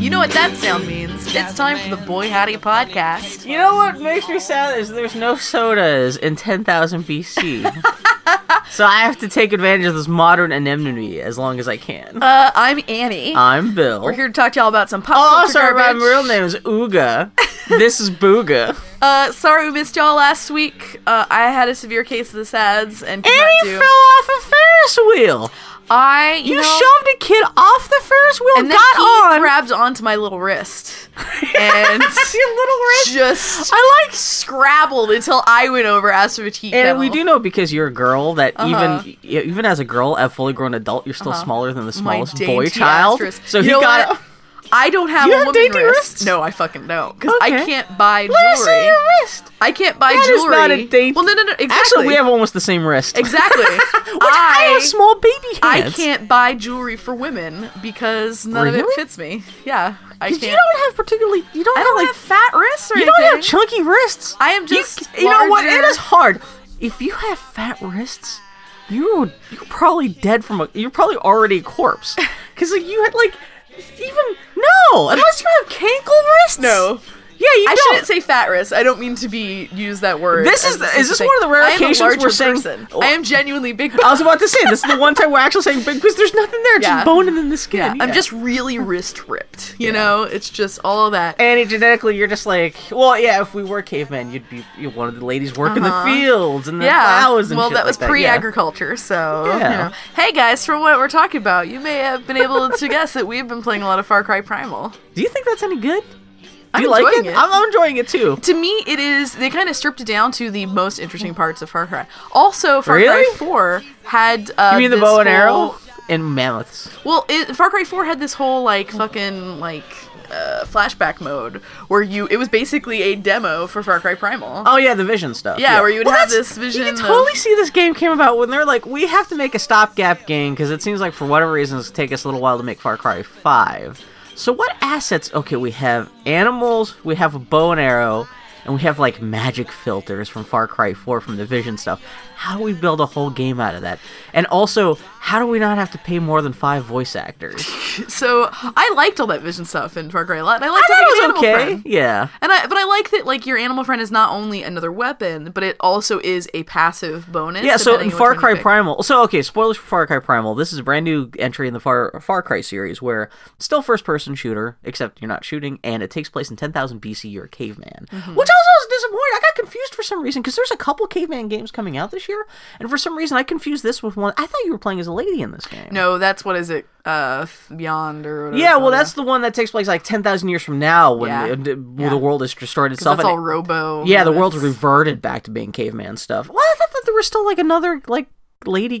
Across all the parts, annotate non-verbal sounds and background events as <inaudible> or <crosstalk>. You know what that sound means. It's time for the Boy Howdy podcast. You know what makes me sad is there's no sodas in 10,000 <laughs> BC. so I have to take advantage of this modern anonymity as long as I can. Uh, I'm Annie. I'm Bill. We're here to talk to y'all about some pop oh, culture sorry, my garbage. real name is <laughs> Uga. this is Booga. Uh, sorry we missed y'all last week. Uh, I had a severe case of the SADS and could And not he do. fell off a Ferris wheel. I you, You, know, shoved a kid off the Ferris wheel and then got he on. grabbed onto my little <laughs> wrist and Your little wrist. just I like scrabbled until I went over as for a tea And kettle. we do know because you're a girl that Uh-huh. even e- even as a girl, a fully grown adult, you're still smaller than the my smallest boy dainty child. asterisk. So You he know got what? I don't have You a have woman dainty wrist. wrists? No, I fucking don't because I Okay. can't buy Let us see jewelry. your wrist. I can't buy That is jewelry. not a dainty- Well, no, no, no. Exactly. Actually, we have almost the same wrist. <laughs> exactly. <laughs> Which I, have small baby hands. I can't buy jewelry for women because none of it Really? fits me. Yeah, I You can't. don't have particularly. You don't, I don't have have like. fat wrists or you don't have anything. chunky wrists. I am You- just You, know what? It larger. is hard. If you have fat wrists, you you're probably dead from a. You're probably already a <laughs> corpse. Because like you had like even no unless you have cankle wrists. No. Yeah, you I don't. shouldn't say fat wrist. I don't mean to be use that word. This as is- a is sexist this thing. one of the rare I am a occasions larger we're saying- person. I am genuinely big. boned. I was about to say this is the one time we're actually saying big because there's nothing there, Yeah. just bone and then the skin. Yeah, I'm yeah. just really wrist ripped. You know, it's just all of that. And genetically, you're just like, well, yeah. If we were cavemen, you'd be you one of the ladies working the fields and the Uh-huh. yeah. flowers and well, shit that was like yeah. pre-agriculture, so you Yeah. know. Hey guys, from what we're talking about, you may have been able to guess that we've been playing a lot of Far Cry Primal. Do you think that's any good? Do I'm you like enjoying it. I'm, I'm enjoying it too. To me, it is they kind of stripped it down to the most interesting parts of Far Cry. Also, Far Really? Cry Four had uh, You mean the this bow and whole- arrow and mammoths? Well, it, Far Cry 4 had this whole like fucking like uh, flashback mode where you it was basically a demo for Far Cry Primal. Oh yeah, the vision stuff. Yeah, where you would have that's- this vision You can of- totally see this game came about when they're like, we have to make a stopgap game because it seems like for whatever reasons it's take us a little while to make Far Cry Five. So what assets? Okay, we have animals, we have a bow and arrow, and we have like magic filters from Far Cry Four from the vision stuff. How do we build a whole game out of that? And also, how do we not have to pay more than five voice actors? So I liked all that vision stuff in Far Cry a lot. And I liked I having an thought it was animal okay. friend. Yeah. And I but I like that like your animal friend is not only another weapon, but it also is a passive bonus. Yeah, so depending in on which Far one you Cry pick. Primal, so okay, spoilers for Far Cry Primal. This is a brand new entry in the Far Far Cry series, where it's still first person shooter, except you're not shooting, and it takes place in 10,000 BC. You're a caveman, Mm-hmm. which also is disappointing. I got confused for some reason because there's a couple caveman games coming out this year, and for some reason I confused this with one. I thought you were playing as a lady in this game. No, that's what is it? Uh, f- beyond or whatever. Yeah, well, that's the one that takes place like 10,000 years from now when Yeah. the, when Yeah. the world has destroyed itself. that's and- all Robo. yeah, the and world's it's- reverted back to being caveman stuff. Well, I thought that there was still like another like lady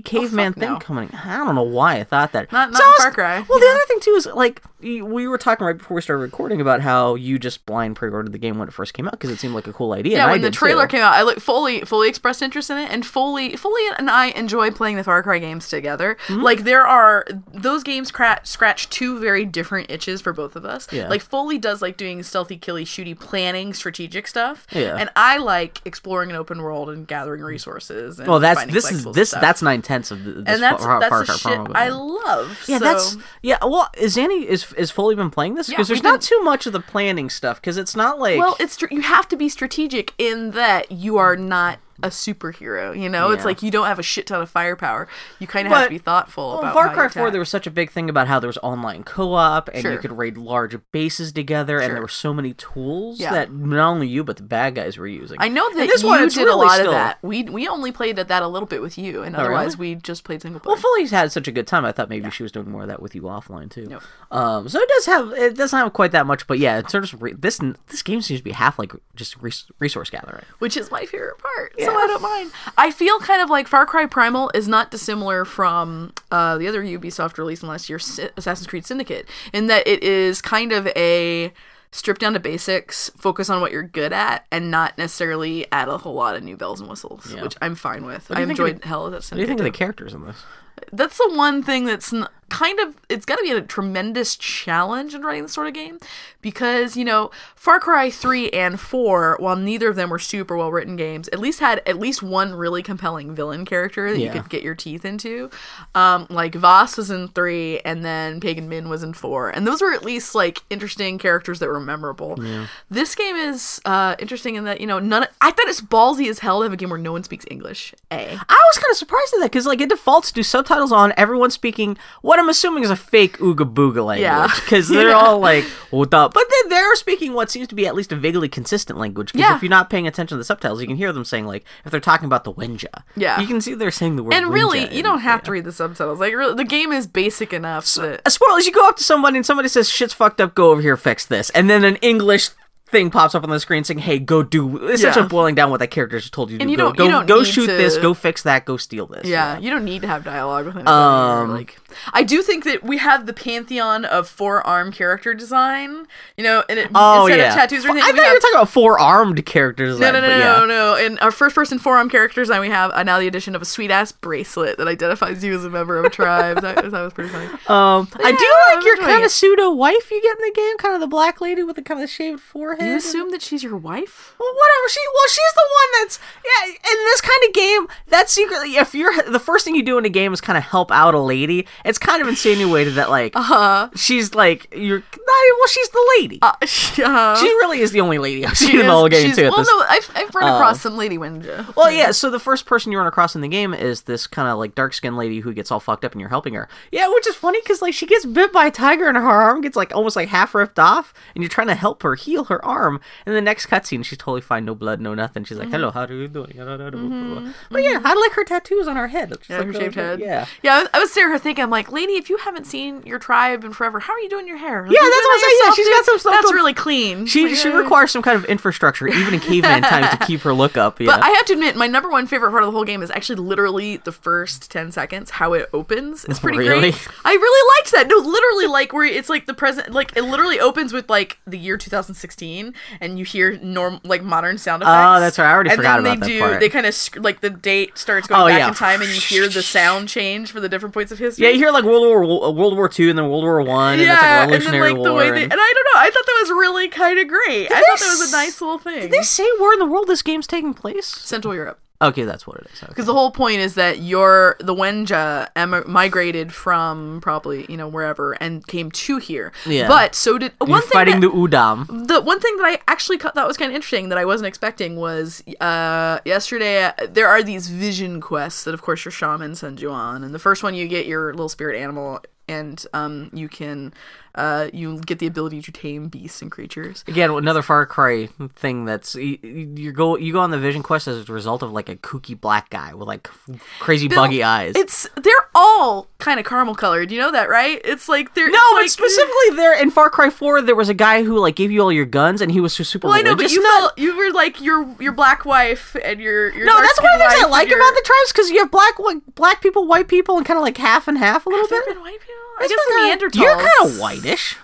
Oh, caveman fuck thing no. coming. I don't know why I thought that. Not- not I in was- Far Cry, Well, the yeah. other thing too is like y- we were talking right before we started recording about how you just blind pre-ordered the game when it first came out because it seemed like a cool idea. Yeah, and I when the did, trailer too. came out, I like fully fully expressed interest in it, and fully fully and I enjoy playing the Far Cry games together. Hmm. Like there are those games cra- scratch two very different itches for both of us. Yeah. Like Foley does like doing stealthy, killy, shooty, planning, strategic stuff. Yeah. and I like exploring an open world and gathering resources. And Well, that's finding this is flexible this stuff. that's nine tenths of the, this and that's Far, Far that's Cry the shit promo I game. love. Yeah, so- that's yeah. Well, is Annie is is Foley been playing this? Yeah, Because we've there's not been- too much of the planning stuff. Because it's not like Well, it's tr- you have to be strategic in that you are not a superhero. You know, it's Yeah. like you don't have a shit ton of firepower. You kind of have But- to be thoughtful Well, about Far how Cry you 4, attack. there was such a big thing about how there was online co-op and you Sure. could raid large bases together, and there were so many tools Yeah. that not only you but the bad guys were using. I know And that this you one, did it's a really lot still- Oh, of that. We we only played at that a little bit with you, and really? otherwise we just played single player. Well, Foley's had such a good time. I thought maybe she was doing more of that with you offline too. Nope. Um, so it does have it doesn't have quite that much, but yeah, in terms of re- this this game seems to be half like just res- resource gathering. which is my favorite part. So I don't mind. I feel kind of like Far Cry Primal is not dissimilar from uh, the other Ubisoft release in last year, Sy- Assassin's Creed Syndicate, in that it is kind of a strip down to basics, focus on what you're good at, and not necessarily add a whole lot of new bells and whistles, which I'm fine with. I you think of enjoyed hell of that What do you Syndicate. think of the characters in this? too. That's the one thing that's n- kind of it's got to be a tremendous challenge in writing this sort of game because you know Far Cry 3 and 4 while neither of them were super well written games at least had at least one really compelling villain character that Yeah. you could get your teeth into um like Voss was in 3 and then Pagan Min was in 4 and those were at least like interesting characters that were memorable this game is uh interesting in that you know none I thought it's ballsy as hell to have a game where no one speaks English a I was kind of surprised at that because like it defaults to subtitles on everyone speaking what I'm assuming is a fake Ooga Booga Yeah. <laughs> language because they're Yeah. all like what the but then they're speaking what seems to be at least a vaguely consistent language because Yeah. if you're not paying attention to the subtitles you can hear them saying like if they're talking about the Wenja Yeah. you can see they're saying the word and really Wenja you in- don't have to read the subtitles like really, the game is basic enough that <laughs> Uh, spoilers you go up to somebody and somebody says shit's fucked up go over here fix this and then an English thing pops up on the screen saying hey go do essentially Yeah. boiling down what that character just told you to And do you go don't- go, you don't go need shoot to- this go fix that go steal this Yeah, you don't need to have dialogue with anybody. Um, like, I do think that we have the pantheon of forearm character design. You know, and it, instead of tattoos or F- anything, Oh, I we thought you have- were talking about four armed characters. no, no, no, no, no. In our first person forearm character design, we have uh, now the addition of a sweet ass bracelet that identifies you as a member of a tribe. that, that was pretty <laughs> funny. Um, I do yeah, I'm like your enjoying kind it. of pseudo wife you get in the game, kind of the black lady with the kind of shaved forehead. You assume that she's your wife? Well, whatever. She well, she's the one that's yeah. In this kind of game, that's secretly if you're the first thing you do in a game is kind of help out a lady. It's kind of insinuated that like Uh, she's like you're not even- well, she's the lady. uh, <laughs> she, uh, she really is the only lady <laughs> I've seen in is- the whole game she's- too. at Well, this Oh. no, I've, I've run across some lady Wenja. Well, yeah. So the first person you run across in the game is this kind of like dark skinned lady who gets all fucked up, and you're helping her. Yeah, which is funny because like she gets bit by a tiger, and her arm gets like almost like half ripped off, and you're trying to help her heal her arm. And the next cutscene, she's totally fine, no blood, no nothing. She's Mm-hmm. like, "Hello, how are you doing?" But yeah, I like her tattoos on her head. She's Yeah, like, her "Oh, shaved head. Yeah. yeah. I was- I was sitting here thinking, I'm like, lady, if you haven't seen your tribe in forever, how are you doing your hair? Like, Yeah, you that's doing what that I'm saying. Yeah, yourself, she's got dude? some stuff That's to- really clean. She Like, uh, she yeah. requires some kind of infrastructure, even in caveman times, to keep her look up. <laughs> Yeah. But I have to admit, my number one favorite part of the whole game is actually literally the first ten seconds, how it opens. It's pretty Really? great. I really liked that. No, literally, like where it's like the present, like it literally opens with like the year 2016, and you hear norm like modern sound effects. Oh, that's right. I already and forgot then about that they do. part. They kind of sc- like the date starts going Oh, back yeah. in time, and you hear the sound change for the different points of history. yeah, you hear like World War World War Two and then World War One, and yeah, that's like Revolutionary and then like the War. way they, and- and I don't know, I thought that was really kind of great. I thought they that was s- a nice little thing. Did they say where in the world this game's taking place? Central Europe, Okay, that's what it is. Okay. because the whole point is that your the Wenja em- migrated from probably you know wherever and came to here. Yeah. but so did one You're thing. fighting that- the Udam. the one thing that I actually cut that was kind of interesting that I wasn't expecting was uh, yesterday uh, there are these vision quests that of course your shaman sends you on and the first one you get your little spirit animal and um, you can uh, you get the ability to tame beasts and creatures Again, another Far Cry thing that's you, you go you go on the vision quest as a result of like a kooky black guy with like f- crazy buggy eyes. It's they're all kind of caramel colored. You know that, right? It's like they're no, it's but like- specifically there in Far Cry Four, there was a guy who like gave you all your guns and he was su- super Well, I know, but religious. you Not- felt you were like your your black wife and your your no, that's one of the things I like about the the tribes because you have black like, black people, white people, and kind of like half and half a little bit. white people. I That's guess the been kinda- Neanderthals. You're kind of whitish.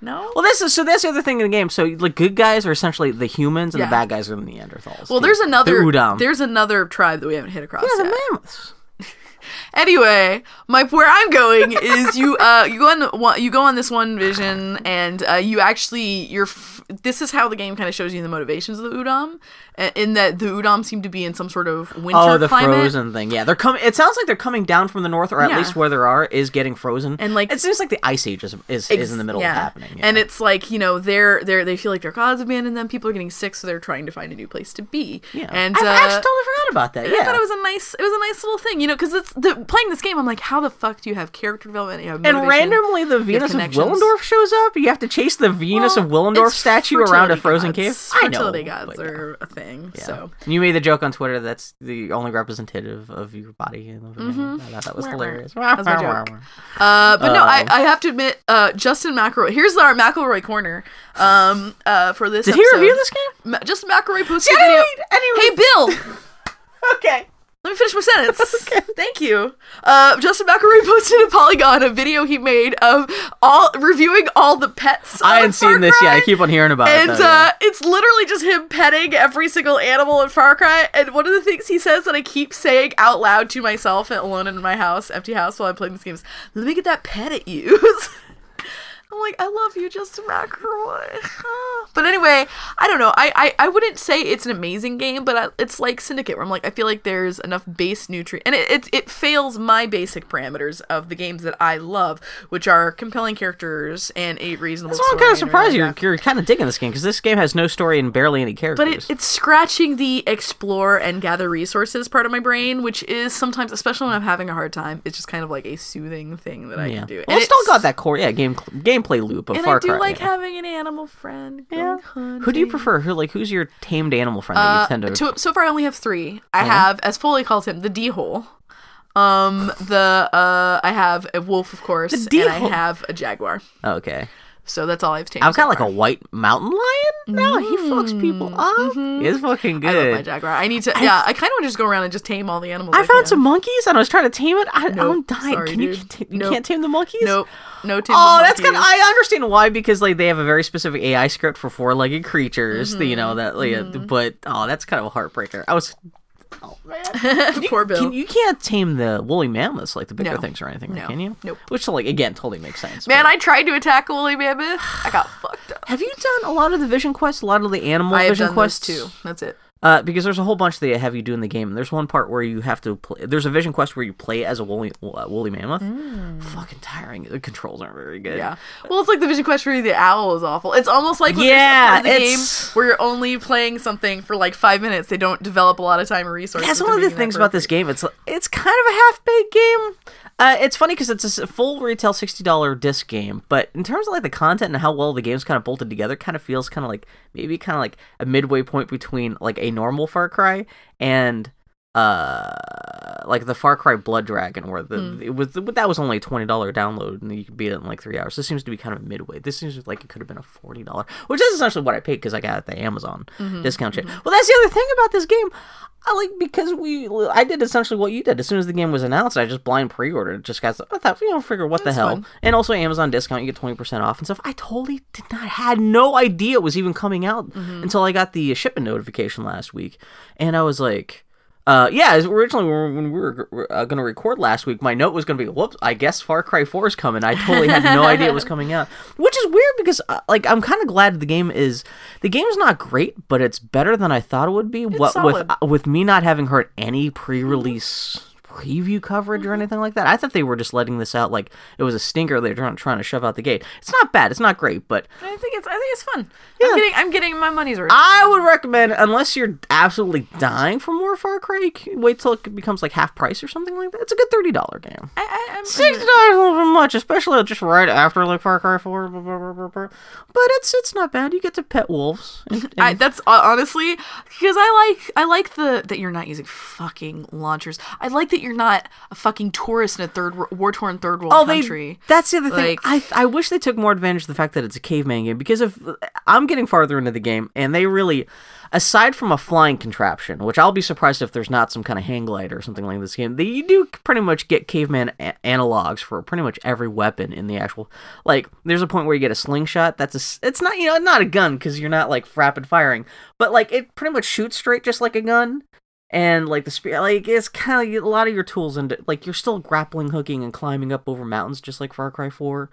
No. Well, this is so. That's the other thing in the game. So, like, good guys are essentially the humans, and Yeah. the bad guys are the Neanderthals. Well, there's another The Udam. there's another tribe that we haven't hit across yeah, yet. the mammoths. Anyway, my where I'm going is you uh you go on one- you go on this one vision and uh, you actually you're f- this is how the game kind of shows you the motivations of the Udam, uh, in that the Udam seem to be in some sort of winter Oh, the climate. frozen thing. Yeah, they're coming. It sounds like they're coming down from the north, or at Yeah. least where there are is getting frozen. And, like- it seems like the ice age is is, is in the middle of happening. yeah. And it's like you know they're they're they feel like their gods abandoned them. People are getting sick, so they're trying to find a new place to be. yeah. and I, uh, I actually totally forgot about that. Yeah, I thought it was a nice it was a nice little thing, you know, because it's the, playing this game. I'm like, how the fuck do you have character development? You have and motivation? randomly the Venus of connections. Willendorf shows up. You have to chase the Venus Well, of Willendorf it's statue around a fertility frozen gods. cave. Fertility I know, gods but yeah. are a thing. Yeah. So you made the joke on Twitter. That's the only representative of your body. And Mm-hmm. I thought that was Wah, wah. hilarious. That's my joke. Uh, but no, I, I have to admit, uh, Justin McElroy. Here's our McElroy corner. Um, uh, for this, Did he review this game? Ma- Justin McElroy posted I a video. didn't read any Hey, Bill. Okay. Let me finish my <laughs> sentence. Thank you. Uh, Justin McElroy posted a Polygon a video he made of all reviewing all the pets. I on hadn't Far seen this yet. I Cry. keep on hearing about And it. though, yeah. uh, it's literally just him petting every single animal in Far Cry. And one of the things he says that I keep saying out loud to myself and alone in my house, empty house, while I'm playing these games, let me get that pet at you. <laughs> I'm like, I love you, Justin McElroy. <sighs> but anyway, I don't know. I, I, I wouldn't say it's an amazing game, but I, it's like Syndicate, where I'm like, I feel like there's enough base nutrient, and it, it it fails my basic parameters of the games that I love, which are compelling characters and a reasonable. That's why I'm story kind and of surprised everything you're, like that. you're kind of digging this game because this game has no story and barely any characters. But it, it's scratching the explore and gather resources part of my brain, which is sometimes, especially when I'm having a hard time, it's just kind of like a soothing thing that I yeah. can do. Well, And it's still it's- got that core, yeah, game gameplay loop of And Far I do Cry. like yeah. having an animal friend. Yeah. Yeah. Who do you prefer? Who like who's your tamed animal friend that you tend to? Uh, to, so far, I only have three. I have, as Foley calls him, the D hole. Um, the uh, I have a wolf, of course, and I D-hole. have a jaguar. Oh, okay, So that's all I've tamed. I've so got like far. a white mountain lion. No, he fucks people up. It's fucking good. Mm, mm-hmm. I love my jaguar. I need to. yeah, I kind of want to just go around and just tame all the animals. I I, found can. some monkeys and I was trying to tame it. I, I'm Nope. dying. Sorry, Can you dude. ta- you Nope. can't tame the monkeys? Nope. <laughs> No taming. Oh, that's kind of. monkeys. I understand why because like they have a very specific AI script for four-legged creatures. You Mm-hmm. know that, like, uh, but oh, that's kind of a heartbreaker. I was. Oh, man. <laughs> Can you, Poor Bill. Can, you can't tame the woolly mammoths like the bigger No. things or anything, No. can you? Nope. Which like again totally makes sense. Man, but- I tried to attack a woolly mammoth. I <sighs> got fucked up. have you done a lot of the vision quests? A lot of the animal I have vision done quests quest too. That's it. Uh, because there's a whole bunch they have you do in the game. And there's one part where you have to play. There's a vision quest where you play as a woolly, uh, woolly mammoth. Fucking tiring. The controls aren't very good. Mm. Yeah. Well, it's like the vision quest where the owl is awful. It's almost like when Yeah, yeah, there's a part of the it's- game where you're only playing something for like five minutes. They don't develop a lot of time or resources. That's into one of the making that things about perfect. this game. It's it's kind of a half baked game. Uh, it's funny because it's a s- full retail sixty dollar disc game, but in terms of like the content and how well the game's kind of bolted together, kind of feels kind of like maybe kind of like a midway point between like a normal Far Cry and uh like the Far Cry Blood Dragon, where the it was that was only a twenty dollar download and you could beat it in like three hours. This seems to be kind of midway. This seems like it could have been a forty dollar, which is essentially what I paid because I got it at the Amazon discount shit. Well, that's the other thing about this game. I like because we I did essentially what you did. As soon as the game was announced, I just blind pre-ordered. it. Just got I thought you know figure what the hell. fun. And also Amazon discount, you get twenty percent off and stuff. I totally did not had no idea it was even coming out until I got the shipment notification last week, and I was like. Uh, yeah, as- originally when when we were uh, going to record last week, my note was going to be, "Whoops, I guess Far Cry 4 is coming." I totally had no idea it was coming out, which is weird because, uh, like, I'm kind of glad the game is. The game's not great, but it's better than I thought it would be. What with solid. uh, with me not having heard any pre-release preview coverage or anything like that, I thought they were just letting this out like it was a stinker. They're trying, trying to shove out the gate. It's not bad. It's not great, but I think it's. I think it's fun. I'm getting. I'm getting my money's worth. I would recommend, unless you're absolutely dying for more Far Cry, you can wait till it becomes like half price or something like that. It's a good thirty dollar game. I, I, I'm, Sixty dollars is a little bit much, especially just right after like Far Cry Four. blah, blah, blah, blah, blah. But it's it's not bad. You get to pet wolves. and- and- I, that's uh, honestly because I like I like the that you're not using fucking launchers. I like that you're not a fucking tourist in a third war torn third world Oh, they- country. that's the other thing. Like- I I wish they took more advantage of the fact that it's a caveman game because if I'm getting farther into the game and they really, aside from a flying contraption, which I'll be surprised if there's not some kind of hang glider or something like this game. They you do pretty much get caveman a- analogs for pretty much every weapon in the actual. Like there's a point where you get a slingshot. That's a s- it's not you know not a gun because you're not like rapid firing, but like it pretty much shoots straight just like a gun and like the spear like it's kind of a lot of your tools and like you're still grappling hooking and climbing up over mountains just like far cry 4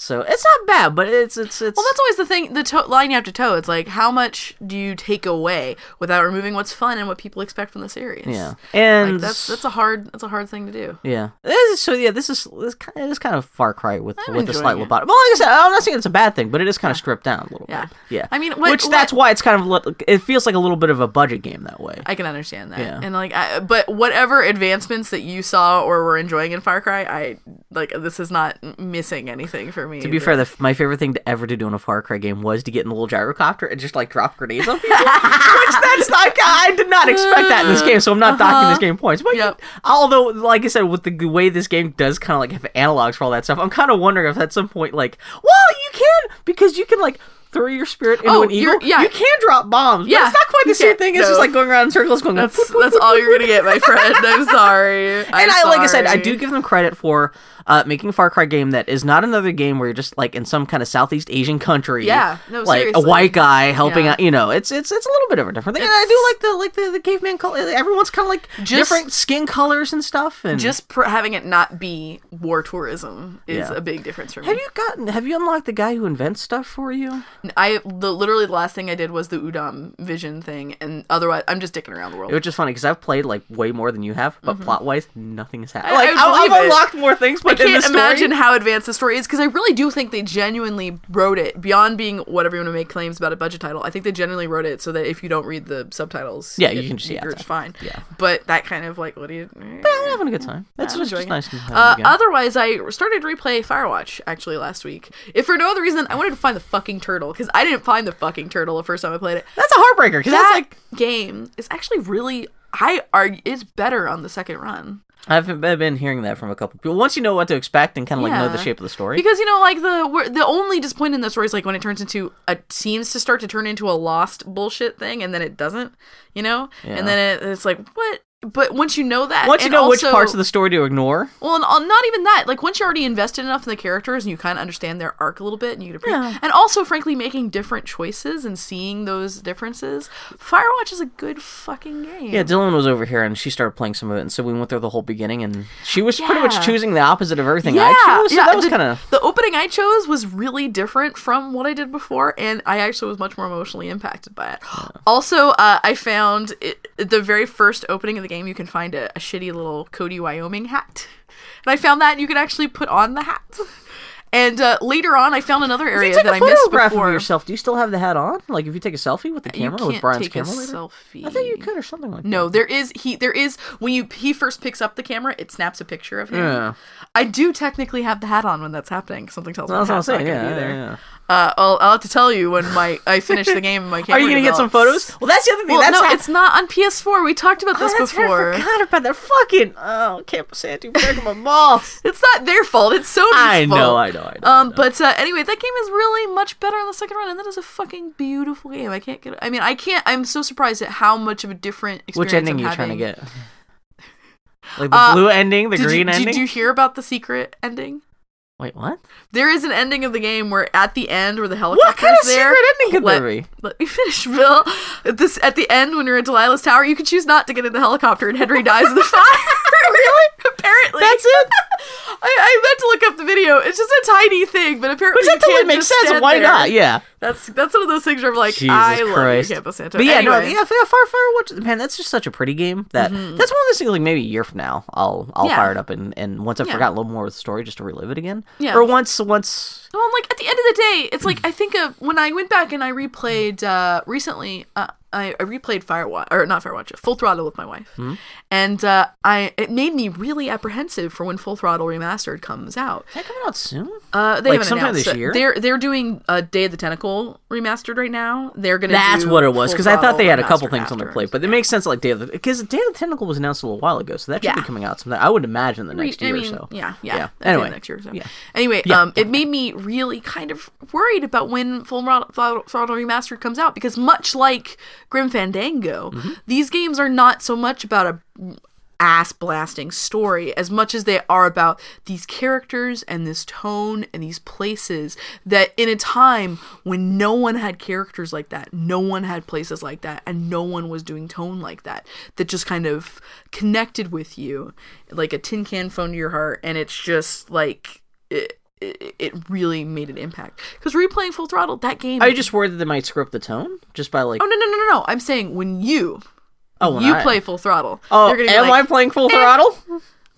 so it's not bad but it's it's it's Well, that's always the thing, the to- line you have to toe. It's like, how much do you take away without removing what's fun and what people expect from the series? yeah and like, that's that's a hard that's a hard thing to do. yeah This is- so yeah this is this kind of, kind of far cry with I'm with a enjoying slight it. lobotomy well like i said i'm not saying it's a bad thing but it is kind of stripped down a little Yeah. bit yeah I mean, what- which that's what- why it's kind of li- it feels like a little bit of a budget game that way I can understand that, Yeah. and like, I, but whatever advancements that you saw or were enjoying in Far Cry, I like this is not m- missing anything for me. to be fair, the, my favorite thing to ever to do in a Far Cry game was to get in the little gyrocopter and just like drop <laughs> grenades on people. Which that's not, I did not expect that in this game, so I'm not docking this game points. But Uh-huh. Yep. although, like I said, with the way this game does kind of like have analogs for all that stuff, I'm kind of wondering if at some point, like, well, you can because you can like throw your spirit into Oh, an eagle. you're- yeah. You can drop bombs, but Yeah, it's not quite the you same can't- thing. It's just no. like going around in circles, going. That's that's all you're gonna get, <laughs> my friend. I'm sorry. I'm and I, like I said, I sorry. do give them credit for uh, making a Far Cry game that is not another game where you're just like in some kind of Southeast Asian country, Yeah, no, like seriously. a white guy helping Yeah. out. You know, it's it's it's a little bit of a different thing. and I do like the like the, the caveman color. Everyone's kind of like Just- different skin colors and stuff. And just for having it not be war tourism is Yeah. a big difference for me. have you gotten have you unlocked the guy who invents stuff for you? I the literally the last thing I did was the Udam vision thing, and otherwise I'm just dicking around the world. Which is funny because I've played like way more than you have, but plot wise, nothing has happened. Mm-hmm. I- Like I would I have believe it. unlocked more things, I but in the can't story, imagine how advanced the story is because I really do think they genuinely wrote it beyond being whatever you want to make claims about a budget title. I think they genuinely wrote it so that if you don't read the subtitles, Yeah, you it- can just- yeah, you're it's fine. yeah. but that kind of like, what do you? eh, I'm having a good time. It's I'm just, enjoying just it. nice. to have Uh, again. otherwise, I started to replay Firewatch actually last week. If for no other reason, I wanted to find the fucking turtle because I didn't find the fucking turtle the first time I played it. that's a heartbreaker because that's That like game is actually really. I argue it's better on the second run I've I've been hearing that from a couple people. Once you know what to expect and kind of like know the Yeah. shape of the story, because you know, like the where- the only disappointment in the story is like when it turns into a seems to start to turn into a lost bullshit thing, and then it doesn't, you know, Yeah. and then it, it's like what. But once you know that, once you and know which also- parts of the story to ignore, Well, and, uh, not even that. Like once you're already invested enough in the characters and you kind of understand their arc a little bit, and you can appreciate. Yeah. And also, frankly, making different choices and seeing those differences. Firewatch is a good fucking game. yeah, Dylan was over here and she started playing some of it, and so we went through the whole beginning, and she was pretty much Yeah. choosing the opposite of everything I chose. So that was the- kind of the opening I chose was really different from what I did before, and I actually was much more emotionally impacted by it. Also, uh, I found it, the very first opening of the game, you can find a, a shitty little Cody Wyoming hat, and I found that you can actually put on the hat. And uh, later on, I found another If area you take that a I missed photograph before. of yourself, do you still have the hat on? Like if you take a selfie with the you camera can't with Brian's take a camera later? selfie. I think you could or something like No, there is he. There is when you he first picks up the camera, it snaps a picture of him. Yeah. I do technically have the hat on when that's happening. Something tells me that. That's the what I'm hat's not saying. gonna Yeah, be yeah, there. yeah. Uh, I'll, I'll have to tell you when my I finish the game. And my camera <laughs> Are you gonna get some develops. photos? Well, that's the other thing. Well, that's no, how- it's not on PS4. We talked about Oh, this that's right, before. I forgot about that. Fucking oh, Camp Santu <laughs> breaking my balls. It's not their fault. It's Sony's I fault. know, I know, I know. I Um, know. but uh, anyway, that game is really much better on the second run, and that is a fucking beautiful game. I can't get. I mean, I can't. I'm so surprised at how much of a different experience. Which ending I'm you trying to having. get? Like the Uh, blue ending, the Did green you, ending. Did you hear about the secret ending? Wait, what? There is an ending of the game where at the end where the helicopter What kind of is there. secret ending could let, there be? Let me <laughs> finish, Bill. At this at the end when you're in Delilah's tower, you can choose not to get in the helicopter and Henry dies <laughs> in the fire. really? apparently. That's <laughs> it. <laughs> I, I meant to look up the video. It's just a tiny thing, but apparently Which that you totally can't makes just sense. stand Why there. not? Yeah. That's that's one of those things where I'm like, Jesus I love Christ. you, Campo Santo. But yeah, no, Anyway. Mm-hmm. yeah, Fire Firewatch. Man, that's just such a pretty game. That that's one of those things. Like maybe a year from now, I'll I'll Yeah. fire it up and and once I've Yeah. forgotten a little more of the story, just to relive it again. Yeah. Or once once. Well, like at the end of the day, it's like I think uh, when I went back and I replayed uh, recently, uh, I, I replayed Firewatch or not Firewatch, Full Throttle with my wife, Hmm? and uh, I it made me really apprehensive for when Full Throttle Remastered comes out. Is that coming out soon? Uh, they Like, haven't sometime announced this it. year? They're they're doing uh, Day of the Tentacle Remastered right now. They're gonna. That's do what it was Full because I thought Throttle they had a couple Remastered things on their afterwards. plate, but it makes sense like Day of the because Day of the Tentacle was announced a little while ago, so that should be Yeah. coming out sometime. I would imagine the next I year mean, or so. Yeah, yeah. Yeah. That's the end of Anyway, next year or so. yeah. Anyway, Yeah, um, it made me really kind of worried about when Full Throttle Throttle- Throttle Remastered comes out because much like Grim Fandango, Mm-hmm. these games are not so much about a ass blasting story as much as they are about these characters and this tone and these places that in a time when no one had characters like that no one had places like that and no one was doing tone like that that just kind of connected with you like a tin can phone to your heart and it's just like it, it, it really made an impact because replaying full throttle that game Are you just worried that they might screw up the tone just by like oh no no no no no i'm saying when you oh when you I- play full throttle oh you're gonna be am like, "Eh." I playing full throttle?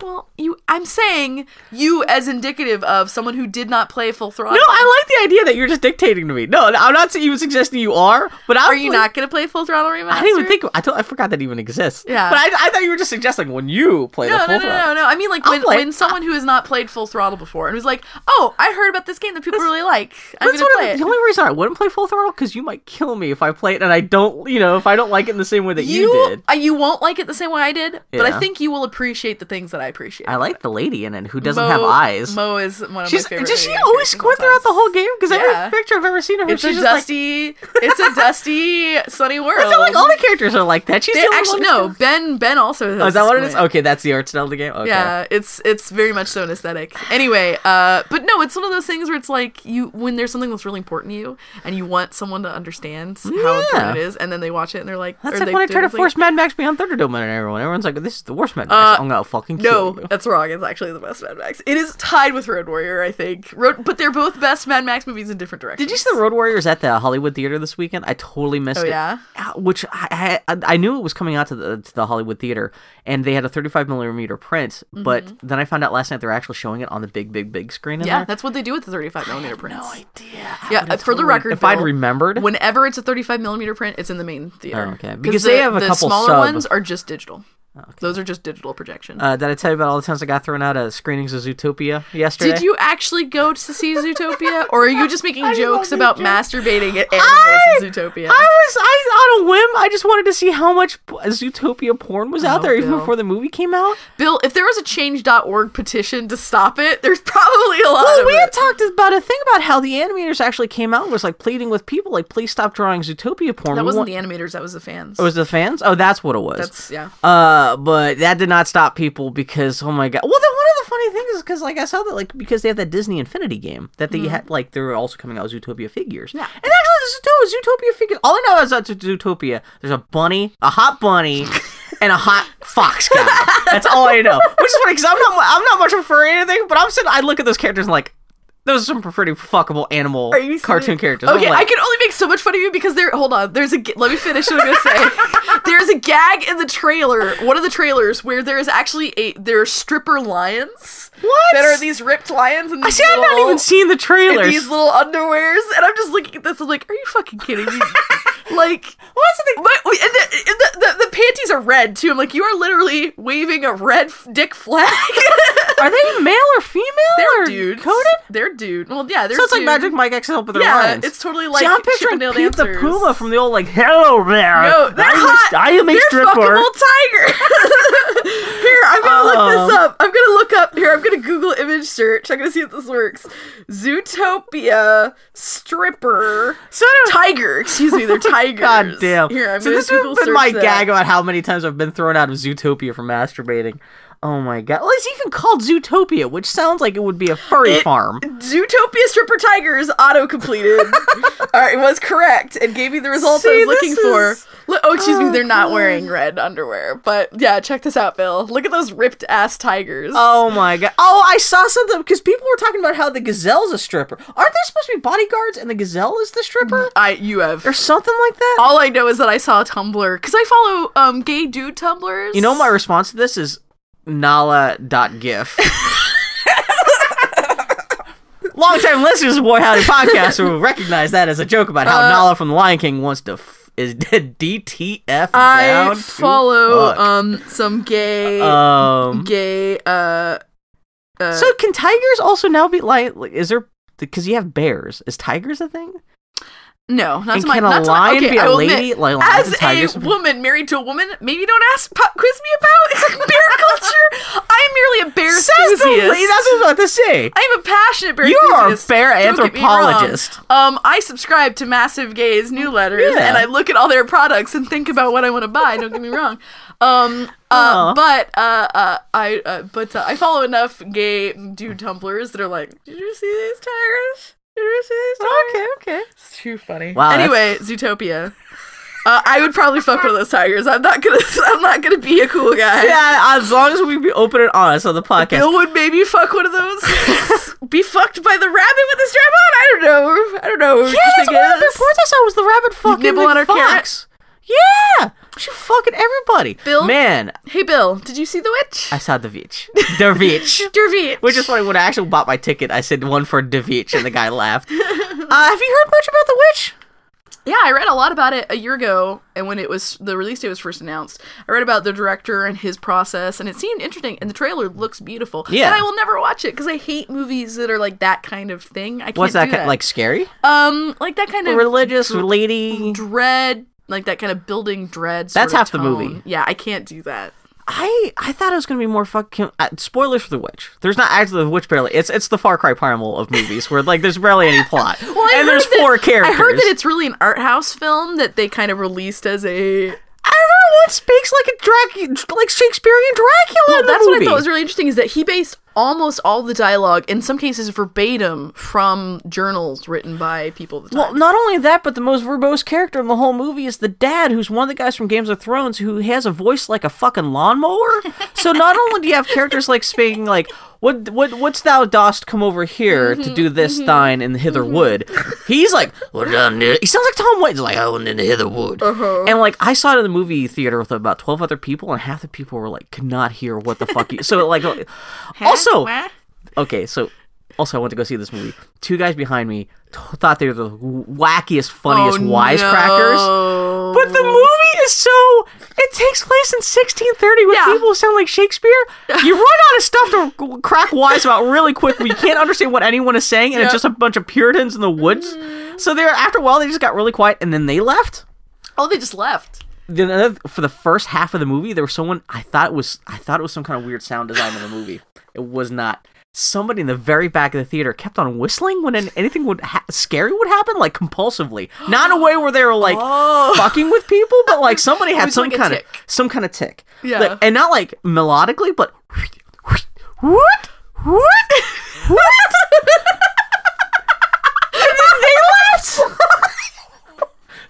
well, you. I'm saying you as indicative of someone who did not play full throttle. No, I like the idea that you're just dictating to me. No, I'm not even suggesting you are, but I'm Are you not gonna play full throttle remastered? I didn't even think. I, told, I forgot that even exists. Yeah. but I, I thought you were just suggesting when you play No, the no, full no, throttle. no, no. I mean, like I'll when, play. when someone who has not played full throttle before and was like, "Oh, I heard about this game that people really like. I'm That's gonna what play I- it." the only reason I wouldn't play full throttle because you might kill me if I play it and I don't, you know, if I don't like it in the same way that you, did. uh, you won't like it the same way I did, but Yeah. I think you will appreciate the things that I appreciate. I like like the lady in it who doesn't have eyes. Mo is one of she's my favorite. does she anime always characters of squint all time. throughout the whole game? Because Yeah. every picture I've ever seen of her, It's she's a just like. dusty. it's a dusty sunny world. I feel like all the characters are like that. She's They- the only actually one no. who's- Ben Ben also. Has Oh, is that a what it is? squint. Okay, that's the art style of the game. Okay. Yeah, it's it's very much so an aesthetic. Anyway, uh, but no, it's one of those things where it's like you when there's something that's really important to you and you want someone to understand how Yeah. important it is, and then they watch it and they're like, That's or like they when I do try it, to it's like, force Mad Max Beyond Thunderdome on everyone. Everyone's like, "This is the worst Mad Max. Uh, I'm gonna fucking No, kill <laughs> you." that's wrong. It's actually the best Mad Max. It is tied with Road Warrior, I think. Road, but they're both best Mad Max movies in different directions. Did you see the Road Warriors at the Hollywood Theater this weekend? I totally missed Oh, it. yeah? Uh, Which I, I I knew it was coming out to the to the Hollywood Theater, and they had a 35 millimeter print. But then I found out last night they're actually showing it on the big, big, big screen. In Mm-hmm. Yeah, there. that's what they do with the 35 millimeter prints. no idea. I yeah, would've uh, for the totally- record, if I'd Bill, remembered, whenever it's a 35 millimeter print, it's in the main theater. Oh, okay. Because they the- have a the couple smaller sub- Oh, ones are just digital. Those are just digital projection. uh, did I tell you about all the times I got thrown out at screenings of Zootopia yesterday? Did you actually go to see Zootopia, or are you just making <laughs> I jokes love about Zootopia. masturbating at animals I- in Zootopia? I was I on a whim. I just wanted to see how much p- Zootopia porn was out Oh, there even Bill. before the movie came out. Bill, if there was a Change.org petition to stop it, there's probably a lot Well, of we it. had talked about a thing about how the animators actually came out and was like pleading with people, like, please stop drawing Zootopia porn. That We wasn't want- the animators, that was the fans. It was the fans. Oh, that's what it was. That's yeah. Uh, but that did not stop people because oh my god. Well, then one of the funny things is because like I saw that like because they have that Disney Infinity game that they had like they were also coming out with Zootopia figures. Yeah. And actually, the Zootopia, Zootopia figures. All I know is that Zootopia, there's a bunny, a hot <laughs> bunny, and a hot fox guy. That's all I know. Which is funny because I'm not mu- I'm not much of a furry or anything, but I'm sitting I look at those characters and like. Those are some pretty fuckable animal cartoon characters. I'm Okay, like- I can only make so much fun of you because there. Hold on, there's a. g- Let me finish what I'm gonna <laughs> say. there's a gag in the trailer, one of the trailers, where there is actually a there are stripper lions What? that are these ripped lions. And I these see. I've not little- even seen the in trailers. these little underwears, and I'm just looking at this. I'm like, are you fucking kidding <laughs> me? like, What's the thing? my, and the, and the, the the panties are red too. I'm like, you are literally waving a red f- dick <laughs> flag. <laughs> Are they male or female? they're or dudes. Coded? They're dude. Well, yeah, they're So it's like dude. Magic Mike XL, but they're Yeah, lions. it's totally like See, I'm picturing Chippendale Pete the dancers. Puma from the old like, "Hello there, No, they're I'm hot. A, I am a they're stripper." fuckable tiger. <laughs> here, I'm gonna look this Um. up. I'm gonna look up here. I'm gonna Google image search. I'm gonna see if this works. Zootopia stripper so anyway, tiger. Excuse me, they're tigers. <laughs> God damn. Here, I'm so gonna this Google has been search my that. gag about how many times I've been thrown out of Zootopia for masturbating. Oh my god! Well, it's even called Zootopia, which sounds like it would be a furry It- farm. Zootopia stripper tigers auto <laughs> completed. All right, was correct and gave me the results I See, was looking this for. is- Look, oh, excuse me, Oh, they're not God. wearing red underwear, but yeah, check this out, Bill. Look at those ripped ass tigers. Oh my god! Oh, I saw something because people were talking about how the gazelle's a stripper. Aren't they supposed to be bodyguards and the gazelle is the stripper I you have. or something like that? All I know is that I saw a Tumblr because I follow um gay dude Tumblrs. You know, my response to this is <laughs> nala.gif. Longtime listeners of Boy Howdy Podcast will recognize that as a joke about how Uh, Nala from The Lion King wants to f- is <laughs> DTF I down to follow fuck. um some gay um. gay uh. uh So can tigers also now be like? like, Is there? Because you have bears. Is tigers a thing? no, not And to my can a not to my- lion okay, be I a will admit, lady? Like lions as and tigers? a woman married to a woman, maybe don't ask pop quiz me about <laughs> bear culture. I'm merely a bear Says the lady. enthusiast. That's what I was about to say. I'm a passionate bear You are a enthusiast. bear Don't get me wrong. anthropologist. Um, I subscribe to Massive Gays newsletters Yeah. and I look at all their products and think about what I want to buy. Don't get me wrong. Um, uh, Aw. but uh, uh, I uh, but uh, I follow enough gay dude tumblers that are like, did you see these tigers? Did you see these tigers? <laughs> Okay. Okay. It's too funny. Wow, that's- Anyway, Zootopia. Uh, I would probably fuck one of those tigers. I'm not gonna. <laughs> I'm not gonna be a cool guy. Yeah. As long as we be open and honest on the podcast, Bill would maybe fuck one of those. <laughs> be fucked by the rabbit with a strap on. I don't know. I don't know. Yeah, that's one of the reports I saw was the rabbit fucking Nibble the on her fox. Yeah, she fucking everybody. Bill? man, Hey, Bill, did you see the witch? I saw the beach, <laughs> the beach. Dervish. Which is funny. When I actually bought my ticket, I said one for Devich, and the guy <laughs> laughed. Uh, have you heard much about the witch? Yeah, I read a lot about it a year ago, and when it was the release date was first announced, I read about the director and his process, and it seemed interesting. And the trailer looks beautiful. Yeah. and I will never watch it because I hate movies that are like that kind of thing. I can't What's do that, ki- like? Scary? Um, like that kind of Religious lady? dread, like that kind of building dread. sort That's of half the tone. movie. Yeah, I can't do that. I I thought it was gonna be more fucking uh, spoilers for the witch. There's not actually the witch barely. It's it's the Far Cry Primal of movies where like there's barely <laughs> any plot. Well, I and heard there's that- four characters. I heard that it's really an art house film that they kind of released as a. Everyone speaks like a Drac like Shakespearean Dracula. Well, in the that's what I movie. thought was really interesting is that he based almost all the dialogue, in some cases verbatim, from journals written by people at the time. Well, not only that, but the most verbose character in the whole movie is the dad, who's one of the guys from Games of Thrones, who has a voice like a fucking lawnmower. so not only do you have characters like speaking like, "What, what, what's thou dost come over here Mm-hmm, to do this thine in the hither wood?" He's like, "What down there?" He sounds like Tom Waits, like, "I went in the hither wood," Uh-huh. and like I saw it in the movie theater with about twelve other people, and half the people were like, could not hear what the fuck you. So <laughs> like, also okay, so also I went to go see this movie. Two guys behind me t- thought they were the wackiest, funniest Oh, wisecrackers. no. But the movie is so it takes place in 1630 with Yeah. people who sound <laughs> like Shakespeare. You run out of stuff to g- crack wise about really quick when you can't understand what anyone is saying, and it's Yeah. Mm. just a bunch of Puritans in the woods. So there, after a while, they just got really quiet, and then they left oh, they just left. then another, for the first half of the movie, there was someone I thought it was I thought it was some kind of weird sound design in the movie. It was not. Somebody in the very back of the theater kept on whistling when an- anything would ha- scary would happen, like compulsively, not in a way where they were like Oh. fucking with people, but <laughs> like somebody had was some like a kind of tick. some kind of tick, Yeah. Like- and not like melodically, but what what what. <laughs> And then they left. <laughs>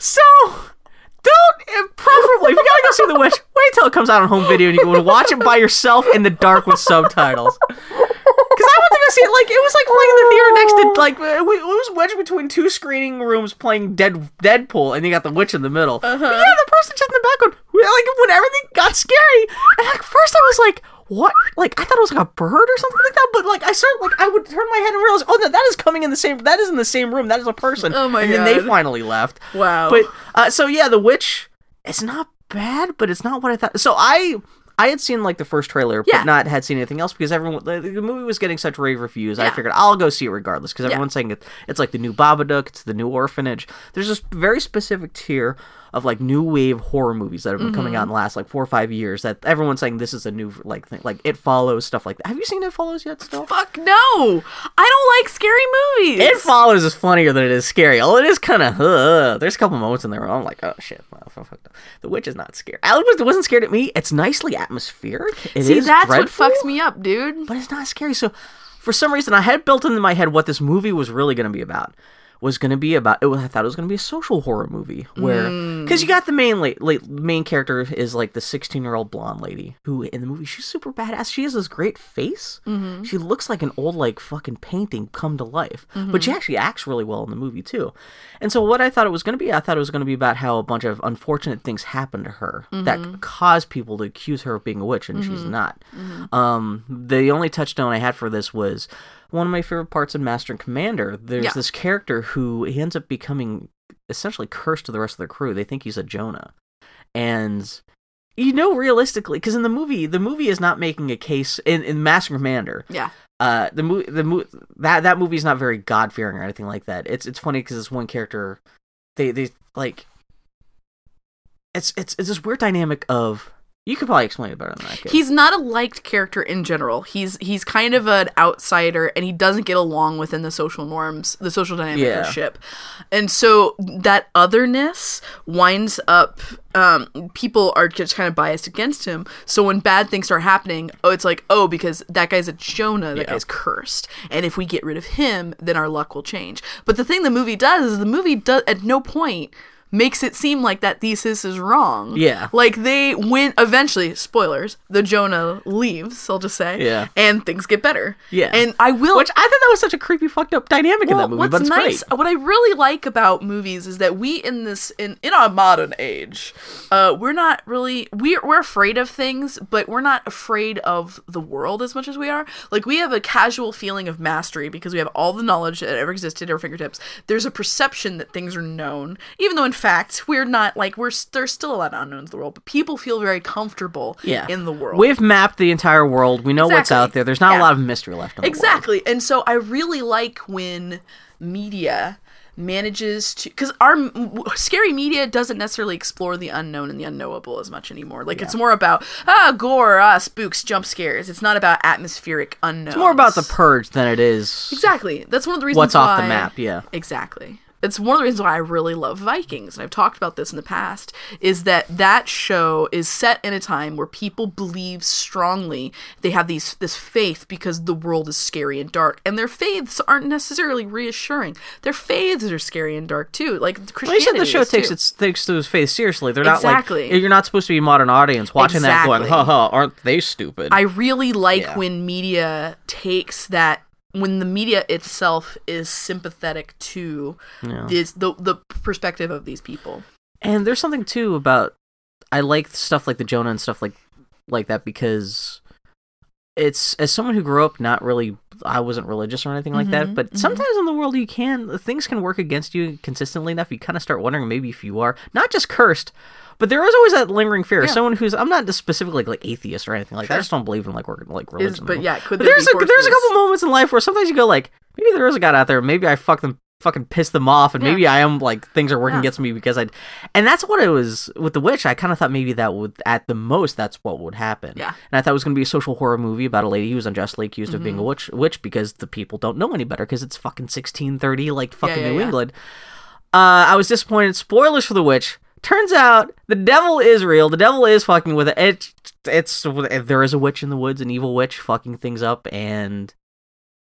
So don't if- preferably if you gotta go see the witch, wait till it comes out on home video and you can watch it by yourself in the dark with subtitles. Because I went to go see it like it was like playing in the theater next to like uh, we- it was wedged between two screening rooms playing Dead Deadpool and you got the witch in the middle. Uh-huh. But yeah, the person just in the background we- like when everything got scary. And at first I was like. What? Like I thought it was like a bird or something like that, but like I started like I would turn my head and realize, oh no, that is coming in the same. That is in the same room. That is a person. Oh my and then they God. finally left. Wow. But uh, so yeah, The Witch it's not bad, but it's not what I thought. So I I had seen like the first trailer, Yeah. but not had seen anything else because everyone the, the movie was getting such rave reviews. I Yeah. figured I'll go see it regardless because everyone's saying it, it's like the new Babadook, it's the new Orphanage. There's this very specific tier of like new wave horror movies that have been coming Mm-hmm. out in the last like four or five years that everyone's saying this is a new like thing like It Follows stuff like that. Have you seen It Follows yet? Still. Fuck no! I don't like scary movies. It follows is funnier than it is scary. Although it is kind of, uh, there's a couple moments in there where I'm like, oh shit, well, fuck, fuck, no. the witch is not scared. I was- wasn't scared at me. It's nicely atmospheric. It is See, that's dreadful, what fucks me up, dude. but it's not scary. So, for some reason, I had built into my head what this movie was really going to be about. Was going to be about. It was, I thought it was going to be a social horror movie where, Mm. because you got the main late, late main character is like the 16 year old blonde lady who in the movie she's super badass. She has this great face. Mm-hmm. She looks like an old like fucking painting come to life. But she actually acts really well in the movie too. And so what I thought it was going to be, I thought it was going to be about how a bunch of unfortunate things happened to her that caused people to accuse her of being a witch, and she's not. Um, the only touchstone I had for this was one of my favorite parts in Master and Commander. There's Yeah. this character who he ends up becoming essentially cursed to the rest of their crew. They think he's a Jonah, and you know realistically, because in the movie, the movie is not making a case in in Master and Commander Yeah. uh the movie the mo- that that movie's not very god fearing or anything like that. It's it's funny because this one character, they they like, it's it's it's this weird dynamic of you could probably explain it better than I could. He's not a liked character in general. He's he's kind of an outsider and he doesn't get along within the social norms, the social dynamic Yeah. of ship. And so that otherness winds up um, people are just kind of biased against him. So when bad things start happening, oh it's like, oh, because that guy's a Jonah, that Yeah. guy's cursed. And if we get rid of him, then our luck will change. But the thing the movie does is the movie does at no point makes it seem like that thesis is wrong. Yeah. Like they win eventually, spoilers, the Jonah leaves, I'll just say. Yeah. And things get better. Yeah. And I will Which I thought that was such a creepy, fucked up dynamic in well, that movie, but it's nice, great. What I really like about movies is that we in this in in our modern age, uh, we're not really we're we're afraid of things, but we're not afraid of the world as much as we are. Like we have a casual feeling of mastery because we have all the knowledge that ever existed at our fingertips. There's a perception that things are known, even though in fact we're not. Like we're s- there's still a lot of unknowns in the world, but people feel very comfortable Yeah, in the world. we've mapped the entire world. We know what's Exactly. out there. There's not a Yeah. lot of mystery left. In the world. Exactly. And so I really like when media manages to because our m- scary media doesn't necessarily explore the unknown and the unknowable as much anymore like it's more about ah gore ah spooks jump scares it's not about atmospheric unknown It's more about the purge than it is exactly that's one of the reasons what's off the why- map. Yeah. Exactly. It's one of the reasons why I really love Vikings, and I've talked about this in the past, is that that show is set in a time where people believe strongly they have these this faith because the world is scary and dark, and their faiths aren't necessarily reassuring. Their faiths are scary and dark too, like Well, you Christianity. said the show is, takes too. its takes those faith seriously. They're not Exactly. like you're not supposed to be a modern audience watching that going, Exactly. ha ha, aren't they stupid? I really like Yeah. when media takes that when the media itself is sympathetic to this the the perspective of these people. and there's something too about I like stuff like the Jonah and stuff like like that because it's as someone who grew up not really I wasn't religious or anything like that, Mhm, but mhm. sometimes in the world you can things can work against you consistently enough. You kind of start wondering maybe if you are not just cursed, but there is always that lingering fear. Yeah. Someone who's I'm not just specifically like atheist or anything like that. I just don't believe in like or- like religion. Is, but yeah, could But there there's be a there's a forces? couple moments in life where sometimes you go like maybe there is a god out there maybe I fuck them fucking piss them off and Yeah. maybe I am like things are working Yeah. against me because I and that's what it was with the witch I kind of thought maybe that would at the most that's what would happen Yeah. and I thought it was gonna be a social horror movie about a lady who was unjustly accused of being Mm-hmm. a witch witch because the people don't know any better because it's fucking 1630 like fucking yeah, New yeah. England uh, I was disappointed. Spoilers for the witch. Turns out the devil is real. The devil is fucking with it. it it's there is a witch in the woods, an evil witch fucking things up, and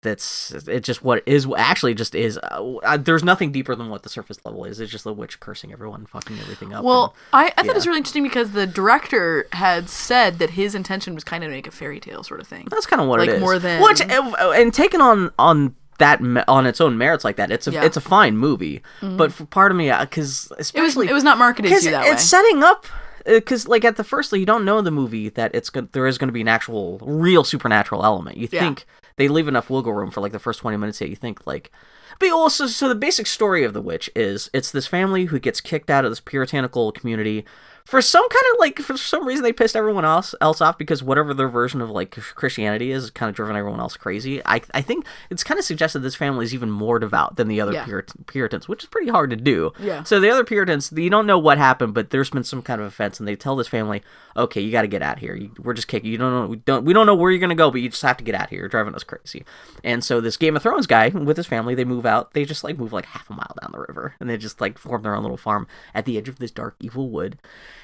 that's it's just what it is actually just is. Uh, uh, there's nothing deeper than what the surface level is. It's just the witch cursing everyone, and fucking everything up. Well, I, I thought it was yeah. really interesting because the director had said that his intention was kind of to make a fairy tale sort of thing. and that's kind of what it like, is. more than- which uh, and taken on on that me- on its own merits like that. It's a Yeah. Mm-hmm. it's a fine movie, but for part of me because It was especially it was not marketed to because you that it's way. setting up because like at the first like, you don't know in the movie that it's going there is going to be an actual real supernatural element you Yeah. think they leave enough wiggle room for like the first 20 minutes that you think like but also so the basic story of the witch is it's this family who gets kicked out of this puritanical community for some kind of like for some reason they pissed everyone else else off because whatever their version of like Christianity is kind of driven everyone else crazy. I I think it's kind of suggested this family is even more devout than the other Yeah. Purit- Puritans, which is pretty hard to do. Yeah. So the other Puritans, you don't know what happened, but there's been some kind of offense, and they tell this family, "Okay, you got to get out here. You, we're just kicking. You don't know. We don't. We don't know where you're gonna go, but you just have to get out here. You're driving us crazy." And so this Game of Thrones guy with his family, they move out. They just like move like half a mile down the river, and they just like form their own little farm at the edge of this dark evil wood.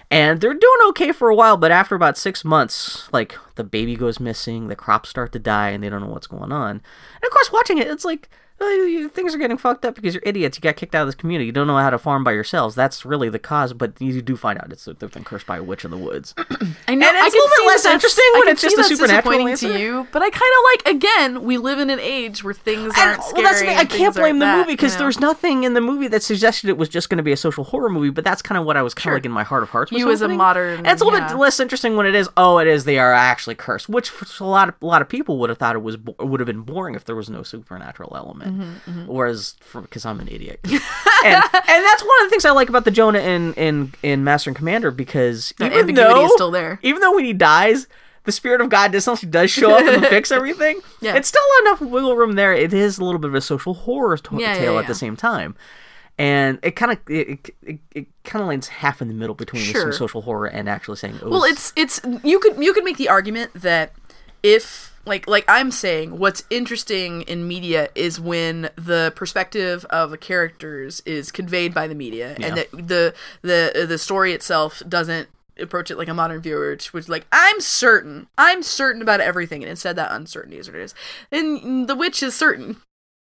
And they're doing okay for a while, but after about six months, like the baby goes missing, the crops start to die, and they don't know what's going on. And of course, watching it, it's like uh, you- things are getting fucked up because you're idiots. You got kicked out of this community. You don't know how to farm by yourselves. That's really the cause. But you do find out it's that they've been cursed by a witch in the woods. I know and it's a I can little bit see that less that's- interesting I when can it's just see a that's supernatural disappointing answer. to you, but I kind of like again we live in an age where things And- aren't well, scary. that's the thing. I and can't things aren't blame the that, movie because you know? there's nothing in the movie that suggested it was just going to be a social horror movie. But that's kind of what I was kind of Sure. like in my heart of hearts. was You as a hoping. modern- And it's a little bit yeah. less interesting when it is. Oh, it is. They are actually cursed, which for a lot of a lot of people would have thought it was bo- would have been boring if there was no supernatural element. Mm-hmm, Whereas, because I'm an idiot, <laughs> and, and that's one of the things I like about the Jonah in in in Master and Commander because That even ambiguity though is still there. even though when he dies, the spirit of God essentially does show <laughs> up and fix everything. Yeah. It's still enough wiggle room there. It is a little bit of a social horror to- Yeah, yeah, tale at yeah. the same time. And it kind of it, it, it kind of lands half in the middle between this Sure. some social horror and actually saying, "Oh, it Well, was- it's it's you could you could make the argument that if like like I'm saying, what's interesting in media is when the perspective of the characters is conveyed by the media, and Yeah. that the the the story itself doesn't approach it like a modern viewer, which was like I'm certain, I'm certain about everything, and instead that uncertainty is what it is. And the witch is certain.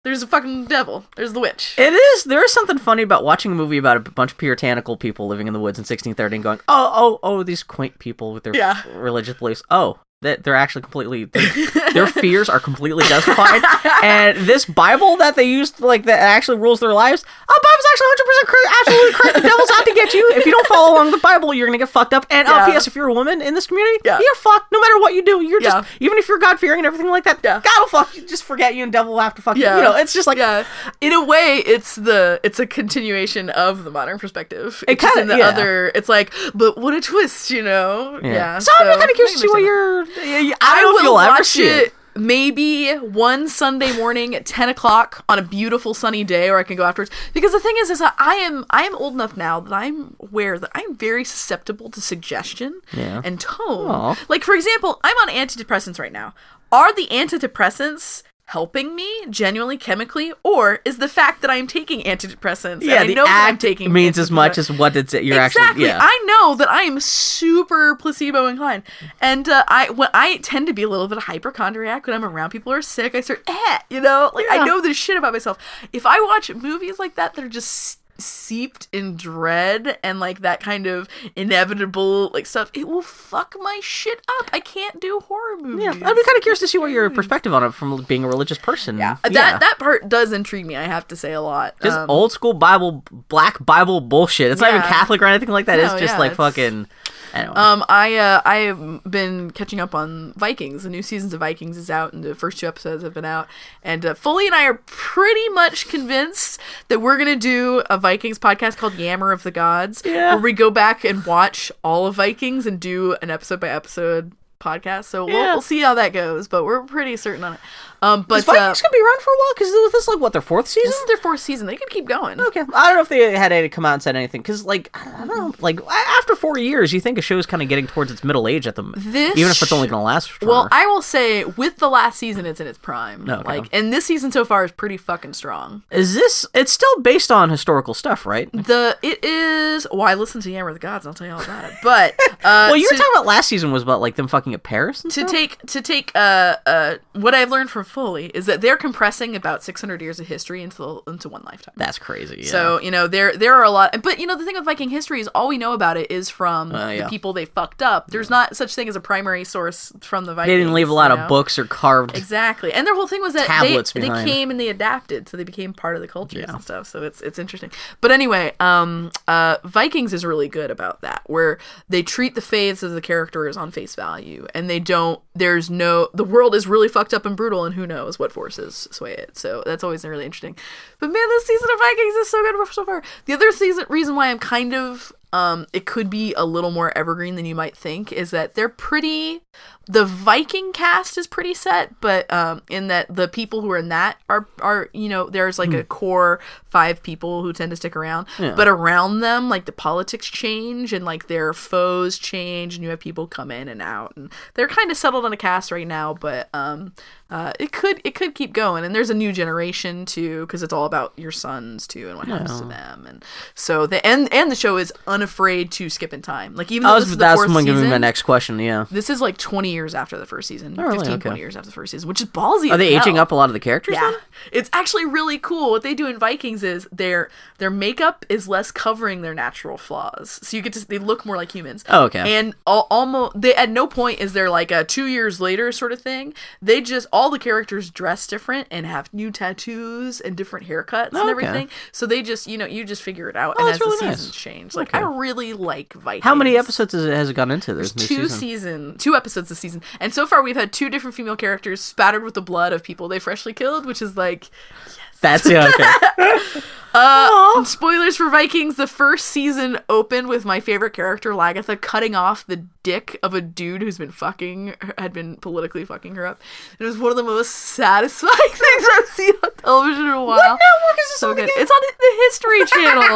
There's a fucking devil. There's the witch. It is. There is something funny about watching a movie about a bunch of puritanical people living in the woods in 1630 and going, oh, oh, oh, these quaint people with their Yeah. religious beliefs. Oh, that they're actually completely their, their fears are completely <laughs> justified. and this Bible that they used, like that actually rules their lives. Oh, Bible's actually 100 percent correct. Absolutely correct. The devil's out to get you. If you don't follow along the Bible, you're gonna get fucked up. And Yeah. oh, P.S. If you're a woman in this community, Yeah. you're fucked. No matter what you do, you're Yeah. just even if you're God fearing and everything like that. Yeah. God will fuck you. Just forget you, and devil will have to fuck Yeah. you. You know, it's just like yeah in a way it's the it's a continuation of the modern perspective it kinda- in the yeah. other it's like but what a twist you know yeah, So, I'm kind of curious to see what I understand your. I that. don't know I if will you'll watch ever see it. maybe one Sunday morning at ten o'clock on a beautiful sunny day, or I can go afterwards. Because the thing is, is that I am I am old enough now that I'm aware that I'm very susceptible to suggestion Yeah. and tone. Aw. Like for example, I'm on antidepressants right now. Are the antidepressants helping me genuinely chemically, or is the fact that I'm taking antidepressants and I the know that I'm act taking means as much antidepressants- as what it's you're exactly. actually. Yeah. I know that I am super placebo inclined, and uh, I when I tend to be a little bit hypochondriac when I'm around people who are sick. I start, eh, you know, like I Yeah. know this shit about myself. If I watch movies like that that are just seeped in dread and like that kind of inevitable like stuff, it will fuck my shit up. I can't do horror movies. yeah. I'd be kind of curious to see what your perspective on it from being a religious person. Hmm. Yeah. that that part does intrigue me. I have to say a lot. just Um, old school Bible, black Bible bullshit. It's not even Yeah. Catholic or anything like that. No, it's just yeah, like it's- fucking. I don't know. Um, I uh, I have been catching up on Vikings. The new seasons of Vikings is out, and the first two episodes have been out. And uh, Foley and I are pretty much convinced that we're gonna do a Vikings podcast called Yammer of the Gods, Yeah. where we go back and watch all of Vikings and do an episode by episode podcast. So we'll, Yeah. we'll see how that goes, but we're pretty certain on it. Um, but Is Vikings uh, gonna be around for a while because this is like what their fourth season. this is their fourth season. They could keep going. Okay, I don't know if they had any come out and said anything because, like, I don't know, like a- after four years, you think a show's kind of getting towards its middle age at the This even if it's only sh- going to last. For, Well, I will say, with the last season, it's in its prime. Okay. Like, and this season so far is pretty fucking strong. is this? It's still based on historical stuff, right? The it is well, I listened to Yammer of the Gods, and I'll tell you all about it. <laughs> But uh Well, you to, were talking about last season was about like them fucking at Paris. And to stuff? take to take uh uh what I've learned from Foley is that they're compressing about six hundred years of history into into one lifetime. That's crazy. Yeah. So you know there there are a lot, but you know the thing with Viking history is all we know about it is from Uh, yeah. the people they fucked up. There's not such thing as a primary source from the Vikings. they didn't leave a lot you of know? books or carved. Exactly, and their whole thing was that Tablets they, they behind. came and they adapted, so they became part of the cultures and stuff. So it's it's interesting. But anyway, um, uh, Vikings is really good about that, where they treat the faiths as the characters on face value, and they don't. There's no the world is really fucked up and brutal, and who knows what forces sway it. So that's always really interesting. But man, this season of Vikings is so good so far. The other season reason why I'm kind of um, it could be a little more evergreen than you might think is that they're pretty the viking cast is pretty set but um, in that the people who are in that are are you know there's like a core five people who tend to stick around but around them like the politics change and like their foes change and you have people come in and out and they're kind of settled on a cast right now but um uh, it could it could keep going and there's a new generation too because it's all about your sons too and what happens to them and so the and and the show is unafraid to skip in time like even though I oh, this was is the that's fourth going to be season, my next question. Yeah. this is like 20 years after the first season really? 15 Okay. 20 years after the first season which is ballsy Are they aging up a lot of the characters? Oh. yeah it's actually really cool what they do in vikings is their their makeup is less covering their natural flaws so you get to they look more like humans Oh, okay. and al- almost they at no point is there like a two years later sort of thing they just all the characters dress different and have new tattoos and different haircuts and Oh, okay. everything so they just you know you just figure it out Oh, and as that's really the nice. seasons change like Okay. i really like vikings How many episodes has it, has it gone into? There's new two season. season two episodes this season and so far we've had two different female characters spattered with the blood of people they freshly killed which is like That's yeah. Okay. <laughs> um, <laughs> spoilers for vikings the first season opened with my favorite character lagatha cutting off the dick of a dude who's been fucking had been politically fucking her up it was one of the most satisfying <laughs> things i've seen on television in a while network is this so on good again? it's on the history <laughs> channel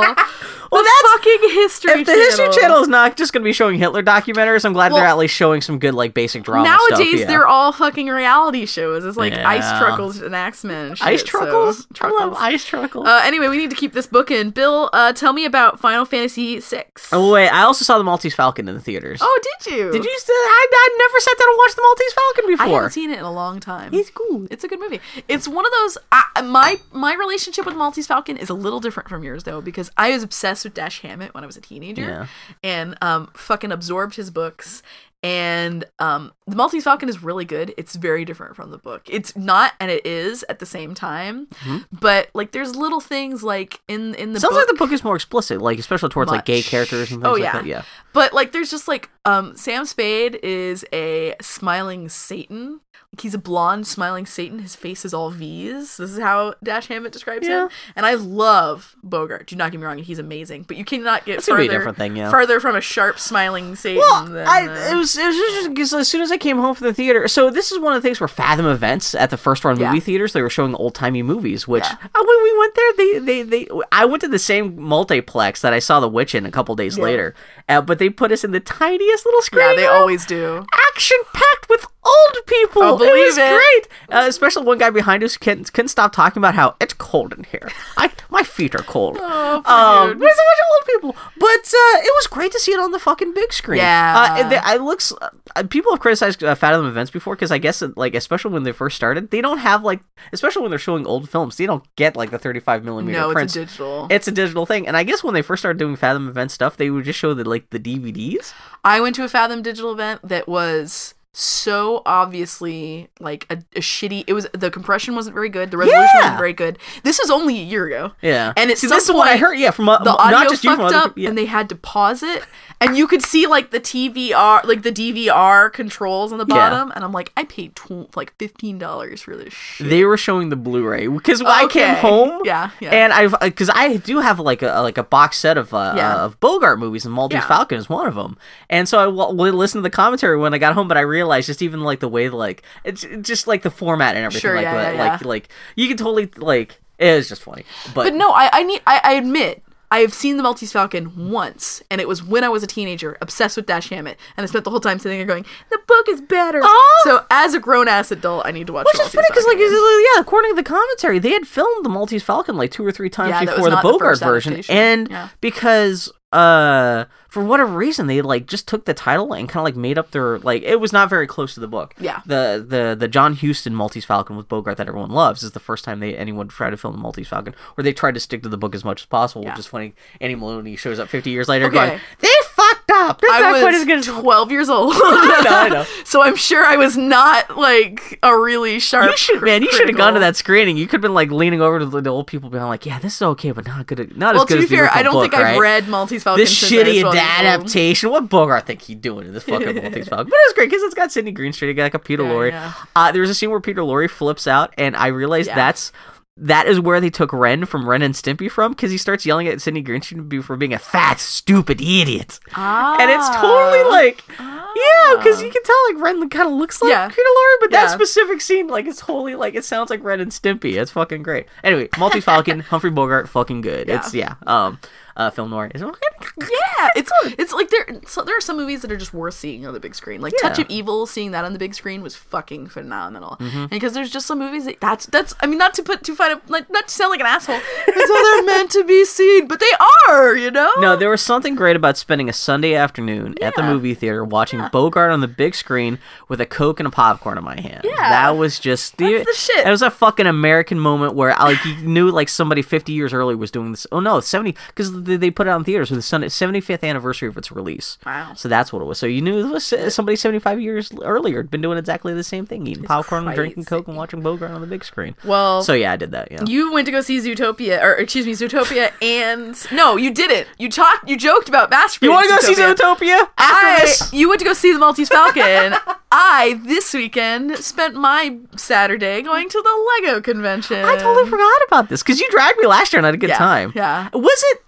well that's- fucking history if the History Channel is not just going to be showing Hitler documentaries, I'm glad they're Well, at least showing some good like basic drama. Nowadays, stuff, yeah. they're all fucking reality shows. It's like Ice Yeah. Truckles and Axemen. and ice shit, so- truckles. I love Truckles. ice truckles. Uh, anyway, we need to keep this book in. Bill, uh, tell me about Final Fantasy VI. oh wait, I also saw the Maltese Falcon in the theaters. Oh, did you? did you? Say, I I never sat down and watched the Maltese Falcon I before. haven't seen it in a long time. He's cool. It's a good movie. It's one of those. I, my my relationship with Maltese Falcon is a little different from yours though, because I was obsessed with Dash Hammett when I was a teenager, Yeah. and um, fucking absorbed his books. And um, the Maltese Falcon is really good. It's very different from the book. It's not, and it is at the same time. Mm-hmm. But like, there's little things like in in the Sounds book, like the book is more explicit, like especially towards like gay much. characters and things Oh, like yeah. that. Yeah. But like, there's just like Um, Sam Spade is a smiling Satan. Like he's a blonde smiling Satan. His face is all V's. This is how Dash Hammett describes Yeah. him. And I love Bogart. Do not get me wrong; he's amazing. But you cannot get It's gonna farther, be a different thing, yeah. farther from a sharp smiling Satan. than, Well, uh, I, it was it was just because as soon as I came home from the theater, so this is one of the things where Fathom events at the first run Yeah. movie theaters they were showing old timey movies. Which Yeah. uh, when we went there, they, they they I went to the same multiplex that I saw The Witch in a couple days Yeah. later, uh, but they put us in the tiniest little screen. yeah, they always do. action packed with old people. I'll it was believe it. great. Uh, especially one guy behind us couldn't, couldn't stop talking about how it's cold in here. I my feet are cold. Oh, poor um, dude. there's a bunch of old people, but uh, it was great to see it on the fucking big screen. Yeah. uh, and they- I looks. Uh, people have criticized uh, Fathom events before because I guess it, like especially when they first started, they don't have like especially when they're showing old films, they don't get like the 35 millimeter No, it's prints. a digital. it's a digital thing, and I guess when they first started doing Fathom event stuff, they would just show the like the DVDs. I went to a Fathom Digital event that was so obviously like a, a shitty. It was the compression wasn't very good. The resolution Yeah. wasn't very good. This was only a year ago. Yeah, And at See, some this is what I point, heard. Yeah, from uh, The m- audio not just you, fucked from other up, people. Yeah. and they had to pause it. And you could see like the TVR, like the DVR controls on the Yeah. bottom. And I'm like, I paid tw- like fifteen dollars for this shit. They were showing the Blu-ray because when I Okay. came home, Yeah, yeah. and I've because I do have like a like a box set of uh, Yeah. uh, of Bogart movies, and Mulder Yeah. Falcon is one of them. And so I w- w- listened to the commentary when I got home, but I realized just even like the way like it's it's just like the format and everything, Sure, like yeah, the- yeah, like like you can totally like it was just funny, but. But no, I, I need I, I admit I have seen the Maltese Falcon once, and it was when I was a teenager, obsessed with Dash Hammett, and I spent the whole time sitting there going, "The book is better." Oh! So as a grown ass adult, I need to watch. which the is funny Maltese because, like, Falcon. it's- yeah, according to the commentary, they had filmed the Maltese Falcon like two or three times Yeah, that was before the not the Bogart first version, adaptation. and Yeah. because uh, for whatever reason, they like just took the title and kind of like made up their like it was not very close to the book. Yeah. the the the John Huston Maltese Falcon with Bogart that everyone loves is the first time they anyone tried to film the Maltese Falcon, where they tried to stick to the book as much as possible, Yeah. which is funny. Annie Maloney shows up 50 years later, Okay. going, "They fucked up. They're not I quite as good was <laughs> as." 12 years old. know, <laughs> I know. so I'm sure I was not like a really sharp. You should, cr- man. You should have gone to critical. that screening. You could have been like leaning over to the, the old people, behind, like, "Yeah, this is okay, but not good. Not Well, as good to be as the fair, original I don't book, think right? I've read Maltese Falcon. this since I was shitty 12 years old. adaptation. What Bogart think he doing in <laughs> this fucking Maltese Falcon? But it's great because it's got Sidney Greenstreet, it got like a Peter Yeah, Lorre. yeah. Uh, there's a scene where Peter Lorre flips out, and I realized Yeah. that's that is where they took Ren from Ren and Stimpy from because he starts yelling at Sidney Greenstreet be- for being a fat, stupid idiot, and it's totally Ah. like. Yeah, because you can tell like Ren kind of looks like Oh. Yeah. Peter Lorre, but that Yeah. specific scene, like, it's wholly like it sounds like Ren and Stimpy. It's fucking great. Anyway, Multi <laughs> Falcon, Humphrey Bogart, fucking good. It's yeah, um, uh, film noir. It's Yeah, it's it's like there so there are some movies that are just worth seeing on the big screen. Like Touch Yeah. Mm-hmm. of Evil, seeing that on the big screen was fucking phenomenal. And because there's just some movies that that's that's I mean not to put too fine a- like not to sound like an asshole. That's how they're <laughs> meant to be seen, but they are, you know. No, there was something great about spending a Sunday afternoon at the Yeah. movie theater watching Bogart on the big screen with a Coke and a popcorn in my hand. Yeah. That was just the, That's the shit. It was a fucking American moment where like you knew like somebody 50 years earlier was doing this. Oh no, 70 cuz they put it out in theaters for the Sunday 75th anniversary of its release. Wow. So that's what it was. So you knew it was uh, somebody 75 years earlier had been doing exactly the same thing, eating popcorn, and drinking crazy. Coke and watching Bogart on the big screen. Well, so yeah, I did that. Yeah. you went to go see Zootopia, or excuse me, Zootopia, and no, you didn't. You talked, you joked about masturbating. You want to go see Zootopia after I, this? you went to go see the Maltese <laughs> Falcon. I this weekend spent my Saturday going to the Lego convention. I totally forgot about this because you dragged me last year and I had a good Um, yeah, time. Yeah, Was it?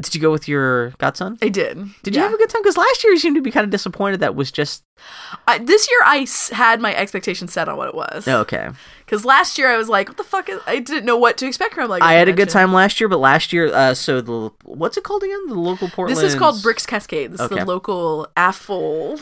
Did you go with your godson? I did. Did you have a good time? Because last year you seemed to be kind of disappointed. That was just I, this year I s- had my expectations set on what it was. oh, okay. Because last year I was like, what the fuck is. I didn't know what to expect from Lego. I had a good Convention. time last year, but last year, uh, so the what's it called again? The local Portland. This is called Bricks Cascade. This is Okay. the local AFL.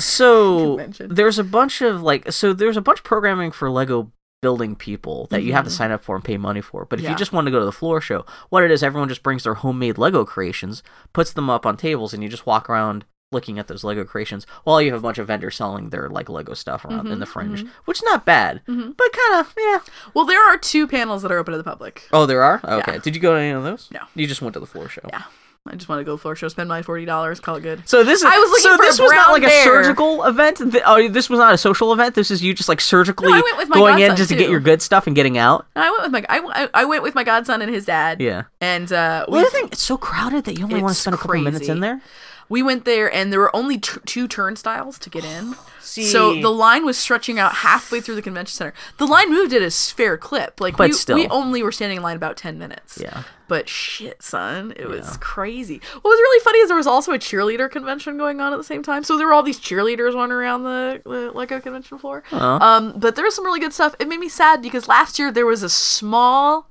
So convention. there's a bunch of like, so there's a bunch of programming for Lego building people that you have to sign up for and pay money for. But Mm-hmm. if Yeah. you just want to go to the floor show, what it is, everyone just brings their homemade Lego creations, puts them up on tables, and you just walk around looking at those Lego creations while you have a bunch of vendors selling their like Lego stuff around in the Mm-hmm, fringe, which is not bad, but kind of yeah. well, there are two panels that are open to the public. Oh, there are okay. Did you go to any of those? No. you just went to the floor show. Yeah. I just want to go floor show, spend my $40, call it good. So this is I was looking so for a this was not brown like a bear. surgical event. Th- oh, this was not a social event. This is you just like surgically No, I went with my going in godson, just to get too. your good stuff and getting out. And I went with my I, I- I went with my godson and his dad. Yeah. And uh, Well, we the other thing, it's so crowded that you only want to It's spend a couple minutes crazy. in there. We went there and there were only t- two turnstiles to get <sighs> in. See. So the line was stretching out halfway through the convention center. The line moved at a fair clip. Like But we, still. we only were standing in line about 10 minutes. Yeah. But shit, son, it was crazy. What was really funny is there was also a cheerleader convention going on at the same time. So there were all these cheerleaders running around the, the Lego convention floor. Uh-huh. Um, but there was some really good stuff. It made me sad because last year there was a small,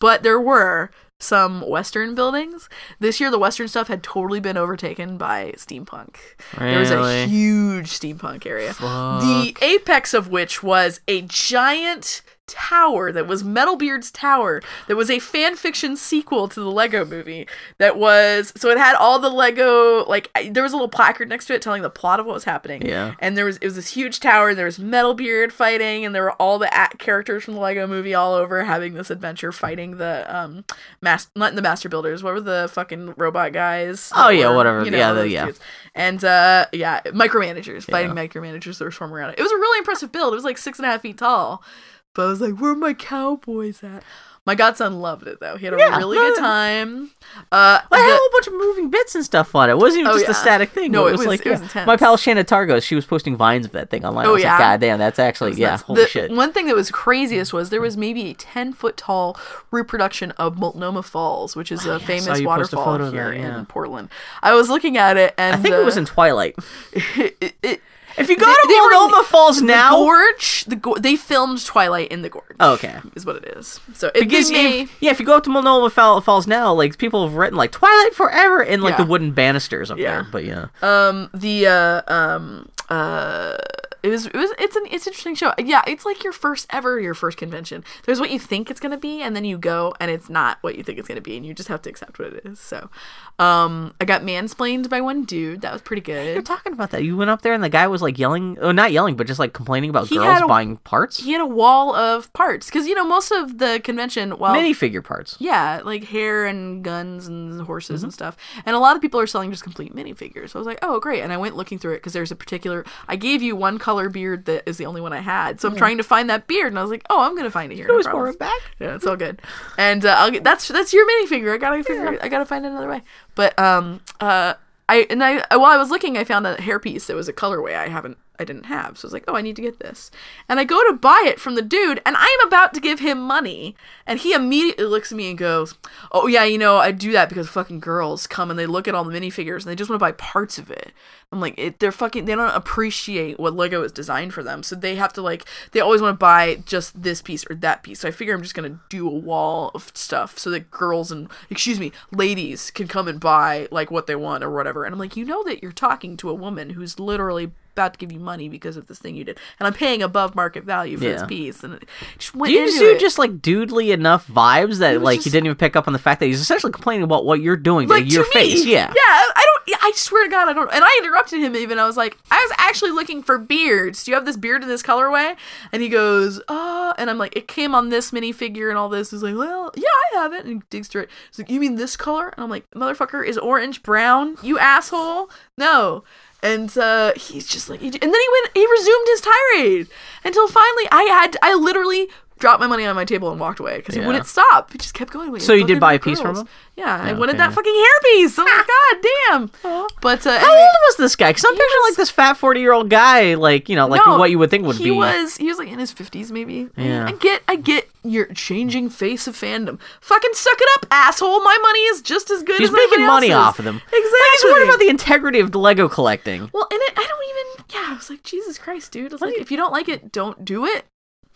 but there were some Western buildings. This year the Western stuff had totally been overtaken by steampunk. There was a Really? huge steampunk area. The apex of which was a giant tower that was Metalbeard's tower that was a fan fiction sequel to the Lego movie that was so it had all the Lego like I- there was a little placard next to it telling the plot of what was happening Yeah. and there was it was this huge tower and there was Metalbeard fighting and there were all the a- characters from the Lego movie all over having this adventure fighting the um mas- not the master builders what were the fucking robot guys Oh, that yeah, were, whatever. Yeah, the- those yeah. dudes. and uh yeah micromanagers fighting micromanagers that were swarming around it. it was a really impressive build it was like six and a half feet tall but I was like where are my cowboys at my godson loved it though he had a Yeah, really no, <laughs> good no. time uh Well, it had the- a whole bunch of moving bits and stuff on it. It wasn't even Oh, just yeah. a static thing. No, but it was- like it was yeah. intense. My pal Shannon Targos, she was posting vines of that thing online. Oh, I was yeah? like, God damn, that's actually yeah, That's- holy the- shit. One thing that was craziest was there was maybe a 10 foot tall reproduction of Multnomah Falls, which is a famous you post a waterfall photo of here that, yeah. in Portland. I was looking at it and I think uh, it was in Twilight. <laughs> it- it- If you go They- to they were in Multnomah Falls the now, gorge, the go- they filmed Twilight in the gorge. Oh, okay. is what it is. So it Because gives me. if, yeah, if you go up to Multnomah Fall- Falls now, like people have written like Twilight Forever in like Yeah. the wooden banisters up Yeah. there. But yeah, um the uh um uh it was it was it's an it's an interesting show yeah it's like your first ever your first convention there's what you think it's gonna be and then you go and it's not what you think it's gonna be and you just have to accept what it is so um i got mansplained by one dude that was pretty you're <laughs> good talking about that. You went up there and the guy was like yelling, oh, not yelling, but just like complaining about He girls had a- buying parts, he had a wall of parts because you know most of the convention well minifigure parts. Yeah, like hair and guns and horses and stuff. And a lot of people are selling just complete minifigures. So I was like, oh, great. And I went looking through it because there's a particular. I gave you one color beard that is the only one I had. So I'm trying to find that beard. And I was like, oh, I'm going to find it here. No Always borrow problem. it back. Yeah, it's all good. And uh, I'll get, that's that's your minifigure. I gotta figure. I gotta find another way. But um uh I and I while I was looking, I found a hairpiece that was a colorway I haven't I didn't have. So I was like, oh, I need to get this. And I go to buy it from the dude, and I am about to give him money, and he immediately looks at me and goes, oh yeah, you know I do that because fucking girls come and they look at all the minifigures and they just want to buy parts of it. I'm like, it, they're fucking. They don't appreciate what Lego is designed for them, so they have to like. They always want to buy just this piece or that piece. So I figure I'm just gonna do a wall of stuff so that girls and excuse me, ladies can come and buy like what they want or whatever. And I'm like, you know that you're talking to a woman who's literally about to give you money because of this thing you did, and I'm paying above market value for this Yeah. piece, and it just went Do you into just do it. just like doodly enough vibes that was like you just- didn't even pick up on the fact that he's essentially complaining about what you're doing like to your to face. Me. Yeah. Yeah. I don't. yeah, I swear to God, I don't. And I interrupted him even. I was like, I was actually looking for beards. Do you have this beard in this colorway? And he goes, uh, and I'm like, it came on this minifigure and all this. He's like, well, yeah, I have it. And he digs through it. He's like, you mean this color? And I'm like, motherfucker is orange brown. You asshole. No. And uh, he's just like, he j- and then he went. He resumed his tirade until finally, I had, I literally dropped my money on my table and walked away because he Yeah. wouldn't stop. He just kept going. with So it. you did Fucking buy a piece from girls. him? Yeah, I Yeah, wanted okay, that yeah. fucking hairpiece. Oh my god, damn. But uh, Ah. How anyway, old was this guy? Because I'm picturing like this fat 40 year old guy, like you know, like no, what you would think would he be. was he was like in his fifties maybe. I- Yeah. I get I get your changing face of fandom. Fucking suck it up, asshole. My money is just as good. He's as anybody making money else's. off of them. Exactly. I just worried about the integrity of the Lego collecting, well, and it, I don't even. Yeah, I was like, Jesus Christ, dude. I was like, if you don't like it, don't do it.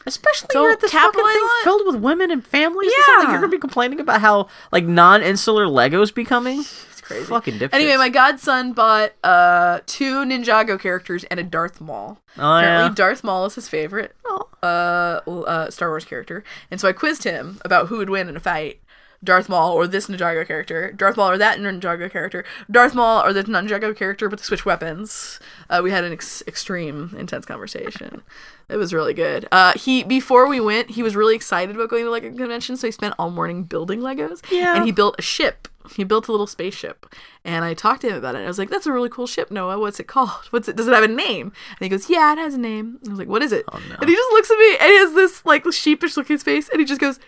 especially Don't you're at this fucking capitalize thing on it. filled with women and families. and stuff, like, Yeah. you're gonna be complaining about how like non-insular Legos becoming. It's crazy. Fucking dipshits. Anyway, my godson bought uh two Ninjago characters and a Darth Maul. Oh, Apparently, yeah. Darth Maul is his favorite Oh. uh, l- uh, Star Wars character, and so I quizzed him about who would win in a fight: Darth Maul or this Ninjago character, Darth Maul or that Ninjago character, Darth Maul or the Ninjago character, but switch weapons. Uh, we had an ex- extreme, intense conversation. It was really good. Uh, he before we went, he was really excited about going to like a convention, so he spent all morning building Legos. Yeah. and he built a ship. He built a little spaceship, and I talked to him about it. I was like, "That's a really cool ship, Noah. What's it called? What's it? Does it have a name?" And he goes, "Yeah, it has a name." I was like, "What is it?" Oh, And he just looks at me, and he has this like sheepish look in his face, and he just goes,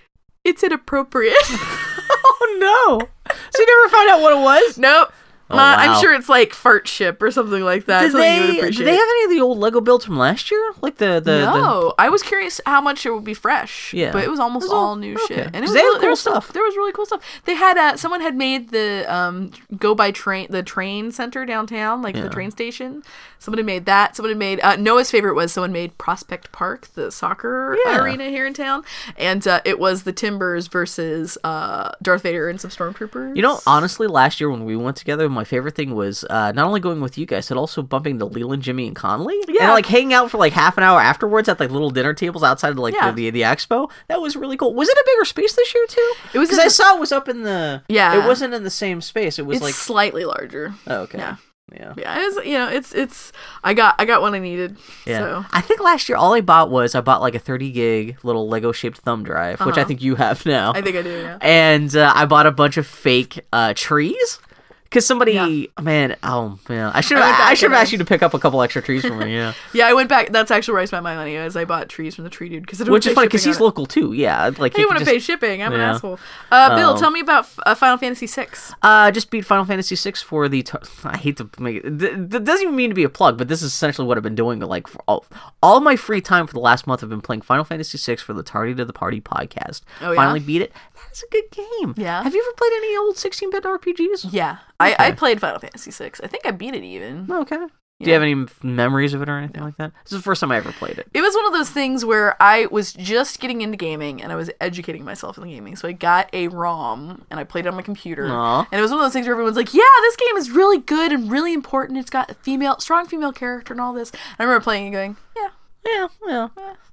"It's inappropriate." <laughs> Oh no! So you never found out what it was. nope. Not- wow. I'm sure it's like fart ship or something like that. Did something you would they, appreciate. did they have any of the old Lego builds from last year? Like the the, the no, I was curious how much it would be fresh. Yeah. but it was almost It was all- all, new okay. shit, and it 'Cause was they had really, there cool was some- stuff. there was really cool stuff. They had uh, someone had made the um go by train the train center downtown, like Yeah. the train station. Someone had made that. Someone had made uh, Noah's favorite was someone made Prospect Park, the soccer Yeah. arena here in town, and uh, it was the Timbers versus uh Darth Vader and some stormtroopers. You know, honestly, last year when we went together, my favorite thing was uh, not only going with you guys, but also bumping into Leland, Jimmy, and Conley. And Yeah. like hanging out for like half an hour afterwards at like little dinner tables outside of like Yeah. the, the the expo. That was really cool. Was it a bigger space this year too? It was because in I the- saw it was up in the Yeah. It wasn't in the same space. It was it's like slightly larger. oh, okay. yeah. Yeah. Yeah, it was, you know, it's it's I got I got what I needed. Yeah. So I think last year all I bought was I bought like a 30 gig little Lego shaped thumb drive, which I Uh-huh. think you have now. I think I do. Yeah. and uh, I bought a bunch of fake uh, trees because somebody, Yeah. man, oh man, I should I have went I, back should and have I- asked you to pick up a couple extra trees for me, <laughs> yeah. Yeah, I went back. That's actually where I spent my money. As I bought trees from the tree dude because Which is funny because he's local too, yeah. Like He could want to just, pay shipping. I'm an Yeah. asshole. Uh, Bill, Um, tell me about uh, Final Fantasy VI. uh, just beat Final Fantasy VI for the. Tar- I hate to <laughs> make it. Th- th- doesn't even mean to be a plug, but this is essentially what I've been doing. Like for all, all my free time for the last month, I've been playing Final Fantasy VI for the Tardy to the Party podcast. Oh, yeah? Finally beat it. That's a good game. Yeah. Have you ever played any old 16-bit RPGs? Yeah, I, I played Final Fantasy VI. I think I beat it even. Okay. Do you have any m- memories of it or anything like that? This is the first time I ever played it. It was one of those things where I was just getting into gaming and I was educating myself in gaming. So I got a ROM and I played it on my computer. Aw. And it was one of those things where everyone's like, "Yeah, this game is really good and really important. It's got a female, strong female character and all this." And I remember playing and going, "Yeah." Yeah, yeah,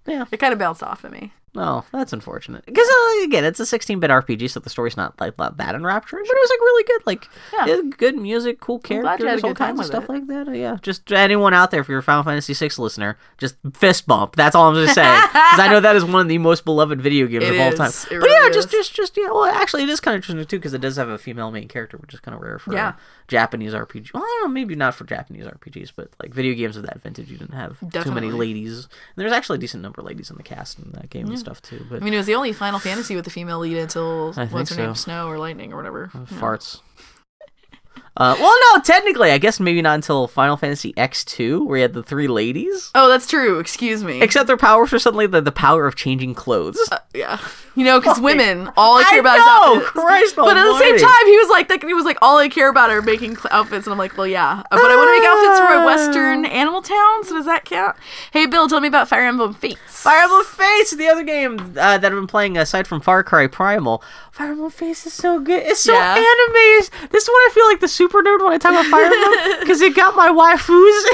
yeah. It kind of bounced off at me. No, that's unfortunate. Because uh, again, it's a 16-bit RPG, so the story's not like not that enrapturing, but it was like really good. Like, Yeah. it had good music, cool glad you had a characters, all good time kinds of with stuff it. like that. Uh, Yeah, just anyone out there, if you're a Final Fantasy VI listener, just fist bump. That's all I'm just <laughs> saying, because I know that is one of the most beloved video games It of all is. time. It but yeah, really just is. just just yeah. Well, actually, it is kind of interesting too, because it does have a female main character, which is kind of rare for Yeah. a Japanese RPG. Well, I don't know, maybe not for Japanese RPGs, but like video games of that vintage, you didn't have too many Definitely. ladies. And there's actually a decent number of ladies in the cast in that game and stuff too. But I mean, it was the only Final Fantasy with a female lead until I think what's her so. Mm. name, Snow or Lightning or whatever. farts. <laughs> Uh, well, no, technically, I guess maybe not until Final Fantasy X2, where you had the three ladies. Oh, that's true. Excuse me. Except their powers were suddenly the, the power of changing clothes. yeah, you know, because Like, women, all I I care about know, is outfits. Christ but at the almighty. same time, he was like, like, he was like, all I care about are making cl- outfits, and I'm like, well, yeah, Uh, but I want to make outfits Ah. for a Western Animal Town, so does that count? Hey, Bill, tell me about Fire Emblem Fates. Fire Emblem Fates, the other game uh, that I've been playing aside from Far Cry Primal. Fire Emblem Fates is so good. It's so Yeah. anime. This is what I feel like the super nerd when I talk about Fire <laughs> Emblem because it got my waifus.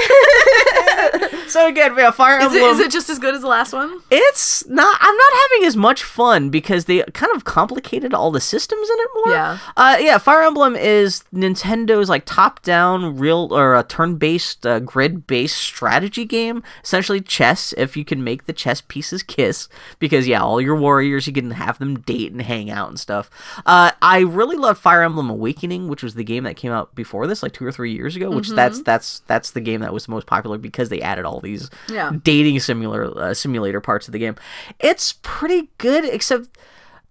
so again, yeah, Fire is it, Emblem. is it just as good as the last one? it's not i'm not having as much fun because they kind of complicated all the systems in it more Yeah. uh yeah fire emblem is nintendo's like top down real or a turn-based uh, grid-based strategy game essentially chess if you can make the chess pieces kiss because yeah all your warriors you can have them date and hang out and stuff uh i really love fire emblem awakening which was the game that came out before this like two or three years ago which that's that's that's the game that was the most popular because they added all these Yeah. dating simulator uh, simulator parts of the game. It's pretty good, except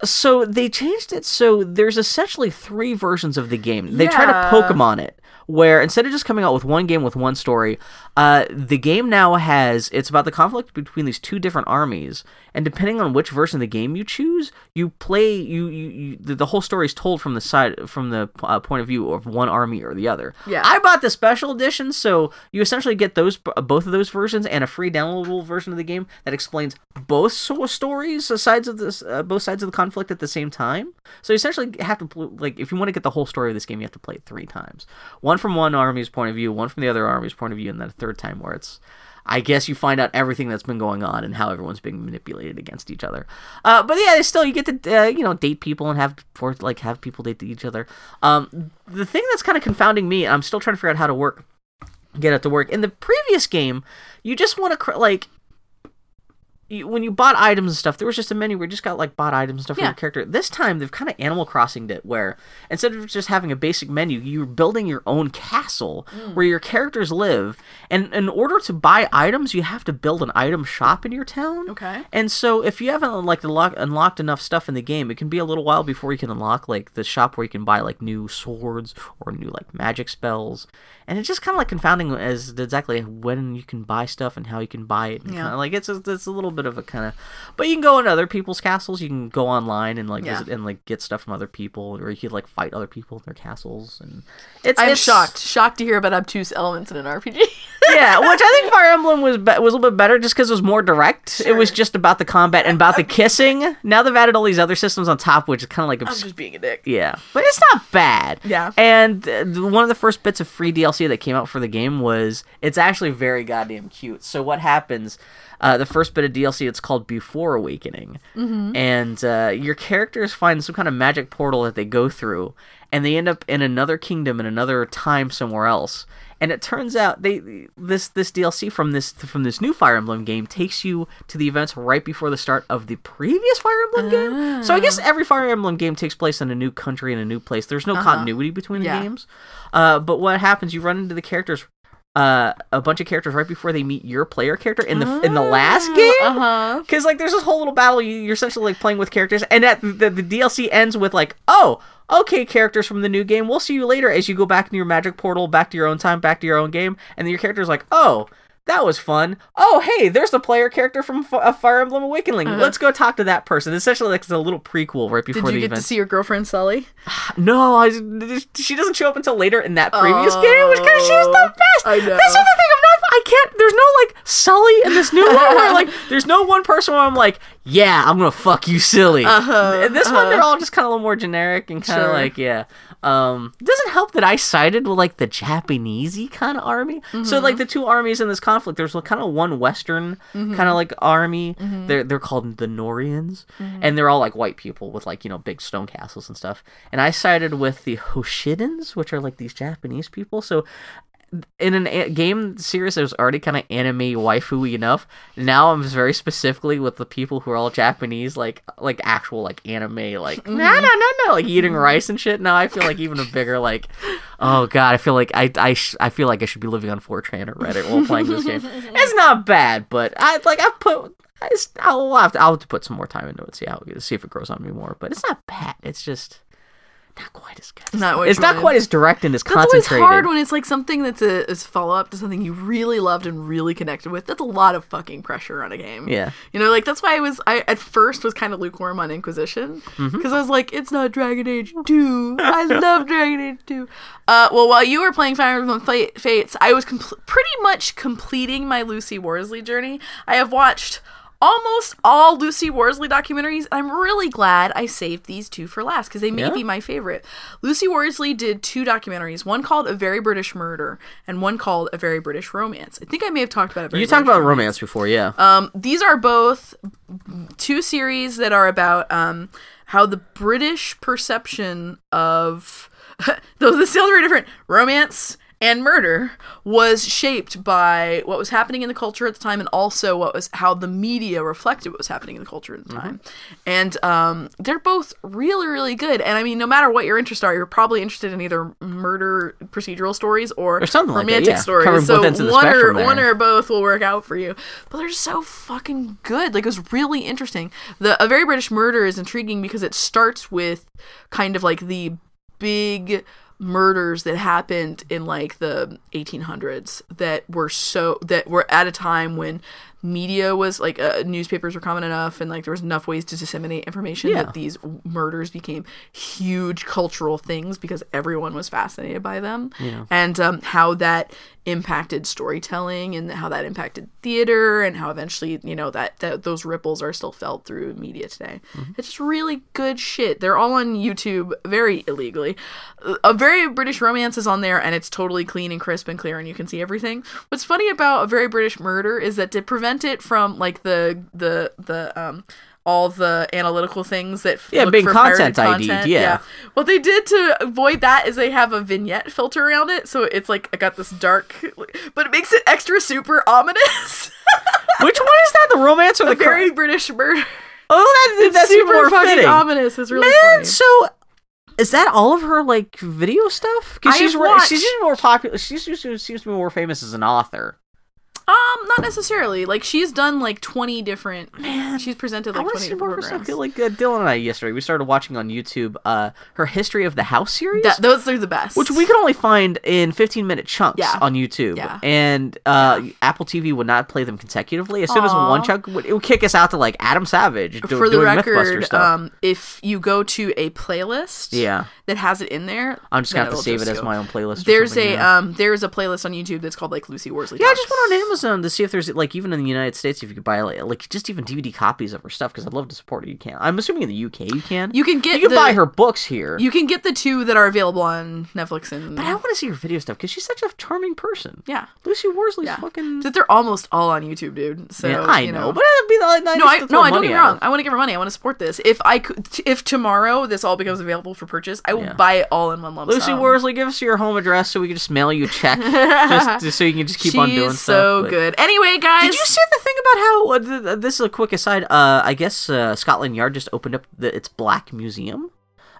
so they changed it so there's essentially three versions of the game. They try Yeah. to Pokemon it, where instead of just coming out with one game with one story, uh, the game now has it's about the conflict between these two different armies, and depending on which version of the game you choose, you play you you, you the, the whole story is told from the side from the uh, point of view of one army or the other. Yeah. I bought the special edition, so you essentially get those both of those versions and a free downloadable version of the game that explains both so- stories, the sides of this, uh, both sides of the conflict at the same time. So you essentially have to pl- like if you want to get the whole story of this game, you have to play it three times: one from one army's point of view, one from the other army's point of view, and then a third time where it's. I guess you find out everything that's been going on and how everyone's being manipulated against each other. Uh, but yeah, still you get to uh, you know date people and have for like have people date each other. Um, the thing that's kind of confounding me, I'm still trying to figure out how to work get it to work. In the previous game, you just want to cr- like you, when you bought items and stuff, there was just a menu where you just got like bought items and stuff for Yeah. your character. This time they've kind of Animal Crossing it where instead of just having a basic menu, you're building your own castle Mm. where your characters live. And in order to buy items, you have to build an item shop in your town. Okay. And so if you haven't like unlock, unlocked enough stuff in the game, it can be a little while before you can unlock like the shop where you can buy like new swords or new like magic spells. And it's just kind of like confounding as exactly when you can buy stuff and how you can buy it. and Yeah. kinda, like it's a, it's a little bit of a kind of, but you can go into other people's castles. You can go online and like Yeah. visit and like get stuff from other people, or you could like fight other people in their castles. And it's I'm it's- shocked. Shocked to hear about obtuse elements in an RPG. yeah, which I think Fire Emblem was be- was a little bit better just because it was more direct. It was just about the combat and about the kissing. Now they've added all these other systems on top, which is kind of <laughs> like I'm obs- just being a dick. yeah, but it's not bad. Yeah. and uh, th- one of the first bits of free DLC that came out for the game was it's actually very goddamn cute. So what happens? Uh, the first bit of DLC it's called Before Awakening, and uh, your characters find some kind of magic portal that they go through, and they end up in another kingdom in another time somewhere else. And it turns out they this this DLC from this from this new Fire Emblem game takes you to the events right before the start of the previous Fire Emblem game. So I guess every Fire Emblem game takes place in a new country in a new place. There's no continuity between the Yeah. games. Uh, but what happens? You run into the characters, uh, a bunch of characters right before they meet your player character in the in the last game. Uh huh. Because like there's this whole little battle. You, you're essentially like playing with characters, and at the, the DLC ends with like, oh, okay, characters from the new game. We'll see you later as you go back into your magic portal, back to your own time, back to your own game, and then your character's like, oh. That was fun. Oh, hey, there's the player character from F- uh, Fire Emblem Awakening. Let's go talk to that person. Essentially, like it's a little prequel right Uh-huh. Did before you the get event. to see your girlfriend Sully? No, I, she doesn't show up until later in that previous game, which kind of she was the best. I know. That's the other thing. I'm not. I can't. There's no like Sully in this new one. Where, like, <laughs> there's no one person where I'm like, yeah, I'm gonna fuck you, silly. Uh-huh, In this one, they're all just kind of a little more generic and kind of Sure. like, yeah. Um, it doesn't help that I sided with like the Japanesey kind of army. So like the two armies in this conflict, there's kind of one Western kind of like army. They're they're called the Norians, and they're all like white people with like you know big stone castles and stuff. And I sided with the Hoshidans, which are like these Japanese people. So in an a- game series that was already kind of anime waifu enough, now I'm very specifically with the people who are all Japanese, like like actual like anime, like Mm-hmm. no no no no, like eating rice and shit. Now I feel like even a <laughs> bigger like, oh god, I feel like I I, sh- I feel like I should be living on 4chan or Reddit while playing <laughs> this game. It's not bad, but I like I put. I s- I'll have, to, I'll have to put some more time into it. See how see if it grows on me more. But it's not bad. It's just not quite as good. Not what it's you not wanted. quite as direct and as That's always concentrated. hard when it's like something that's a is follow up to something you really loved and really connected with. That's a lot of fucking pressure on a game. Yeah. You know, like that's why I was I at first was kind of lukewarm on Inquisition because Mm-hmm. I was like, it's not Dragon Age two. <laughs> I love Dragon Age two. Uh, well, while you were playing Fire Emblem Fa- Fates, I was compl- pretty much completing my Lucy Worsley journey. I have watched almost all Lucy Worsley documentaries. I'm really glad I saved these two for last because they may Yeah. be my favorite. Lucy Worsley did two documentaries, one called A Very British Murder and one called A Very British Romance. I think I may have talked about it. You talked about romance before, yeah. Um, these are both two series that are about um, how the British perception of <laughs> those this sounds very different romance and murder was shaped by what was happening in the culture at the time and also what was how the media reflected what was happening in the culture at the time Mm-hmm. and um, they're both really really good and i mean no matter what your interests are you're probably interested in either murder procedural stories or, Or something like that, romantic yeah. stories Covering both so ends of the one or spectrum there. one or or both will work out for you. But they're so fucking good. Like it was really interesting. The A Very British Murder is intriguing because it starts with kind of like the big murders that happened in like the 1800s that were so that were at a time when media was like uh, newspapers were common enough and like there was enough ways to disseminate information Yeah. that these w- murders became huge cultural things because everyone was fascinated by them and um, how that impacted storytelling and how that impacted theater and how eventually you know that, that those ripples are still felt through media today it's just really good shit they're all on youtube very illegally a very british romance is on there and it's totally clean and crisp and clear and you can see everything what's funny about a very british murder is that to prevent prevent it from like the the the um all the analytical things that f- Yeah, look being for content pirated content. ID'd, yeah. What they did to avoid that is they have a vignette filter around it, so it's like I got this dark, but it makes it extra super ominous. <laughs> Which one is that? The romance or the, cur- Very British murder. Oh, that, that's super, super fucking fitting. ominous. It's really Man, funny. so is that all of her like video stuff? Because I she's have re- watched- she's usually more popular. She's usually seems to be more famous as an author. Um, not necessarily. Like she's done like twenty different. Man, she's presented I like want to twenty see different more of her stuff. programs. 'Cause, Like uh, Dylan and I yesterday, we started watching on YouTube uh her history of the house series. That- those are the best. which we could only find in 15 minute chunks Yeah. on YouTube. Yeah. And uh, Apple TV would not play them consecutively. As soon as Aw. one chunk, would, it would kick us out to like Adam Savage do, for the doing Mythbuster record, stuff. um, if you go to a playlist, yeah. that has it in there, I'm just then going to have to it'll save it just as go. my own playlist. or There's something, a yeah. um, there's a playlist on YouTube that's called like Lucy Worsley. Yeah, I just Talks. went on Amazon to see if there's like even in the United States if you could buy like, like just even DVD copies of her stuff because I'd love to support her. You can. I'm assuming in the UK you can. You can get you can the, buy her books here. You can get the two that are available on Netflix and but I want to see her video stuff because she's such a charming person. yeah, Lucy Worsley's Yeah. fucking. that they're almost all on YouTube, dude. So Yeah, I you know, but it'd be like nice no, I to throw no, I don't money get me at her. wrong. I want to give her money. I want to support this. If I could, t- if tomorrow this all becomes available for purchase, I will Yeah. buy it all in one lump Lucy sum. Worsley, give us your home address so we can just mail <laughs> you a check, just, just so you can just keep She's on doing so stuff. but- good. Anyway, guys, Did you see the thing about how uh, th- th- this is a quick aside? Uh, I guess uh, Scotland Yard just opened up the, its Black Museum,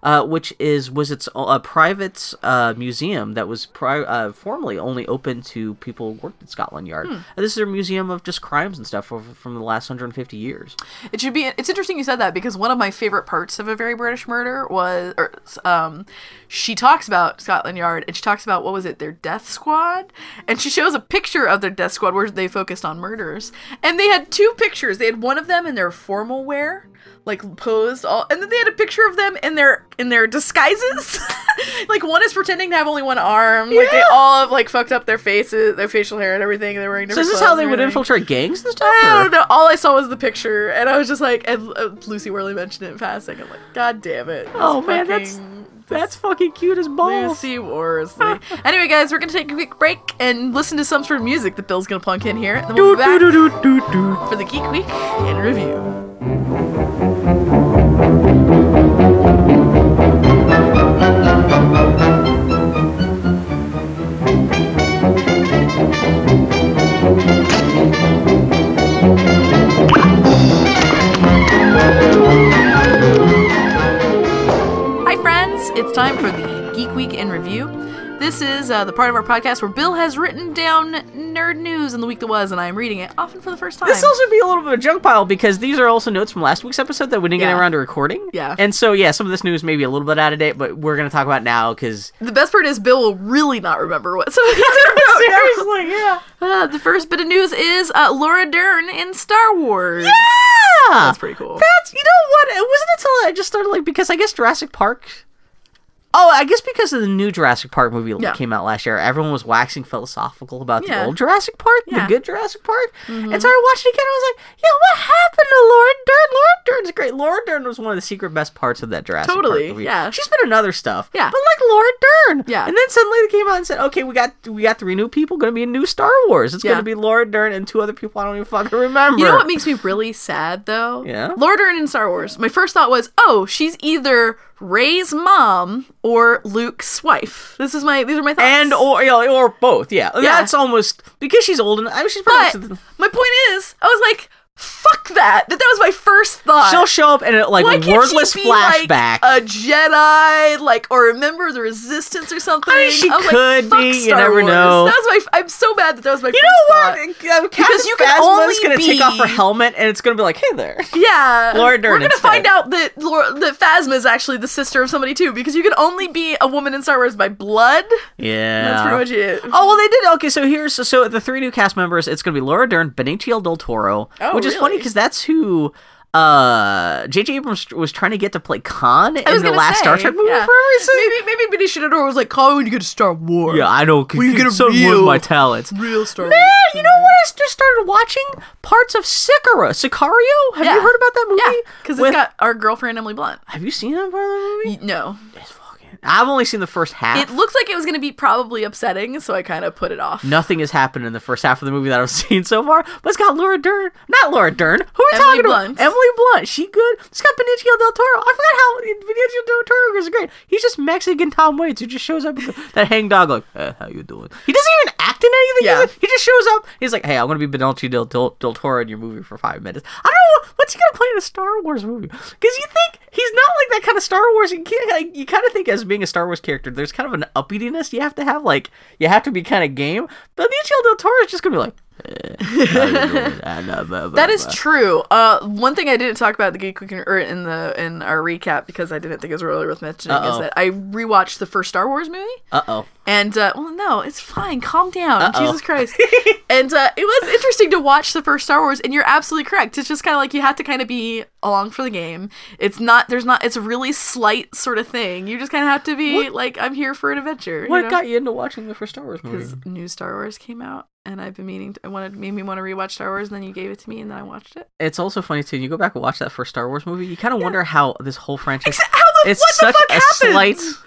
uh, which is was its o- a private uh, museum that was pri- uh, formerly only open to people who worked at Scotland Yard. And this is their museum of just crimes and stuff over, from the last 150 years. It should be. It's interesting you said that because one of my favorite parts of a very British murder was, or, um, she talks about Scotland Yard and she talks about what was it, their death squad, and she shows a picture of their death squad where they focused on murders, and they had two pictures. They had one of them in their formal wear, like posed all, and then they had a picture of them in their in their disguises. <laughs> like one is pretending to have only one arm. Like they Yeah. all have like fucked up their faces, their facial hair, and everything. They're wearing. So different is this clothes how and they would everything. infiltrate gangs and stuff? I or- don't know. All I saw was Ah, the picture, and I was just like, and uh, Lucy Worley mentioned it in passing. I'm like, God damn it! Oh This man, that's fucking that's fucking cute as balls. Lucy <laughs> Worsley. anyway, guys, we're gonna take a quick break and listen to some sort of music that Bill's gonna plunk in here, and then we'll be back Doo-doo-doo-doo-doo. for the Geek Week and review. Hi, friends! It's time for the Geek Week in Review. This is uh, the part of our podcast where Bill has written down nerd news in the week that was, and I am reading it, often for the first time. This also be a little bit of a junk pile because these are also notes from last week's episode that we didn't Yeah. get around to recording. Yeah. And so yeah, some of this news may be a little bit out of date, but we're gonna talk about now because The best part is Bill will really not remember what <laughs> some of these are <laughs> about. yeah. Uh, the first bit of news is uh, Laura Dern in Star Wars. That's That's pretty cool. That's you know what? It wasn't until I just started like because I guess Jurassic Park. Oh, I guess because of the new Jurassic Park movie that Yeah. came out last year, everyone was waxing philosophical about Yeah. the old Jurassic Park, Yeah. Mm-hmm. the good Jurassic Park. And so I watched it again. I was like, "Yeah, what happened to Laura Dern? Laura Dern's great. Laura Dern was one of the secret best parts of that Jurassic Totally, Park movie. yeah. she's been in other stuff. Yeah. but like Laura Dern. Yeah. and then suddenly they came out and said, "Okay, we got we got three new people. Going to be a new Star Wars. It's Yeah. going to be Laura Dern and two other people I don't even fucking remember." You know what makes me really sad though? Yeah? Laura Dern in Star Wars. My first thought was, oh, she's either Ray's mom or Luke's wife. This is my these are my thoughts. and or yeah, or both. Yeah. that's almost because she's old and I mean, she's but <laughs> probably. my point is, I was like, fuck that. That that was my first thought. She'll show up in a like Why can't wordless she be, like, flashback. a Jedi, like, or a member of the Resistance or something. I mean, she was could "Fuck be, you Star never Wars." know. That was my. f- I'm so bad that that was my. you first know what? Because you can only gonna take off her be- helmet and it's gonna be like, hey <laughs> there. thought. Yeah, Laura Dern We're gonna instead. find out that Laura, that Phasma is actually the sister of somebody too, because you can only be a woman in Star Wars by blood. Yeah. That's pretty much it. Oh well, they did. Okay, so here's so the three new cast members. It's gonna be Laura Dern, Benicio del Toro, Oh, which is funny really? because that's who uh J.J. Abrams was trying to get to play Khan I was in the gonna last Star say, Trek movie yeah. for a reason. Maybe maybe Benicio del Toro was like, "Call me when you get to Star Wars." Yeah, I know. We get a someone real- with my talents. real Star Wars. Man, you know what? I just started watching parts of Sicario. Sicario? Have Yeah. you heard about that movie? Yeah, because it's With- got our girlfriend Emily Blunt. Have you seen that part of the movie? Y- No, It's fucking. I've only seen the first half. It looked like it was going to be probably upsetting, so I kind of put it off. Nothing has happened in the first half of the movie that I've <laughs> seen so far, but it's got Laura Dern. Not Laura Dern. Who are we Emily talking Blunt. about? Emily Blunt. She good. It's got Benicio del Toro. I forgot how Benicio del Toro is great. He's just Mexican Tom Waits who just shows up. and go- <laughs> that hang dog like, "Eh, how you doing? He doesn't even act in anything. Yeah. He's like- He just shows up. He's like, hey, I'm gonna be Benicio del, del, del Toro in your movie for five minutes. I don't know what's he gonna play in a Star Wars movie because you think he's not like that kind of Star Wars. You can't, like, you kind of think as being a Star Wars character, there's kind of an uppityness you have to have. Like you have to be kind of game. But Benicio del Toro is just gonna be like. "Eh, that <laughs> That is true. Uh, one thing I didn't talk about at the Geek Week in, or in the in our recap because I didn't think it was really worth mentioning Uh-oh. is that I rewatched the first Star Wars movie, Uh oh. and uh, well, no, it's fine. Calm down, Uh-oh. Jesus <laughs> Christ. and uh, it was interesting to watch the first Star Wars, and you're absolutely correct. It's just kind of like you have to kind of be along for the game. It's not there's not it's a really slight sort of thing. You just kind of have to be like I'm here for an adventure. What you know? got you into watching the first Star Wars movie? because new Star Wars came out, and I've been meaning. To, I wanted made me want to rewatch Star Wars, and then you gave it to me, and then I watched it. It's also funny too. You go back and watch that first Star Wars movie, you kind of wonder how this whole franchise. How the It's what such the fuck a happened? slight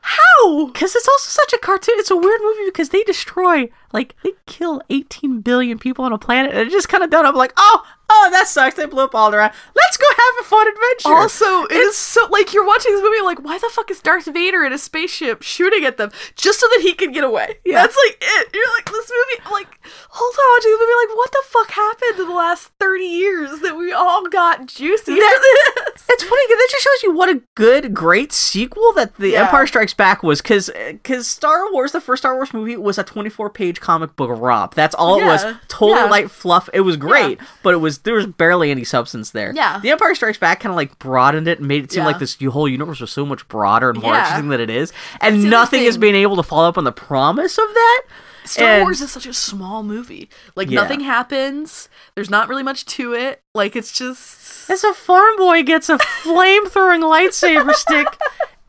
How? Because it's also such a cartoon. It's a weird movie because they destroy, like, they kill 18 billion people on a planet. And it just kind of done. I'm like, oh, oh, that sucks. They blew up all around. Let's go have a fun adventure. Also, it is so like you're watching this movie, you're like, why the fuck is Darth Vader in a spaceship shooting at them just so that he can get away? Yeah. That's like it. You're like this movie, I'm like hold on, watching this movie, like what the fuck happened in the last thirty years that we all got <laughs> juicy for this? it's funny because that just shows you what a good, great sequel that The Yeah. Empire Strikes Back was. Because because Star Wars, the first Star Wars movie, was a 24 page comic book romp. That's all it was. Yeah. Total Yeah. light fluff. It was great, but it was there was barely any substance there. Yeah. The Empire Strikes Back kind of like broadened it and made it seem Yeah. like this whole universe was so much broader and more Yeah. interesting than it is, and the other nothing is thing. being able to follow up on the promise of that. Star And- Wars is such a small movie. Like Yeah. nothing happens. There's not really much to it. Like it's just As a farm boy gets a flame throwing lightsaber stick.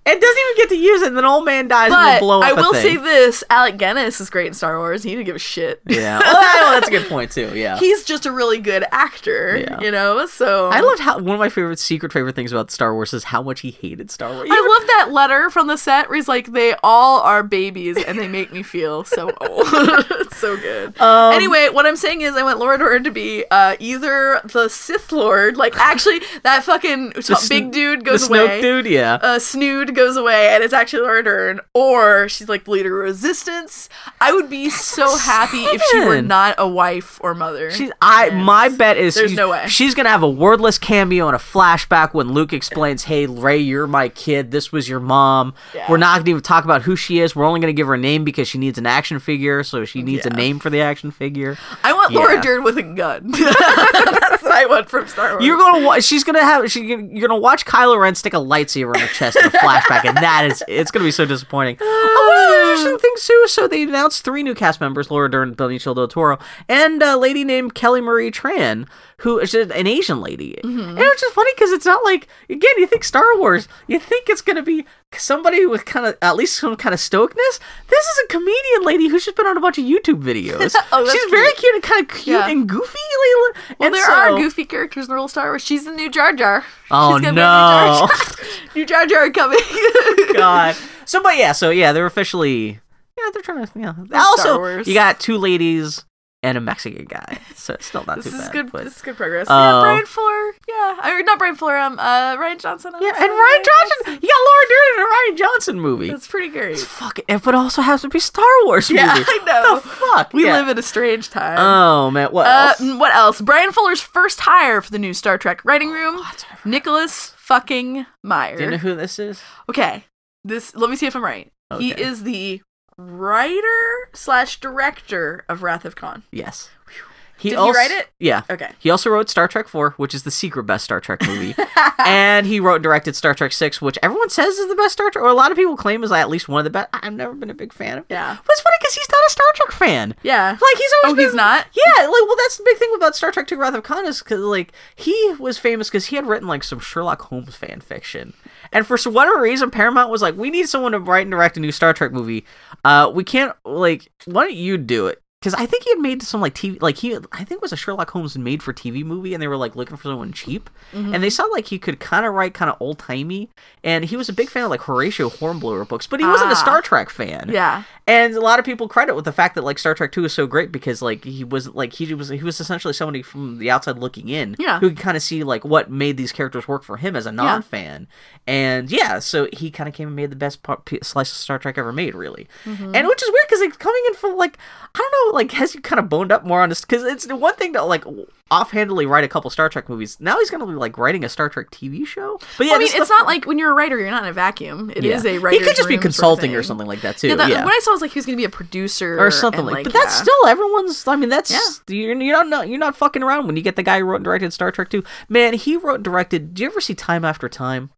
and doesn't even get to use it, and then old man dies and they But blow up I a will say thing. this: Alec Guinness is great in Star Wars. He didn't give a shit. <laughs> Yeah. Well, I Oh, know, that's a good point too. Yeah. He's just a really good actor, Yeah. you know. So I loved how one of my favorite secret favorite things about Star Wars is how much he hated Star Wars. You ever- I love that letter from the set where he's like, "They all are babies, and they make me feel <laughs> so old." <laughs> it's so good. Um, anyway, what I'm saying is, I want Laura Dern to be uh, either the Sith Lord, like actually that <laughs> fucking t- sn- big dude goes the Snoke away. dude. Yeah. uh, Snood goes away and it's actually Laura Dern, or she's like the leader of resistance. I would be so happy if she were saying. not a wife or mother. She's, I And- my bet is There's she's, no way. she's gonna have a wordless cameo and a flashback when Luke explains, "Hey Ray, you're my kid. This was your mom. Yeah. We're not gonna even talk about who she is. We're only gonna give her a name because she needs an action figure. So she needs a Yeah. name for the action figure. I want Yeah. Laura Dern with a gun. <laughs> That's what I want from Star Wars. You're gonna wa- she's gonna have she gonna- you're gonna watch Kylo Ren stick a lightsaber in her chest in a flashback, and that is it's gonna be <sighs> so disappointing. Oh, one of the interesting things too. So they announced three new cast members: Laura Dern, Benicio del Toro, and a lady named Kelly Marie Tran, who is just an Asian lady. Mm-hmm. And it's just funny because it's not like again you think Star Wars, you think it's gonna be somebody with kind of at least some kind of stoicness. This is a comedian lady who's just been on a bunch of YouTube videos. <laughs> Oh, that's she's very cute and kind of cute Yeah. and goofy. well, and there are so- goofy characters in the real Star Wars. She's the new Jar Jar. Oh, She's gonna no. Be new, Jar <laughs> Jar. new Jar Jar coming. <laughs> god. So, but yeah, so yeah, they're officially. Yeah, they're trying to. Yeah. also, Wars. you got two ladies and a Mexican guy, so it's still <laughs> not This too is bad. good. but- This is good progress. Oh. yeah, Brian Fuller. Yeah, I mean, not Brian Fuller. Um, uh, Ryan Johnson. yeah, and Ryan Johnson. You got Laura Dern in a Ryan Johnson movie. That's pretty great. Fuck it, but also has to be Star Wars movie. Yeah, I know. What the fuck? We Yeah. live in a strange time. Oh man, what Uh, else? mm, what else? Brian Fuller's first hire for the new Star Trek writing room. <sighs> Nicholas fucking Meyer. Do you know who this is? okay, this. Let me see if I'm right. He Okay. is the writer slash director of Wrath of Khan. Yes. He Did he als- write it? Yeah. Okay. He also wrote Star Trek 4, which is the secret best Star Trek <laughs> movie. and he wrote and directed Star Trek 6, which everyone says is the best Star Trek, or a lot of people claim is like, at least one of the best. I've never been a big fan of it. Yeah. But it's funny because he's not a Star Trek fan. Yeah. Like he's always Oh, he's been- not? Yeah, like well, that's the big thing about Star Trek: Two Wrath of Khan is 'cause, like he was famous because he had written like some Sherlock Holmes fan fiction, and for some- whatever reason, Paramount was like, "We need someone to write and direct a new Star Trek movie. Uh, we can't like why don't you do it?" because I think he had made some like TV, like he, I think it was a Sherlock Holmes made for TV movie, and they were like looking for someone cheap, Mm-hmm. and they saw like he could kind of write kind of old timey, and he was a big fan of like Horatio Hornblower books, but he wasn't a Ah. Star Trek fan. Yeah. and a lot of people credit with the fact that like Star Trek Two is so great because like he was like he was he was essentially somebody from the outside looking in, Yeah. who could kind of see like what made these characters work for him as a non fan, and yeah, so he kind of came and made the best part, p- slice of Star Trek ever made, really, Mm-hmm. and which is weird because like coming in from like I don't know like has you kind of boned up more on this because it's the one thing to like offhandedly write a couple Star Trek movies. Now he's gonna be like writing a Star Trek TV show, but yeah, I mean, this is it's the- not like when you're a writer, you're not in a vacuum. It is yeah. a writer. He could just be consulting or something like that too. Yeah, Yeah, that, What I saw was like he was going to be a producer or something and, like, But that's yeah. still everyone's. I mean, that's you're, you're not you're not fucking around when you get the guy who wrote and directed Star Trek Two. Man, he wrote and directed. Do you ever see Time After Time?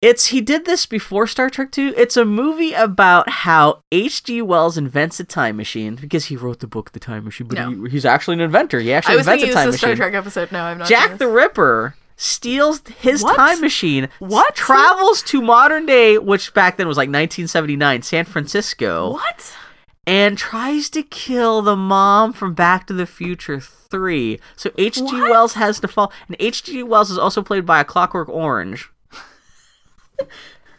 It's he did this before Star Trek Two. It's a movie about how H.G. Wells invents a time machine because he wrote the book The Time Machine. But No. he, he's actually an inventor. He actually I was invents thinking a it was time a Star machine. Trek episode. No, I'm not. Jack doing the this. Ripper steals his What? time machine. What? travels to modern day, which back then was like 1979, San Francisco What? and tries to kill the mom from Back to the Future 3. So H.G. What? Wells has to fall. And H.G. Wells is also played by a Clockwork Orange.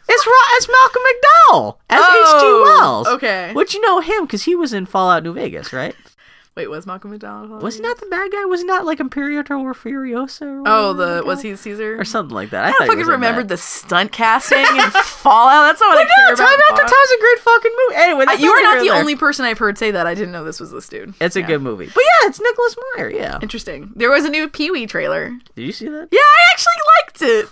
it's, Ro- it's Malcolm McDowell as Oh, H.G. Wells. okay. Which you know him because he was in Fallout New Vegas, right? Wait, was Malcolm McDowell? Was he not the bad guy? Was he not like Imperator or Furiosa? Or Oh, whatever the was guy? he Caesar? Or something like that. I, I thought don't he fucking was in remember that. the stunt casting and <laughs> Fallout. That's not what I care No, about. Time in After Fallout. Time's a great fucking movie. Anyway, Uh, that's You are neither not here the nor there. only person I've heard say that. I didn't know this was this dude. It's a Yeah. good movie. But yeah, it's Nicholas Meyer. Yeah. Interesting. There was a new Pee Wee trailer. Did you see that? Yeah, I actually liked it.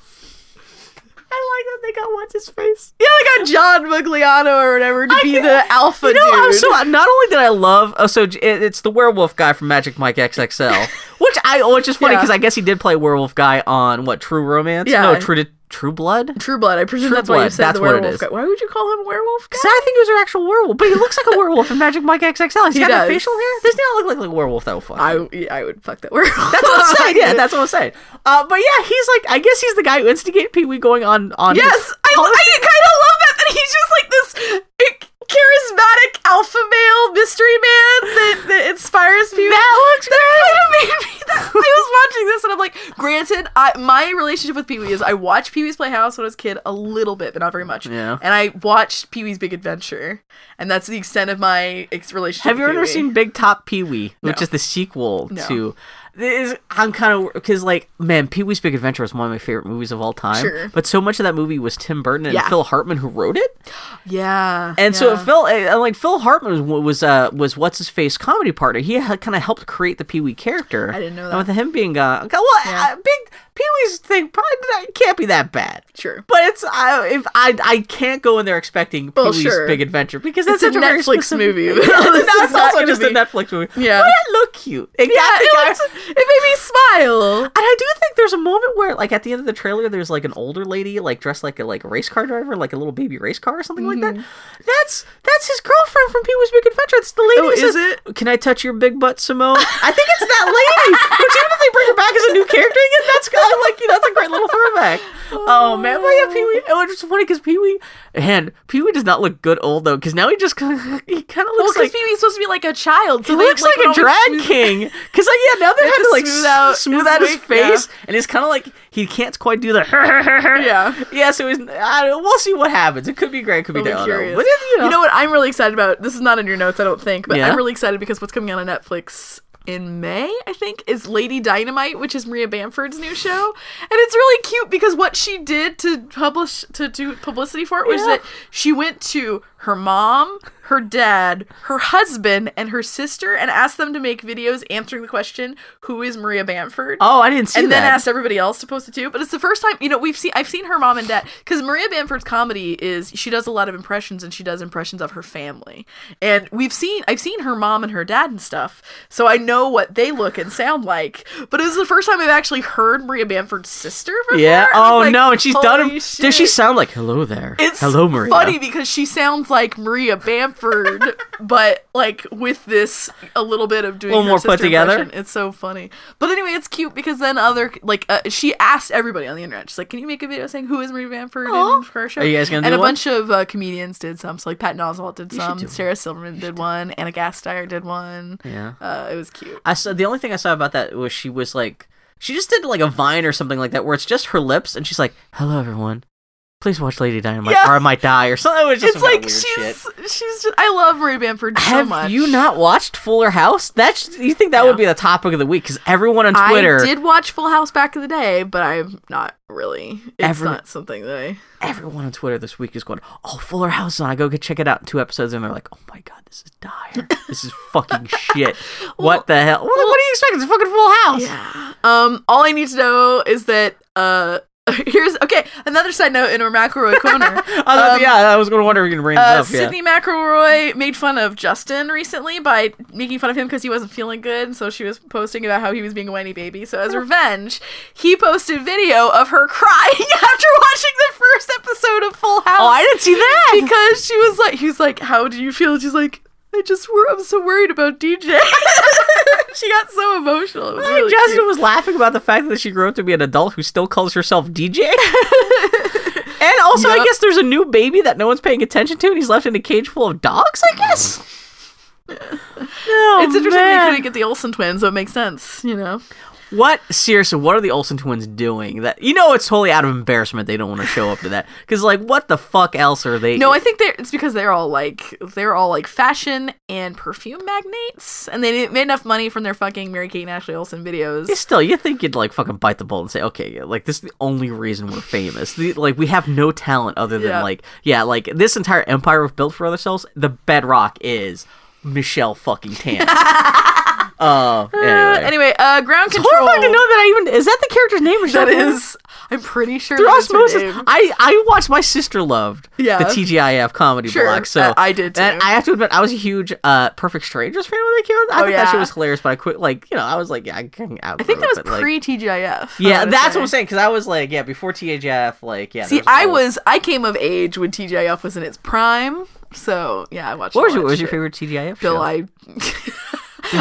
I like that they got what's his face. Yeah, they got John Mugliano or whatever to be the alpha You know, dude. I'm so not only did I love oh, so j- it, it's the werewolf guy from Magic <laughs> Mike XXL, which I oh, which is funny Yeah. because I guess he did play werewolf guy on what True Romance? Yeah. no True True Blood. Because True Blood. I presume True that's why you Blood, said that's the what it werewolf is. guy. Why would you call him werewolf guy? I think he was an actual werewolf, but he looks like a werewolf in Magic Mike XXL. He's He got does. the facial hair. Doesn't he not look like, like a werewolf though? Fuck. I, yeah, I would fuck that <laughs> werewolf. that's what I'm <laughs> saying. Yeah, that's what I'm saying. Uh, but yeah, he's like I guess he's the guy who instigated Pee Wee going on on. his- Yes, I, I kind of love that that he's just like this eh, charismatic alpha male mystery man that, that inspires people. That looks That kind of made me. <laughs> That, I was watching this and I'm like, granted, I, my relationship with Pee Wee is I watched Pee Wee's Playhouse when I was a kid a little bit, but not very much. Yeah. And I watched Pee Wee's Big Adventure, and that's the extent of my ex- relationship. Have you with ever Pee-wee. seen Big Top Pee Wee, which No. is the sequel No. to? This is, I'm kind of because like man, Pee Wee's Big Adventure is one of my favorite movies of all time. Sure. But so much of that movie was Tim Burton and Yeah. Phil Hartman who wrote it, Yeah. and so yeah. it felt and like Phil Hartman was was uh, was what's his face comedy partner. He had kind of helped create the Pee Wee character. I didn't know And that. with him being uh, okay, well, Yeah. uh, Big Pee Wee's thing probably not, can't be that bad. Sure. But it's I if I I can't go in there expecting Pee Well, Wee's Oh, sure. Big Adventure because that's It's such a very Netflix specific- movie. <laughs> <laughs> Yeah, This is that's not also gonna just a be- Netflix movie. Yeah. but it looked cute. It Yeah, got the it, guy- looked- it made me smile. and I do think there's a moment where, like, at the end of the trailer, there's like an older lady, like dressed like a like race car driver, like a little baby race car or something like that. That's that's his girlfriend from Pee Wee's Big Adventure. It's the lady. Mm-hmm. Oh, who is says, Can I touch your big <laughs> butt, Simone? I think it's that lady. Which even if they bring her back as a new character again, that's kind of like you know, that's a great little throwback. Oh, man, but yeah, Pee Wee. Oh, it's funny because Pee Wee, and Pee Wee does not look good old though, because now he just kind of he kind of Well, looks because like. Pee Wee's supposed to be like a child, so He they, looks like, would a always drag smooth- king. Cause like, yeah, now they have to like smooth out, smooth out his, <laughs> wig, face, and it's kind of like he can't quite do the. <laughs> Yeah. yeah. So he's, I don't, we'll see what happens. It could be great. It could be I'm down. curious. But if, you know, what I'm really excited about? This is not in your notes, I don't think, but Yeah? I'm really excited because what's coming out on Netflix in May, I think, is Lady Dynamite, which is Maria Bamford's new show, and it's really cute because what she did to publish to do publicity for it was Yeah. that she went to her mom, her dad, her husband, and her sister, and asked them to make videos answering the question, "Who is Maria Bamford?" oh, I didn't see and that. then asked everybody else to post it too. But it's the first time, you know, we've seen I've seen her mom and dad because Maria Bamford's comedy is she does a lot of impressions and she does impressions of her family, and we've seen I've seen her mom and her dad and stuff, so I know what they look and sound like. But it was the first time I've actually heard Maria Bamford's sister. Before, yeah. and I Oh was like, no, and she's done "Holy him. Does she shit." sound like hello there? It's hello, Maria. funny because she sounds like Maria tempered, <laughs> but like with this a little bit of doing Little her more put sister together? impression. It's so funny. But anyway, it's cute because then other like uh, she asked everybody on the internet. She's like, "Can you make a video saying who is Marie Bamford Aw. in her show?" Are you guys gonna And do a one? bunch of uh, comedians did some. So like Patton Oswalt did You should some, do one. Sarah Silverman did one, Anna Gasteyer did one. Yeah. Uh, it was cute. I saw the only thing I saw about that was she was like she just did like a vine or something like that where it's just her lips and she's like, "Hello everyone, please watch Lady Dynamite Yeah. or I might die" or something. It was just It's some kinda like weird she's shit. she's just, I love Marie Bamford so Have much. you not watched Fuller House? That's you think that No. would be the topic of the week because everyone on Twitter, I did watch Full House back in the day, but I'm not really. It's Every- not something that I. everyone on Twitter this week is going, "Oh, Fuller House!" And I go get check it out in two episodes, and they're like, "Oh my god, this is dire. this is <laughs> fucking shit. what the hell? What, what do you expect? It's fucking Full House." Yeah. Um. All I need to know is that. Uh. <laughs> Here's okay. Another side note in our <laughs> McElroy corner. I was, Um, yeah, I was going to wonder if you can bring this Uh, up. Yeah. Sydney McElroy made fun of Justin recently by making fun of him because he wasn't feeling good, and so she was posting about how he was being a whiny baby. So Oh. as revenge, he posted video of her crying <laughs> after watching the first episode of Full House. Oh, I didn't see that. because she was like, he's like, how do you feel? And she's like, I just wor- I'm so worried about DJ. <laughs> she got so emotional. It was I think really Justin cute. was laughing about the fact that she grew up to be an adult who still calls herself DJ. and also, I Yup. guess there's a new baby that no one's paying attention to, and he's left in a cage full of dogs. I guess. no, It's interesting they man. couldn't get the Olsen twins, so it makes sense, you know. What seriously? What are the Olsen twins doing? That you know, it's totally out of embarrassment. They don't want to show up to that because, like, what the fuck else are they? No, I think they're, it's because they're all like they're all like fashion and perfume magnates, and they didn't made enough money from their fucking Mary Kate and Ashley Olsen videos. still you think you'd like fucking bite the bullet and say, okay, yeah, like this is the only reason we're famous. The, like we have no talent other than Yeah. like yeah, like this entire empire we've built for ourselves. The bedrock is Michelle fucking <laughs> Tan. Oh, Uh, anyway. anyway, uh, ground control. Horrifying to know that I even is that the character's name or that something? is, I'm pretty sure <laughs> Through that is her osmosis. name. I, I watched my sister loved Yeah. the TGIF comedy Sure, block. So I- I did And too. I have to admit, I was a huge uh, Perfect Strangers fan when they came out. I Oh, thought that shit yeah. was hilarious, but I quit. Like you know, I was like, yeah, I can out. I think that was pre TGIF. Yeah, that's what I'm saying. Because I was like, yeah, before THF, like, yeah. See, there a I whole- was I came of age when TGIF was in its prime, so yeah, I watched. What a was your lot What was of your shit. favorite TGIF Bill, show? I. There's <laughs>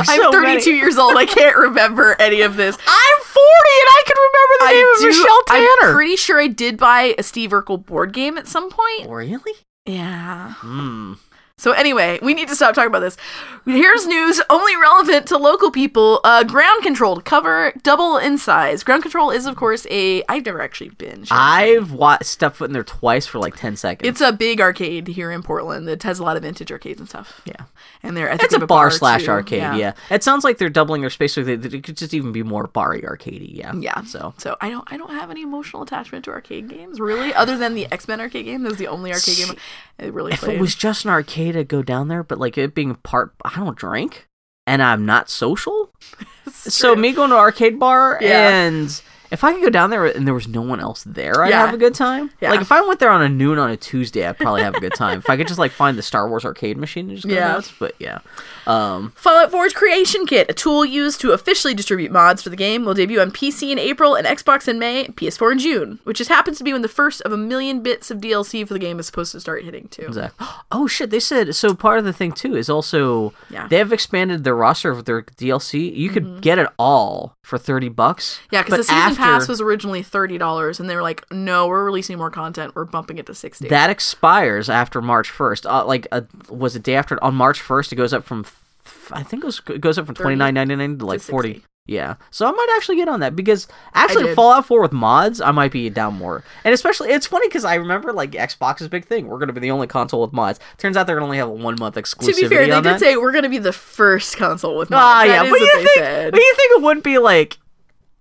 I'm so 32 many. years old. I can't remember any of <laughs> this. I'm 40 and I can remember the name of Michelle I'm Tanner. pretty sure I did buy a Steve Urkel board game at some point. really? Yeah. Hmm. So anyway, we need to stop talking about this. Here's news only relevant to local people. Uh, ground control to cover double in size. Ground control is of course a. I've never actually been. Sean. I've wa- stepped foot in there twice for like 10 seconds. It's a big arcade here in Portland that has a lot of vintage arcades and stuff. yeah. And there, It's a bar, slash too. arcade, yeah. It sounds like they're doubling their space so that it could just even be more barry arcadey, yeah. Yeah. So So I don't I don't have any emotional attachment to arcade games really, other than the X Men arcade game. That was the only arcade game I really if played. it was just an arcade, I'd go down there. But like it being part, I don't drink, and I'm not social. <laughs> It's so true. me going to an arcade bar Yeah. and if I could go down there and there was no one else there, I'd Yeah. have a good time. Yeah. Like if I went there on a noon on a Tuesday, I'd probably have a good time. if I could just like find the Star Wars arcade machine and just go Yeah. nuts. But yeah. Um Fallout 4's Creation Kit, a tool used to officially distribute mods for the game, will debut on PC in April and Xbox in May, PS4 in June, which just happens to be when the first of a million bits of DLC for the game is supposed to start hitting too. Zach. Oh shit, they said so part of the thing too is also Yeah. Mm-hmm. they have expanded their roster of their DLC. You could get it all for thirty bucks. Yeah, but because the season after- pass was originally thirty dollars, and they were like, "No, we're releasing more content. We're bumping it to 60 that expires after March first. Uh, like uh was it day after on March first? It goes up from f- I think it, was, it goes up from twenty nine ninety nine to like forty. 60. Yeah, so I might actually get on that because actually did. Fallout Four with mods, I might be down more. And especially, it's funny because I remember like Xbox's big thing. We're gonna be the only console with mods. Turns out they're gonna only have a one month To exclusivity. be fair, they on did that. say we're going to be the first console with mods. Ah, That yeah, is but what you they think, said. but you think it would be like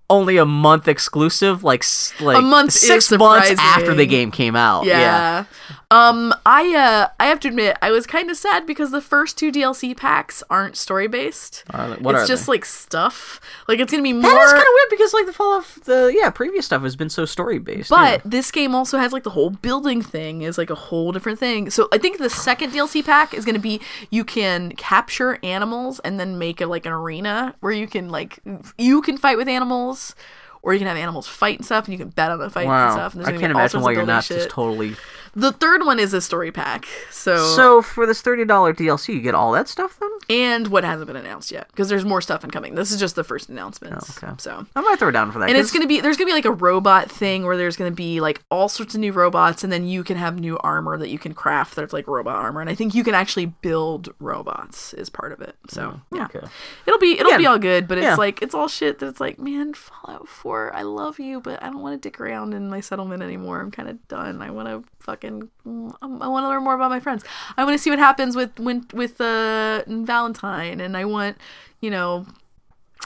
only a month exclusive, like s- like month is six months after the surprising. game came out. Yeah. Um I uh I have to admit I was kind of sad because the first two DLC packs aren't story based. Are they- Uh, what it's are just like stuff. Like it's going to be more That is kind of weird because like the Fallout, the yeah, previous stuff has been so story based. but this game also has like the whole building thing is like a whole different thing. So I think the second DLC pack is going to be you can capture animals and then make it like an arena where you can like you can fight with animals or you can have animals fight and stuff, and you can bet on the fight and Wow. stuff. And there's I gonna be can't all imagine sorts why of you're building not shit. just totally. The third one is a story pack, so, So for this thirty dollar DLC, you get all that stuff then. and what hasn't been announced yet because there's more stuff incoming. This is just the first announcements. Oh, okay. So. I might throw down for that. And it's 'cause- gonna be there's gonna be like a robot thing where there's gonna be like all sorts of new robots, and then you can have new armor that you can craft. That's like robot armor, and I think you can actually build robots is part of it. So yeah, Mm, okay. it'll be it'll Yeah. be all good, but it's Yeah. like it's all shit that's like man, Fallout Four, I love you, but I don't want to dick around in my settlement anymore. I'm kind of done. I want to fucking mm, I want to learn more about my friends. I want to see what happens with when with uh Valentine, and I want you know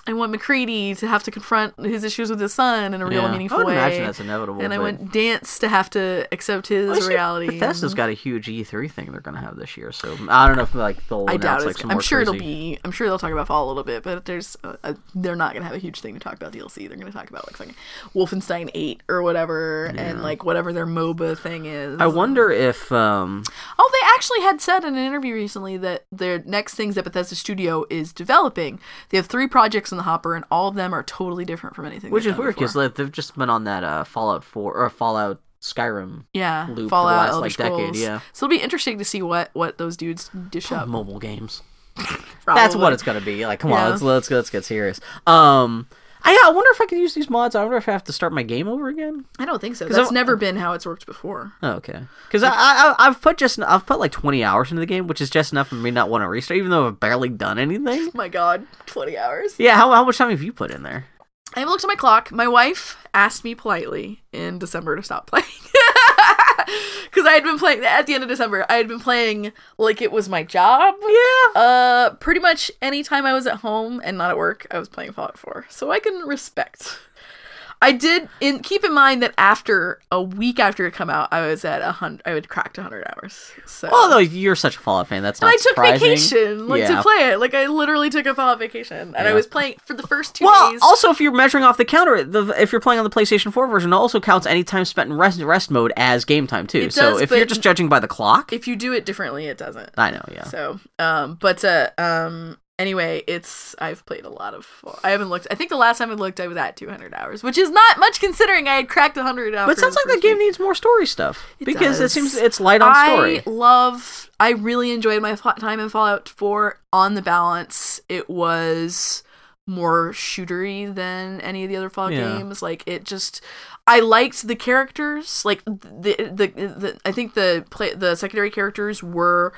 I want McCready to have to confront his issues with his son in a real Yeah. meaningful I would way. imagine that's inevitable. and I but- want Dance to have to accept his Well, I see reality. Bethesda's and- got a huge E3 thing they're going to have this year, so I don't know if like they'll I doubt announce it's. like some I'm more sure it'll crazy- be. I'm sure they'll talk about Fall a little bit, but there's. Uh, uh they're not gonna have a huge thing to talk about DLC. They're gonna talk about like fucking Wolfenstein Eight or whatever, and like whatever their MOBA thing is. I wonder if um Oh, they actually had said in an interview recently that their next things that Bethesda Studio is developing. They have three projects in the hopper, and all of them are totally different from anything. which they've is done weird because before. like, they've just been on that uh Fallout 4 or Fallout Skyrim yeah, loop for the Fallout, last, Elder like, decade, Scrolls. yeah. So it'll be interesting to see what what those dudes dish up. mobile games. That's what probably. it's going to be. Like come Yeah. on, let's, let's let's get serious. Um I, I wonder if I could use these mods. I wonder if I have to start my game over again. I don't think so. 'Cause That's I'm- never been how it's worked before. Oh, okay, because I, I I've put just I've put like twenty hours into the game, which is just enough for me not want to restart, even though I've barely done anything. My God, twenty hours. Yeah, how, how much time have you put in there? I haven't looked at my clock. My wife asked me politely in December to stop <laughs> playing. Because I had been playing, at the end of December, I had been playing like it was my job. Yeah, Uh, pretty much any time I was at home and not at work, I was playing Fallout 4. So I can respect. I did, in, keep in mind that after, a week after it come out, I was at a 100, I had cracked 100 hours. So. Although you're such a Fallout fan, that's not I took Oh, surprising. vacation like to Yeah. play it. Like I literally took a Fallout vacation, and I Yeah. was playing for the first two Well, days. also if you're measuring off the counter, the, if you're playing on the PlayStation 4 version, it also counts any time spent in rest, rest mode as game time too. It so does, if but- you're just judging by the clock, if you do it differently, it doesn't. I know, yeah. So, um, but uh, um, anyway, it's I've played a lot of. I haven't looked. I think the last time I looked, I was at 200 hours, which is not much considering I had cracked 100 hours. but it sounds like the game needs more story stuff because does. it seems it's light on I story. love. I really enjoyed my fa- time in Fallout 4. On the balance, it was more shootery than any of the other Fallout Yeah. games. Like it just, I liked the characters. Like the the, the I think the play the secondary characters were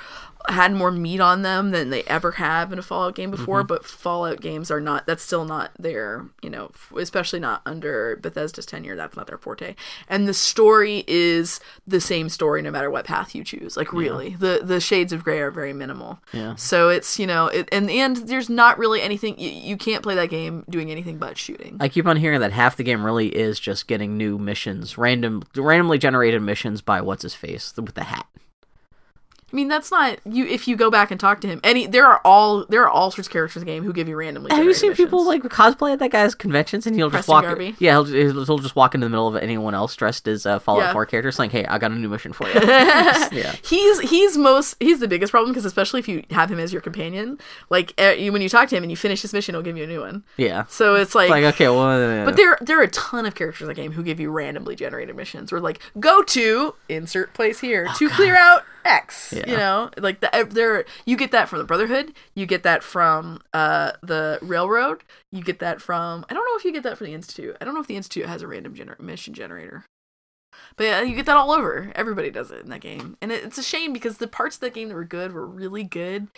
had more meat on them than they ever have in a Fallout game before. But Fallout games are not. That's still not their. You know, f- especially not under Bethesda's tenure. That's not their forte. And the story is the same story no matter what path you choose. Like really, the the shades of gray are very minimal. Yeah. So it's you know, it, in the end, there's not really anything you, you can't play that game doing anything but shooting. I keep on hearing that half the game really is just getting new missions, random, randomly generated missions by what's his face with the hat. I mean, that's not you. If you go back and talk to him, any there are all there are all sorts of characters in the game who give you randomly. Have you generated seen people missions. like cosplay at that guy's conventions, and he'll just Preston walk? Garvey? Yeah, he'll, he'll he'll just walk into the middle of anyone else dressed as uh, Fallout Yeah. Four character, saying, "Hey, I got a new mission for <laughs> you." yeah, He's he's most he's the biggest problem because especially if you have him as your companion, like eh, you, when you talk to him and you finish his mission, he'll give you a new one. yeah. It's So it's like, like okay, well, uh, but there there are a ton of characters in the game who give you randomly generated missions or like go to insert place here to clear out X. You Yeah. know, like the, eh, there you get that from the Brotherhood, you get that from uh the Railroad, you get that from I don't know if you get that from the Institute. I don't know if the Institute has a random gener- mission generator. But yeah, you get that all over. Everybody does it in that game. And it, it's a shame because the parts of that game that were good were really good.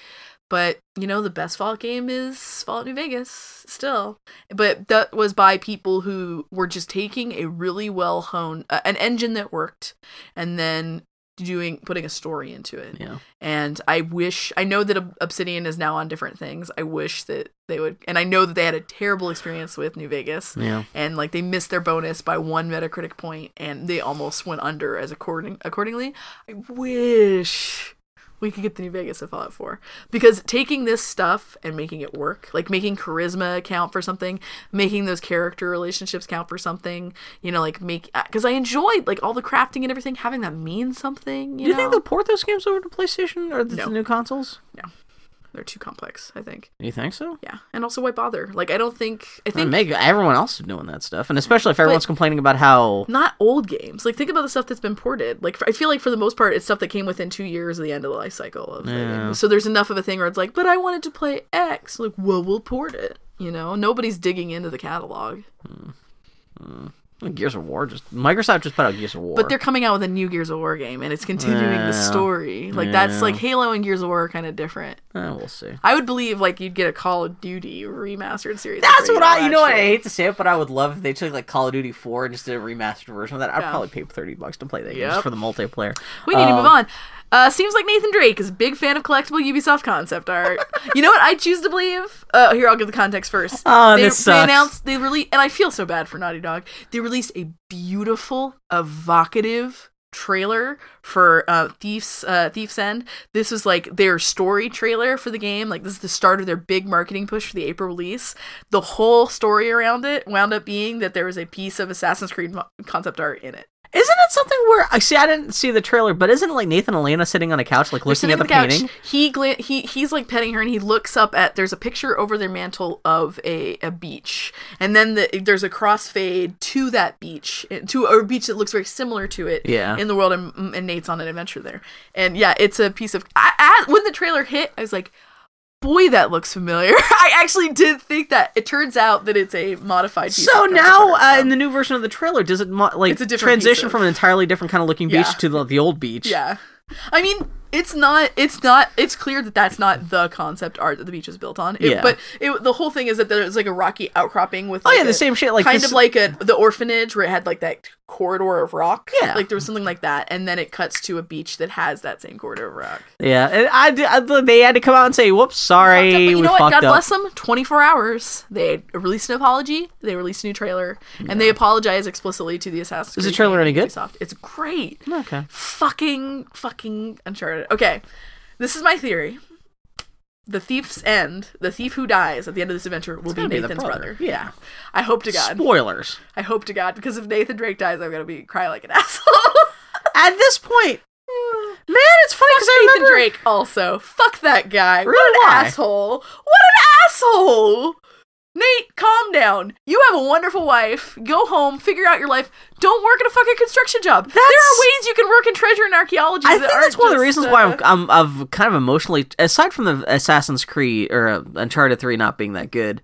But, you know, the best Fallout game is Fallout New Vegas still. But that was by people who were just taking a really well honed, uh, an engine that worked, and then doing, putting a story into it. yeah. And I wish, I know that Ob- Obsidian is now on different things. I wish that they would, and I know that they had a terrible experience with New Vegas Yeah. and like they missed their bonus by one Metacritic point, and they almost went under as according accordingly. I wish we could get the New Vegas of Fallout 4 because taking this stuff and making it work, like making charisma count for something, making those character relationships count for something, you know, like make because I enjoyed like all the crafting and everything, having that mean something. You Do you know? think they'll port those games over to PlayStation or the No. new consoles? No. They're too complex, I think. You think so? Yeah, and also why bother? Like, I don't think I I mean, think make everyone else is doing that stuff, and especially if everyone's complaining about how not old games. Like, think about the stuff that's been ported. Like, I feel like for the most part, it's stuff that came within two years of the end of the life cycle of the Yeah. game. So there's enough of a thing where it's like, but I wanted to play X. Like, well, we'll port it. You know, nobody's digging into the catalog, Gears of War just Microsoft just put out Gears of War. but they're coming out with a new Gears of War game, and it's continuing Yeah. the story. Like that's Yeah. like Halo and Gears of War are kind of different. Eh, we'll see. I would believe like you'd get a Call of Duty remastered series. That's for what I. that You know what? I shit. hate to say it, but I would love if they took like Call of Duty Four and just did a remastered version of that. I'd Yeah. probably pay thirty bucks to play that game Yep. just for the multiplayer. We need to Um, move on. Uh, seems like Nathan Drake is a big fan of collectible Ubisoft concept art. you know what I choose to believe? Uh, here, I'll give the context first. Oh, they, this they sucks. announced they released, and I feel so bad for Naughty Dog. They released a beautiful, evocative trailer for uh, Thieves uh, Thieves End. This was like their story trailer for the game. Like this is the start of their big marketing push for the April release. The whole story around it wound up being that there was a piece of Assassin's Creed mo- concept art in it. Isn't it something where I see? I didn't see the trailer, but isn't it like Nathan Elena sitting on a couch, like looking sitting at the, on the couch. painting? He gla- he he's like petting her, and he looks up at. There's a picture over their mantle of a, a beach, and then the, there's a crossfade to that beach, eh, to a beach that looks very similar to it. Yeah. in the world, and, and Nate's on an adventure there, and yeah, it's a piece of. I, I, when the trailer hit, I was like. Boy, that looks familiar. <laughs> I actually did think that. It turns out that it's a modified. piece So of now, concept art, uh, so- in the new version of the trailer, does it mo- like It's a different transition piece from an entirely different kind of looking beach Yeah. to the, the old beach? Yeah. I mean, it's not it's not it's clear that that's not the concept art that the beach is built on. It- Yeah. But it, the whole thing is that there's like a rocky outcropping with Oh like yeah, the a- same shit. Like kind this- of like a the orphanage where it had like that corridor of rock. Yeah. Like there was something like that and then it cuts to a beach that has that same corridor of rock. yeah. and I, d- I d- they had to come out and say, "Whoops, sorry, Fucked up, but you we know what? fucked God up." bless them. 24 hours. They released an apology. They released a new trailer, and they apologize explicitly to the Assassin's. Is the Creed trailer fan any good? Ubisoft. It's great. Okay. fucking fucking uncharted okay this is my theory the thief's end the thief who dies at the end of this adventure will be gonna be nathan's the brother. brother. Yeah. i hope to god Spoilers. i hope to god because if nathan drake dies i'm gonna be cry like an <laughs> asshole At this point, man, it's funny because I nathan remember drake also fuck that guy Really, what an why? asshole what an asshole Nate, calm down. You have a wonderful wife. Go home, figure out your life. Don't work at a fucking construction job. there are That's- ways you can work in treasure and archaeology. I that think that's aren't one of the just, reasons uh, why I'm, I'm I've kind of emotionally aside from the Assassin's Creed or uh, Uncharted Three not being that good,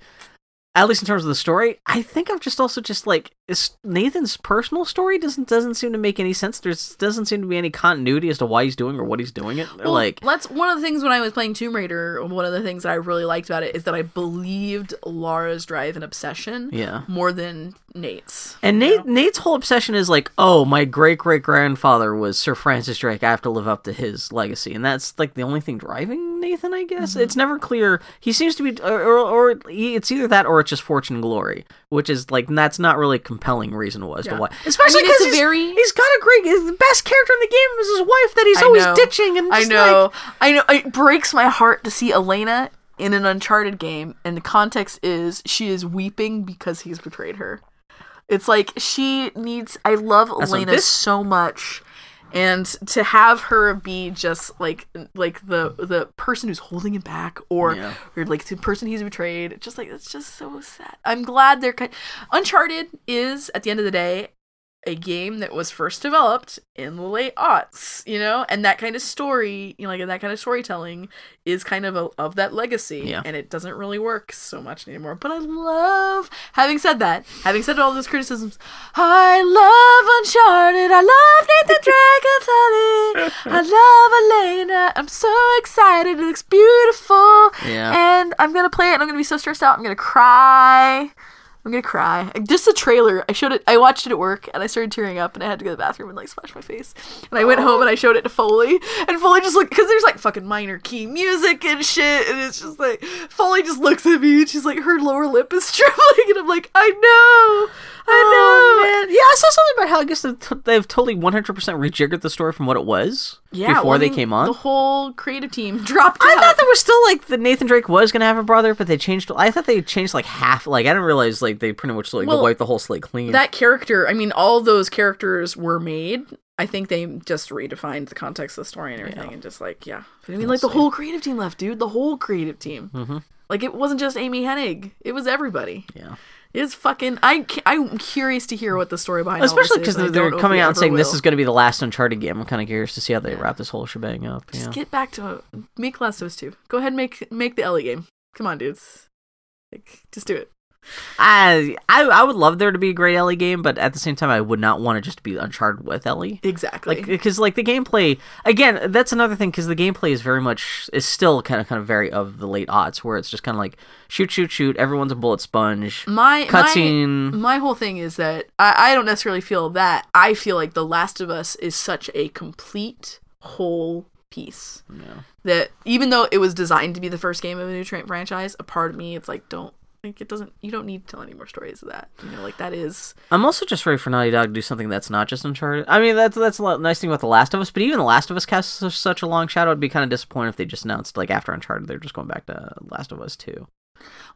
at least in terms of the story. I think I'm just also just like is- Nathan's personal story doesn't doesn't seem to make any sense. There's doesn't seem to be any continuity as to why he's doing or what he's doing it. Well, like that's one of the things when I was playing Tomb Raider. One of the things that I really liked about it is that I believed Lara's drive and obsession yeah. more than Nate's. And Nate, Nate's whole obsession is like, oh, my great great grandfather was Sir Francis Drake. I have to live up to his legacy, and that's like the only thing driving Nathan. I Mm-hmm. guess it's never clear. He seems to be, or, or, or he- it's either that or it's just fortune and glory, which is like that's not really a compelling reason as Yeah. to why. Especially I mean, it's because a very- he's got a great, he's the best character in the game is his wife that I he's always know. ditching, and I just know, I know. It breaks my heart to see Elena in an Uncharted game, and the context is she is weeping because he's betrayed her. It's like she needs. I love what Elena this- so much. And to have her be just like like the the person who's holding him back, or Yeah. or like the person he's betrayed, just like it's just so sad. I'm glad they're kind. Uncharted is at the end of the day a game that was first developed in the late aughts, you know, and that kind of story, you know, like that kind of storytelling is kind of a, of that legacy, Yeah. and it doesn't really work so much anymore. But I love, having said that, having said all those criticisms, I love Uncharted, I love Nathan <laughs> Drake and Sully, I love Elena. I'm so excited. It looks beautiful, Yeah. and I'm gonna play it, and I'm gonna be so stressed out. I'm gonna cry. I'm gonna cry. Just the trailer. I showed it. I watched it at work, and I started tearing up, and I had to go to the bathroom and like splash my face. And I went home and I showed it to Foley, and Foley just looked because there's like fucking minor key music and shit, and it's just like Foley just looks at me and she's like, her lower lip is <laughs> trembling, and I'm like, I know, I know. Oh, man. Yeah, I saw something about how I guess they've, t- they've totally 100% rejiggered the story from what it was before well, I they mean, came on. the whole creative team dropped I out. thought there was still like the Nathan Drake was gonna have a brother, but they changed. I thought they changed like half. Like I didn't realize like they pretty much like Well, wiped the whole slate clean. that character i mean all those characters were made I think they just redefined the context of the story and everything, Yeah. and just like yeah. But I mean, like the whole creative team left, dude. The whole creative team. Mm-hmm. Like it wasn't just Amy Hennig; it was everybody. Yeah. It's fucking. I ca- I'm curious to hear what the story behind. all this Especially because is, and I they're, they're don't know if coming we out and ever saying this will. is going to be the last Uncharted game. I'm kind of curious to see how they wrap this whole shebang up. Yeah. Just get back to make Last of Us Two. Go ahead, and make make the Ellie game. Come on, dudes. Like, just do it. I, I I would love there to be a great Ellie game, but at the same time, I would not want to just be Uncharted with Ellie. Exactly. Like because like the gameplay again, that's another thing because the gameplay is very much is still kind of kind of very of the late aughts where it's just kind of like shoot shoot shoot. Everyone's a bullet sponge. my my Cutscene. my whole thing is that I, I don't necessarily feel that. I feel like The Last of Us is such a complete whole piece. Yeah. that even though it was designed to be the first game of a new tra- franchise, a part of me it's like don't like it doesn't you don't need to tell any more stories of that. You know, like that is I'm also just ready for Naughty Dog to do something that's not just Uncharted. I mean, that's that's a lot- nice thing about The Last of Us, but even The Last of Us casts su- such a long shadow. I'd be kind of disappointed if they just announced like after Uncharted, they're just going back to Last of Us too.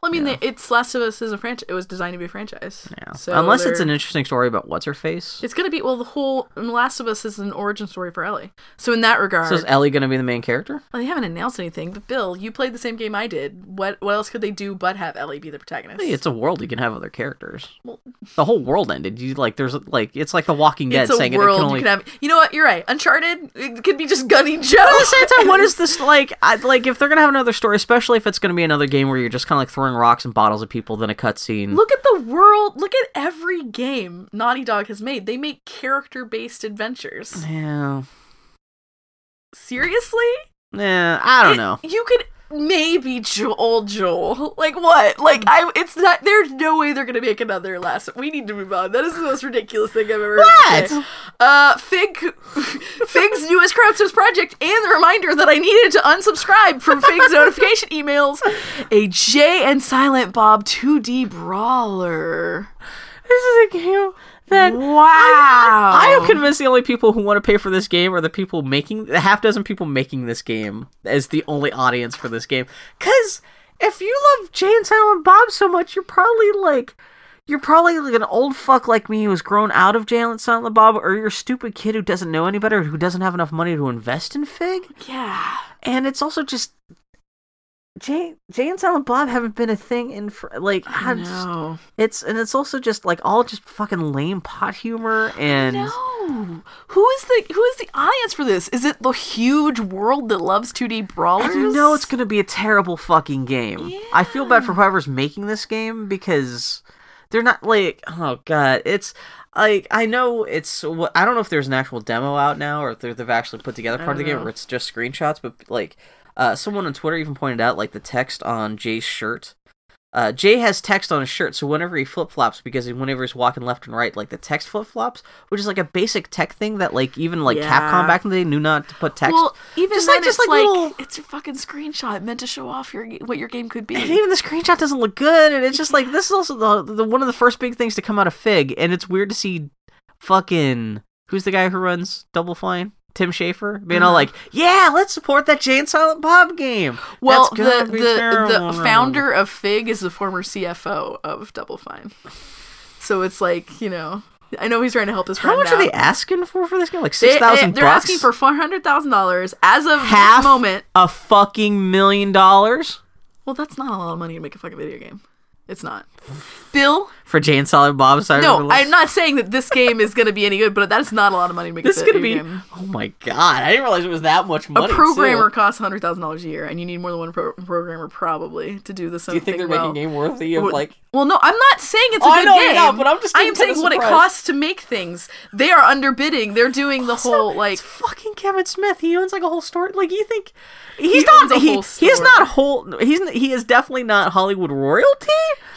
well, I mean Yeah. they, it's Last of Us is a franchise. It was designed to be a franchise. Yeah. Unless it's they're- an interesting story about what's her face. it's gonna be well the whole and Last of Us is an origin story for Ellie. So in that regard, So is Ellie going to be the main character? well, they haven't announced anything. But Bill, you played the same game I did. What what else could they do but have Ellie be the protagonist? Hey, it's a world you can have other characters. Well- the whole world ended. You like there's like it's like The Walking Dead It's a saying world it can only. you can have. You know what? You're right. Uncharted it could be just Gunny Joe. At the same time, what <laughs> is this like? I, like if they're gonna have another story, especially if it's gonna be another game where you're just kind of like throwing rocks and bottles at people, then a cutscene. Look at the world. Look at every game Naughty Dog has made. They make character based adventures. Yeah. Seriously? Yeah, I don't It- know. You could maybe jo- old Joel. Like what? Like I. It's not. There's no way they're gonna make another last. We need to move on. That is the most ridiculous thing I've ever. heard What? say. Uh, Fig, Fig's newest crowdsource project, and the reminder that I needed to unsubscribe from Fig's notification emails. A Jay and Silent Bob 2D brawler. <laughs> This is a game that Wow. I am convinced the only people who want to pay for this game are the people making the half dozen people making this game as the only audience for this game. Cause if you love Jay and Silent Bob so much, you're probably like you're probably like an old fuck like me who's grown out of Jay and Silent Bob, or you're a stupid kid who doesn't know any better, who doesn't have enough money to invest in Fig. Yeah. And it's also just Jay Jay and Silent Bob haven't been a thing in for, like I I'm just- know. It's and it's also just like all just fucking lame pot humor and No. Who is the who is the audience for this? Is it the huge world that loves 2D brawlers? and you know it's gonna be a terrible fucking game. I feel bad for whoever's making this game because they're not like oh god it's like I know it's wh- I don't know if there's an actual demo out now or if they've they've actually put together part of the game know. or it's just screenshots but like uh, someone on Twitter even pointed out like the text on Jay's shirt uh, Jay has text on his shirt, so whenever he flip flops, because whenever he's walking left and right, like the text flip flops, which is like a basic tech thing that like even like Yeah. Capcom back in the day knew not to put text. well, even Just then, like- just it's like like, little- it's a fucking screenshot meant to show off your what your game could be. and even the screenshot doesn't look good, and it's just like this is also the, the one of the first big things to come out of Fig, and it's weird to see fucking who's the guy who runs Double Fine. Tim Schafer being all Mhm. like, "Yeah, let's support that Jay and Silent Bob game." Well, That's the gonna the, be terrible. the founder of Fig is the former CFO of Double Fine, so it's like you know, I know he's trying to help his friend. How much out. are they asking for for this game? Like They- eh, six thousand They're bucks. asking for four hundred thousand dollars as of half this moment. a fucking million dollars Well, that's not a lot of money to make a fucking video game. It's not. Bill, for Jay and Silent Bob. Cyber no, Police? I'm not saying that this game is going to be any good, but that is not a lot of money to make. This a is gonna be. video game. Oh my god! I didn't realize it was that much a money. programmer too. costs hundred thousand dollars a year, and you need more than one pro- programmer probably to do this. Do you think they're well. making a game worthy of Well- like? Well, no, I'm not saying it's a Oh, I good know you're game. not, but I'm just I getting am kinda saying what it surprised. costs to make things. They are underbidding. They're doing <laughs> the whole So, like it's fucking Kevin Smith. He owns like a whole story. Like you think he's owns not a he, whole he's store. not whole. He's he is definitely not Hollywood royalty.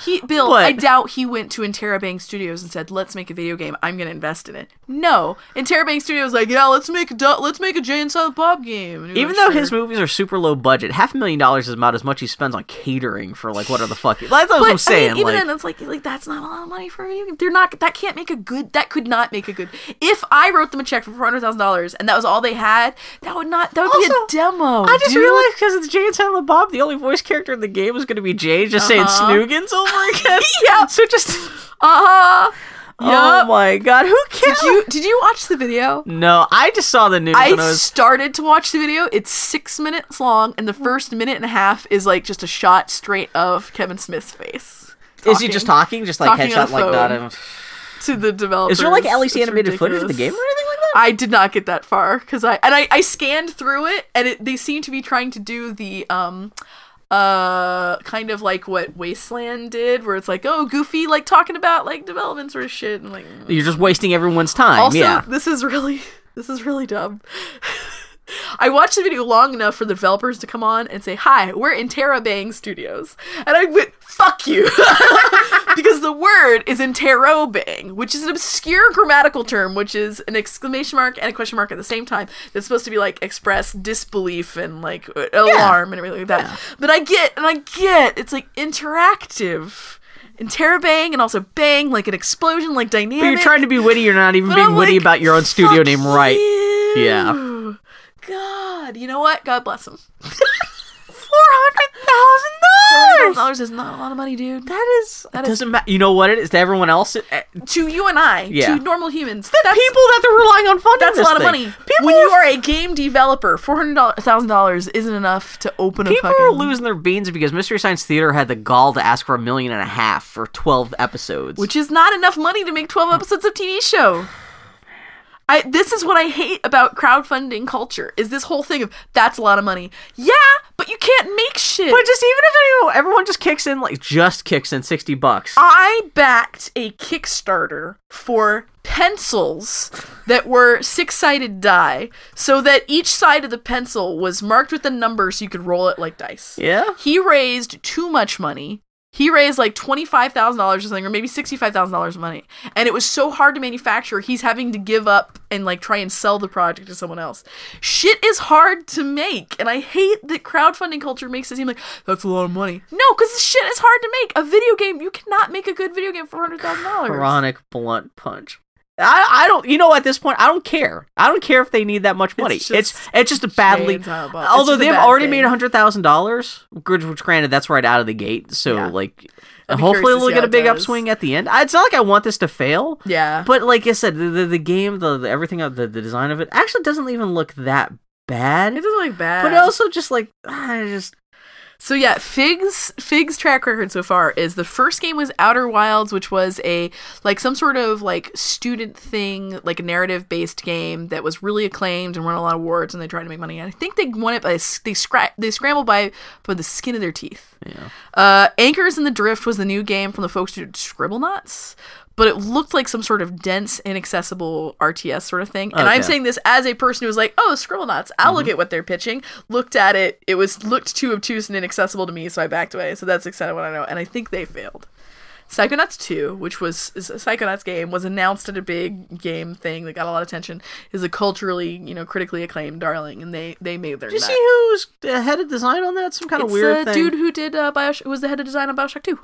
he Bill. What? I doubt he went to Interrobang Studios and said, "Let's make a video game. I'm going to invest in it." No, Interrobang Studios was like, "Yeah, let's make a du- let's make a Jay and Silent Bob game." And he Even was like, though his "Sure." movies are super low budget, half a million dollars is about as much he spends on catering for like what are the fuck. That's what But, I'm I saying. mean, even like, then, it's like like that's not a lot of money for a video game. They're not that can't make a good that could not make a good. If I wrote them a check for four hundred thousand dollars and that was all they had, that would not that would Also, be a demo. I just dude. realized because it's Jay and Silent Bob, the only voice character in the game is going to be Jay, just Uh-huh. <laughs> saying Snoogans over again. yeah. So just, Uh huh. Oh my god, who killed Did you did you watch the video? No, I just saw the news I and I was Mm. started to watch the video. It's six minutes long, and the first minute and a half is like just a shot straight of Kevin Smith's face. Is he just talking? Just like Talking on headshot the like phone. that. and- to the developers? Is there like at least It's animated footage of the ridiculous. game or anything like that? I did not get that far because I and I, I scanned through it and it, they seem to be trying to do the um uh kind of like what Wasteland did where it's like oh Goofy like talking about like development sort of shit and like You're just wasting everyone's time. also yeah. this is really <laughs> this is really dumb. <laughs> I watched the video long enough for the developers to come on and say, "Hi, we're Interrobang Studios," and I went, "Fuck you," <laughs> because the word is Interrobang, which is an obscure grammatical term, which is an exclamation mark and a question mark at the same time. That's supposed to be like express disbelief and like uh, alarm and everything like that. But I get, and I get, it's like interactive. Interrobang and also bang, like an explosion, like dynamic. But you're trying to be witty. You're not even But being I'm witty like, about your own studio "Fuck name, right? you." Yeah. God, you know what? God bless him. <laughs> Four hundred dollars is not a lot of money, dude. That is. That doesn't matter. You know what it is to everyone else. It, eh, To you and I, Yeah. to normal humans, people that's, that they're relying on funding. that's a this lot of thing. money. People, when you are a game developer, four hundred thousand dollars isn't enough to open a people fucking. are losing their beans because Mystery Science Theater had the gall to ask for a million and a half for twelve episodes. which is not enough money to make 12 episodes of TV show. I, this is what I hate about crowdfunding culture is this whole thing of that's a lot of money. Yeah, but you can't make shit. but just even if anyone, everyone just kicks in, like just kicks in sixty bucks. I backed a Kickstarter for pencils that were six sided die so that each side of the pencil was marked with a number so you could roll it like dice. yeah. He raised too much money. He raised like $25,000 or something, or maybe $65,000 money. And it was so hard to manufacture, he's having to give up and like try and sell the project to someone else. Shit is hard to make. And I hate that crowdfunding culture makes it seem like that's a lot of money. No, because shit is hard to make. A video game, you cannot make a good video game for $100,000. Chronic blunt punch. I, I don't you know at this point I don't care I don't care if they need that much money it's just it's, just a badly shades out, but it's although just a they've bad already thing. made a hundred thousand dollars which which granted that's right out of the gate so Yeah. like I'd be hopefully curious to we'll see get how a it big does. upswing at the end I- it's not like I want this to fail Yeah. but like I said the the, the game the, the everything of the, the design of it actually doesn't even look that bad It doesn't look bad. but also just like I just So yeah, Fig's Fig's track record so far is the first game was Outer Wilds, which was a like some sort of like student thing, like a narrative based game that was really acclaimed and won a lot of awards, and they tried to make money. And I think they won it by s- they scra- they scrambled by by the skin of their teeth. yeah Uh, Anchors in the Drift was the new game from the folks who did Scribblenauts, but it looked like some sort of dense, inaccessible RTS sort of thing. And I'm Okay. saying this as a person who was like, "Oh, Scribblenauts! I'll look at what they're pitching." Looked at it; it was looked too obtuse and inaccessible to me, so I backed away. So that's the extent of what I know, and I think they failed. Psychonauts 2, which was is a Psychonauts game, was announced at a big game thing that got a lot of attention. Is a culturally, you know, critically acclaimed darling, and they they made their. did you nut. see who's the head of design on that some kind It's of weird the thing dude who did uh, Bioshock, who was the head of design on Bioshock 2.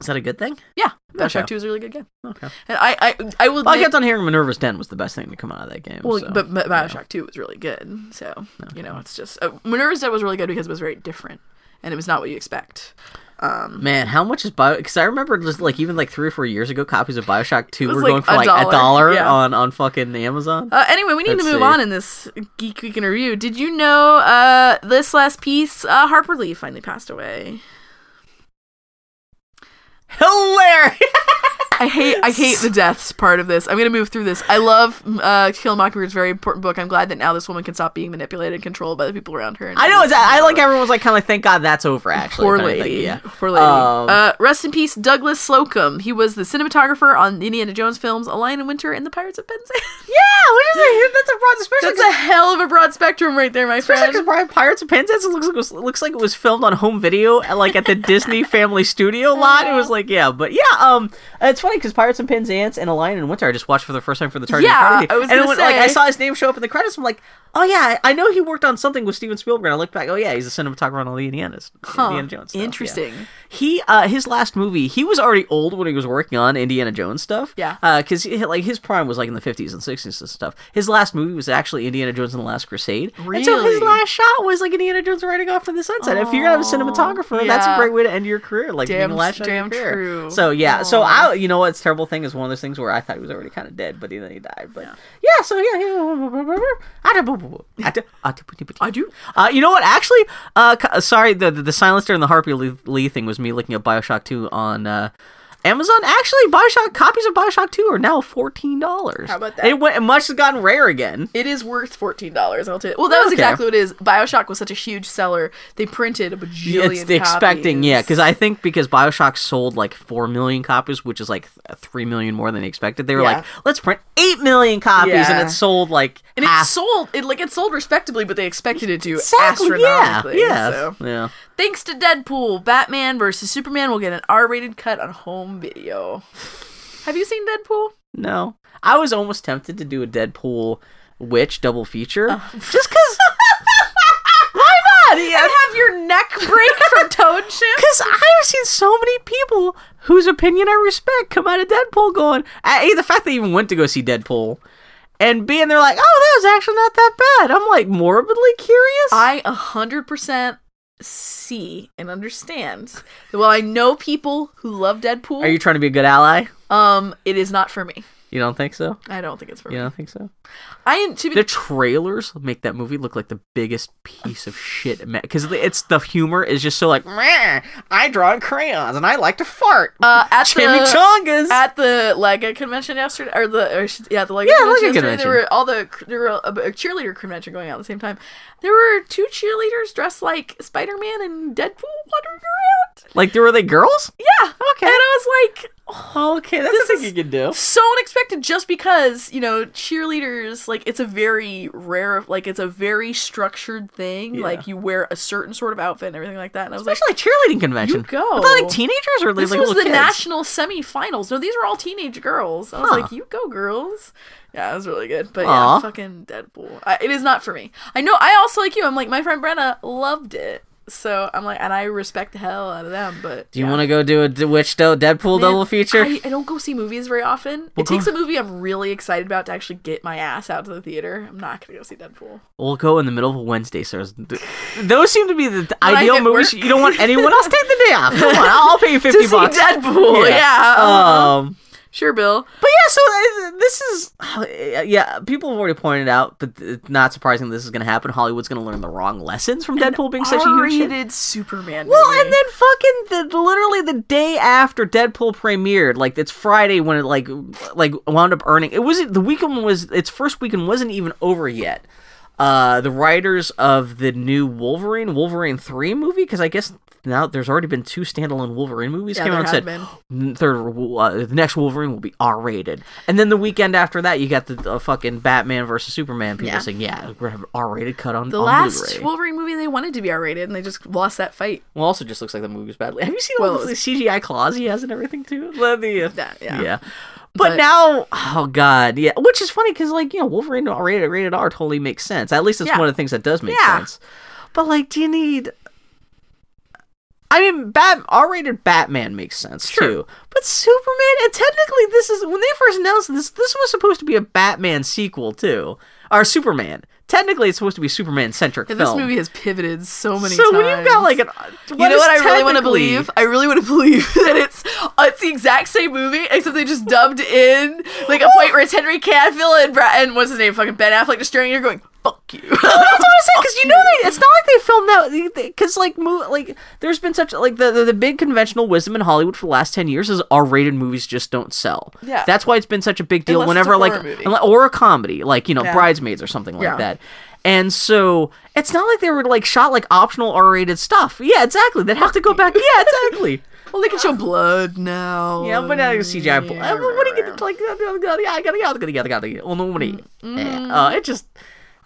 is that a good thing Yeah, Bioshock Okay. Two is a really good game, okay. and I I I will. Well, I admit- kept on hearing Minerva's Den was the best thing to come out of that game. well, so, but but you Bioshock know. Two was really good, so you know it's just uh, Minerva's Dead was really good because it was very different, and it was not what you expect. Um, Man, how much is Bio? Because I remember just like even like three or four years ago, copies of Bioshock Two was, were like, going for a like dollar, a dollar yeah. on on fucking Amazon. uh, anyway, we need Let's to move see. on in this Geek Week in Review. Did you know uh, this last piece, uh, Harper Lee finally passed away? Hilarious. <laughs> I hate I hate the deaths part of this. I'm gonna move through this. I love uh, To Kill a Mockingbird's very important book. I'm glad that now this woman can stop being manipulated and controlled by the people around her. and- I know. It's, I like everyone's like kind of like, thank God that's over. Actually, Poor kind of thing, lady. Yeah. Poor lady. Um, uh, rest in peace, Douglas Slocum. He was the cinematographer on the Indiana Jones films A Lion in Winter and The Pirates of Penzance. <laughs> Yeah, which is a, that's a broad, especially That's a hell of a broad spectrum right there, my friend. because Pirates of Penzance looks like it was, looks like it was filmed on home video, at, like <laughs> at the Disney Family Studio lot. It was Oh. like, yeah, but yeah, um, it's funny because Pirates of Penzance and A Lion in Winter I just watched for the first time for the target Yeah, party, I was and gonna when, like I say. saw his name show up in the credits, I'm like, Oh yeah, I know he worked on something with Steven Spielberg. And I looked back. Oh yeah, he's a cinematographer on all the Indiana's, Huh. Indiana Jones. Stuff. yeah. Interesting. He uh, his last movie, he was already old when he was working on Indiana Jones stuff. Yeah. because like his prime was like in the fifties and sixties and stuff. His last movie was actually Indiana Jones and the Last Crusade. And so Really? his last shot was like Indiana Jones riding off in the sunset. if you're not a Aw, cinematographer, that's a yeah. great way to end your career. Like being Damn- the last shot of your damn career. true. So yeah, so Aw. I you know what's terrible thing is one of those things where I thought he was already kind of dead, but then he died. But yeah, so yeah, yeah. I do- I do- I do- I do. uh, you know what? Actually, uh, c- uh, sorry, the, the the silencer and the Harpy Lee, Lee thing was me looking at Bioshock Two on uh, Amazon. Actually, Bioshock copies of Bioshock Two are now fourteen dollars. How about that? It went much has gotten rare again. It is worth fourteen dollars. I'll tell you. Well, that was Okay. exactly what it is. Bioshock was such a huge seller; they printed a bajillion. It's expecting, copies. yeah, because I think because Bioshock sold like four million copies, which is like th- three million more than they expected. They were Yeah. like, let's print eight million copies, Yeah. and it sold like and it half. sold it like it sold respectably, but they expected it to Exactly, yeah, astronomically. yeah, so. yeah. Thanks to Deadpool, Batman versus Superman will get an R-rated cut on home video. Have you seen Deadpool? No. I was almost tempted to do a Deadpool witch double feature. just because. <laughs> Why not? Uh. <laughs> And have your neck break <laughs> from Toad Chimp? Because I've seen so many people whose opinion I respect come out of Deadpool going, A, the fact they even went to go see Deadpool, and B, and they're like, oh, that was actually not that bad. I'm like morbidly curious. I 100% see and understand. that While I know people who love Deadpool, Are you trying to be a good ally? um, it is not for me. You don't think so? I don't think it's for You me. don't think so? I am to be The trailers make that movie look like the biggest piece of shit. Because it's the humor is just so like, "Meh, I draw in crayons and I like to fart. uh, at the Chimichangas. at the Lega convention yesterday, or the or, sh- yeah the Lega Yeah, convention Lega yesterday, convention. there were all the there were a, a cheerleader convention going on at the same time. There were two cheerleaders dressed like Spider Man and Deadpool wandering around. like, were they girls? Yeah, Okay. and I was like, Okay, that's This is- you can do. so unexpected just because you know cheerleaders like it's a very rare like it's a very structured thing Yeah. like you wear a certain sort of outfit and everything like that and i was like Especially like cheerleading convention. You go. Were they, like teenagers or this like was the little kids? national semifinals no these were all teenage girls i was Huh. like you go girls yeah it was really good but Aw. yeah fucking deadpool I, it is not for me i know i also like you i'm like my friend brenna loved it so i'm like and i respect the hell out of them but do you want to go do a D- Witch Do- Deadpool Man, double feature? I, I don't go see movies very often. it go- takes a movie I'm really excited about to actually get my ass out to the theater. I'm not gonna go see Deadpool. We'll go in the middle of a Wednesday, so it's- th- those seem to be the th- I'm ideal at movies. work. You don't want <laughs> anyone else take the day off. Come on, I'll I'll pay you fifty To see bucks. Deadpool, yeah, uh-huh. Um, Sure, Bill. But yeah, so uh, this is <sighs> yeah. People have already pointed out, but it's not surprising this is going to happen. Hollywood's going to learn the wrong lessons from Deadpool being such a huge. hit. R-rated Superman. Well, movie. and then fucking the literally the day after Deadpool premiered, like it's Friday when it like like wound up earning. It wasn't the weekend was its first weekend wasn't even over yet. Uh, the writers of the new Wolverine, Wolverine three movie, because I guess now there's already been two standalone Wolverine movies Yeah, came there out and have said been. "N- third uh, the next Wolverine will be R rated, and then the weekend after that you got the, the fucking Batman versus Superman people Yeah. saying yeah we're gonna have R rated cut on the on last Blu-ray." Wolverine movie they wanted to be R-rated, and they just lost that fight. Well, also just looks like the movie's badly. Have you seen all Well, the CGI claws he has and everything too? <laughs> Well, the, uh, That- yeah. But, But- now, oh god, yeah. Which is funny because like you know, Wolverine R- rated rated R totally makes sense. At least it's Yeah. one of the things that does make Yeah. sense. But like, do you need? I mean, Bat R rated Batman makes sense Sure. too. But Superman, and technically, this is when they first announced this. This was supposed to be a Batman sequel too, or Superman. Technically, it's supposed to be Superman centric And film. this movie has pivoted so many so times. when you've got like an, you know what I really want want to believe? I really want to <laughs> believe that it's uh, it's the exact same movie, except they just dubbed in like a point where it's Henry Cavill and Brad and what's his name, fucking Ben Affleck, just staring at her, going, "Fuck <laughs> you." <laughs> <laughs> That's what I said because you know they, it's not like they filmed that because like mo- like there's been such like the, the the big conventional wisdom in Hollywood for the last ten years is R-rated movies just don't sell. Yeah. that's why it's been such a big deal Unless it's whenever a like horror movie. unle- or a comedy like you know Yeah. Bridesmaids or something like Yeah. that. And so it's not like they were like shot like optional R-rated stuff. Yeah, exactly. They'd have to go back. Yeah, exactly. <laughs> Well, they can show blood now. yeah, but now you CGI. Yeah. Uh, What are you gonna like? Yeah, yeah, yeah, yeah, yeah. Oh no, Uh, it just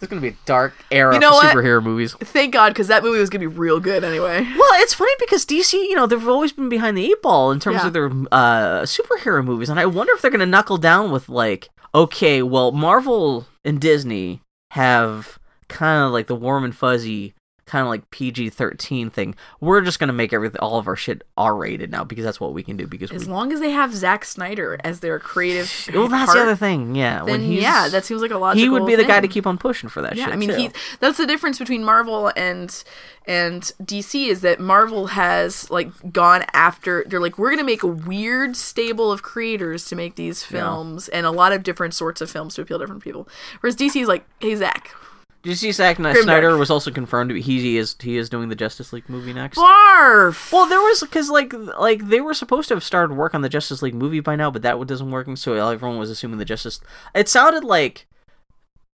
it's gonna be a dark era Mm-hmm. You know for what? superhero movies. Thank God, because that movie was gonna be real good anyway. Well, it's funny because DC, you know, they've always been behind the eight ball in terms Yeah. of their uh, superhero movies, and I wonder if they're going to knuckle down with like, okay, well, Marvel and Disney have kind of like the warm and fuzzy kind of like PG-13 thing. We're just going to make everything all of our shit R-rated now because that's what we can do because As we long as they have Zack Snyder as their <sighs> creative, <laughs> Well, that's part, the other thing. Yeah, Then yeah, that seems like a logical. he would be the guy to thing. keep on pushing for that Yeah, shit. I mean, too. he, that's the difference between Marvel and and DC is that Marvel has like gone after. They're like, we're gonna make a weird stable of creators to make these films and a lot of different sorts of films to appeal to different people. Whereas DC is like, hey Zach, Did you see Zack Kni- Grimdark. Snyder was also confirmed to be he, he is he is doing the Justice League movie next? barf. Well, there was because like like they were supposed to have started work on the Justice League movie by now, but that one doesn't working. So everyone was assuming the Justice. It sounded like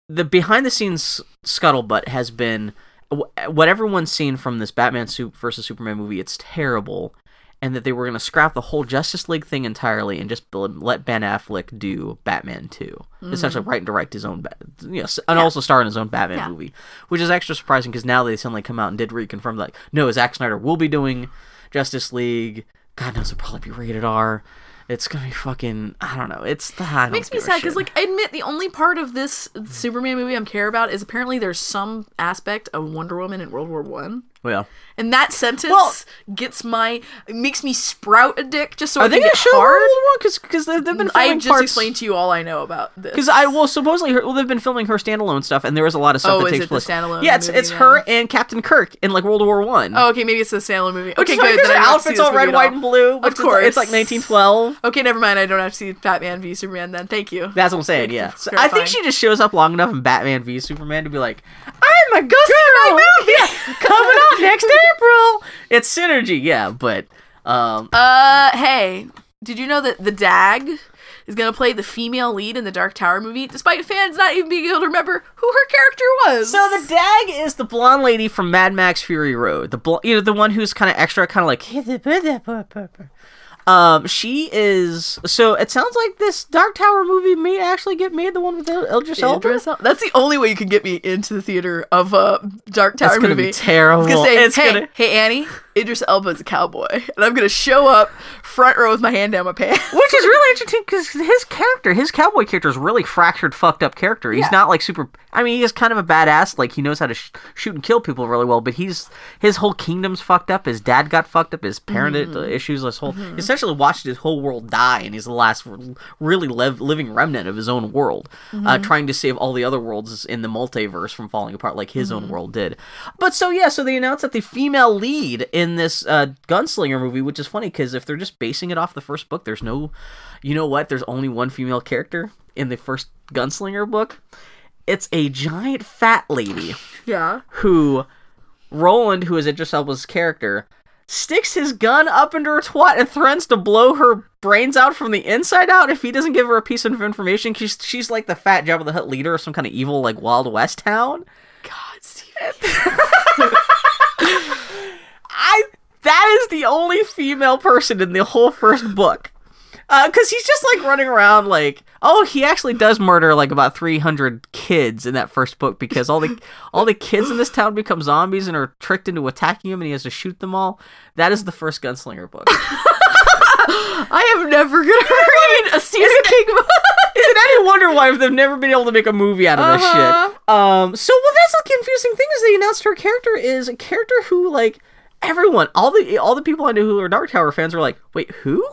the behind the scenes scuttlebutt has been wh- what everyone's seen from this Batman suit versus Superman movie. It's terrible, and that they were going to scrap the whole Justice League thing entirely and just bl- let Ben Affleck do Batman Two, essentially write and direct his own, Bat- you know, s- and also star in his own Batman Mm. Yeah. movie, which is extra surprising because now they suddenly come out and did reconfirm like, no, Zack Snyder will be doing Justice League. God knows it'll probably be rated R. It's gonna be fucking. I don't know. It's I don't Makes me give a sad because, shit. like, I admit the only part of this Superman movie I'm care about is apparently there's some aspect of Wonder Woman in World War One. well, And that sentence Well- gets my it makes me sprout a dick just so I are they can gonna get show hard. World War Because because they've, they've been I filming just parts. explained to you all I know about this. because I well supposedly her, well they've been filming her standalone stuff and there is a lot of stuff Oh, that is takes it the place. standalone yeah, it's movie it's then? her and Captain Kirk in like World War One. oh, okay, maybe it's the Salem movie. Which Okay, is funny good. 'cause Then I Her don't have to see outfit's this all movie red, at white, and blue. Of Of course, it's like course. 1912. Okay, never mind. I don't have to see Batman v Superman then. Thank you. That's what I'm saying. Yeah, it's So I think terrifying. she just shows up long enough in Batman v Superman to be like, "I'm a girl, my movie yeah, coming <laughs> out next April." It's synergy, yeah, but um, uh, hey, did you know that the Dag is gonna play the female lead in the Dark Tower movie, despite fans not even being able to remember who her character was? So the Dag is the blonde lady from Mad Max Fury Road. The bl- you know the one who's kind of extra, kind of like. Um, she is. So it sounds like this Dark Tower movie may actually get made. The one with El- Eldris Elba. Idris Elba. That's the only way you can get me into the theater of a Dark Tower It's gonna movie. be terrible. I was gonna say, it's hey, gonna. hey, Annie, Idris Elba's a cowboy, and I'm gonna show up front row with my hand down my pants. Which is really interesting because his character, his cowboy character, is really fractured, fucked up character. He's Yeah. not like super. I mean, he is kind of a badass. Like he knows how to sh- shoot and kill people really well. But he's his whole kingdom's fucked up. His dad got fucked up. His parent uh, issues. His whole he essentially watched his whole world die, and he's the last r- really lev- living remnant of his own world, uh, trying to save all the other worlds in the multiverse from falling apart, like his own world did. But so yeah, so they announced that the female lead in this uh, gunslinger movie, which is funny because if they're just basing it off the first book, there's no, you know what? There's only one female character in the first gunslinger book. It's a giant fat lady Yeah. who Roland, who is Idris Elba's character, sticks his gun up into her twat and threatens to blow her brains out from the inside out if he doesn't give her a piece of information. She's, she's like the fat Jabba the Hutt leader of some kind of evil like Wild West town. God, Steven. I that is the only female person in the whole first book. Because he's just like running around, like oh, he actually does murder like about three hundred kids in that first book because all the all the kids in this town become zombies and are tricked into attacking him, and he has to shoot them all. That is the first gunslinger book. is I am never <laughs> gonna read a Stephen King book. it any wonder why they've never been able to make a movie out of this Uh-huh. shit? Um, so well, that's the confusing thing is they announced her character is a character who like everyone, all the all the people I knew who are Dark Tower fans were like, wait, who?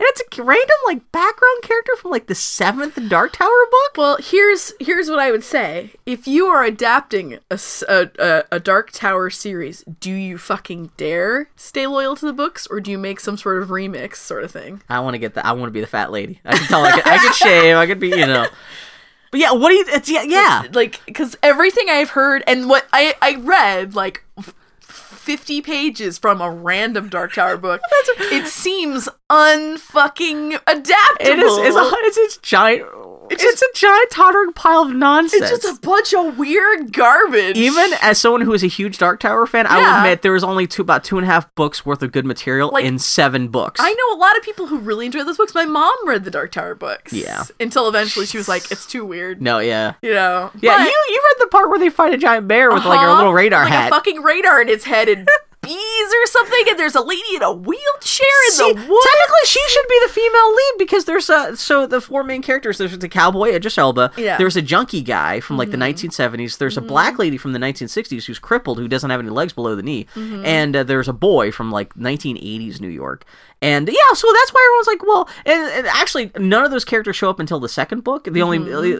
And it's a random like background character from like the seventh Dark Tower book. Well, here's here's what I would say. If you are adapting a, s- a- a- a Dark Tower series, do you fucking dare stay loyal to the books, or do you make some sort of remix sort of thing? I want to get the. I want to be the fat lady. I can tell. I could, I could shave. I could be. You know. <laughs> But yeah, what do you? It's yeah, yeah. Like, because everything I've heard and what I I read like. f- 50 pages from a random Dark Tower <laughs> book. it seems unfucking adaptable. It is. It's a. It's, it's giant. It's, it's a giant tottering pile of nonsense. It's just a bunch of weird garbage. even as someone who is a huge Dark Tower fan, I will Yeah. admit there was only two about two and a half books worth of good material Like- in seven books. I know a lot of people who really enjoy those books. My mom read the Dark Tower books. Yeah. Until eventually she was like, it's too weird. No, yeah, You know. yeah. But- you you read the part where they fight a giant bear with like a Huh? little radar like hat. a fucking radar in its head and <laughs> bees or something, and there's a lady in a wheelchair in See, the woods. Technically, she should be the female lead because there's a so the four main characters. There's the cowboy Idris Elba. Yeah. There's a junkie guy from like the 1970s. There's a black lady from the 1960s who's crippled who doesn't have any legs below the knee, and uh, there's a boy from like 1980s New York. And yeah, so that's why everyone's like, well, and, and actually, none of those characters show up until the second book. The only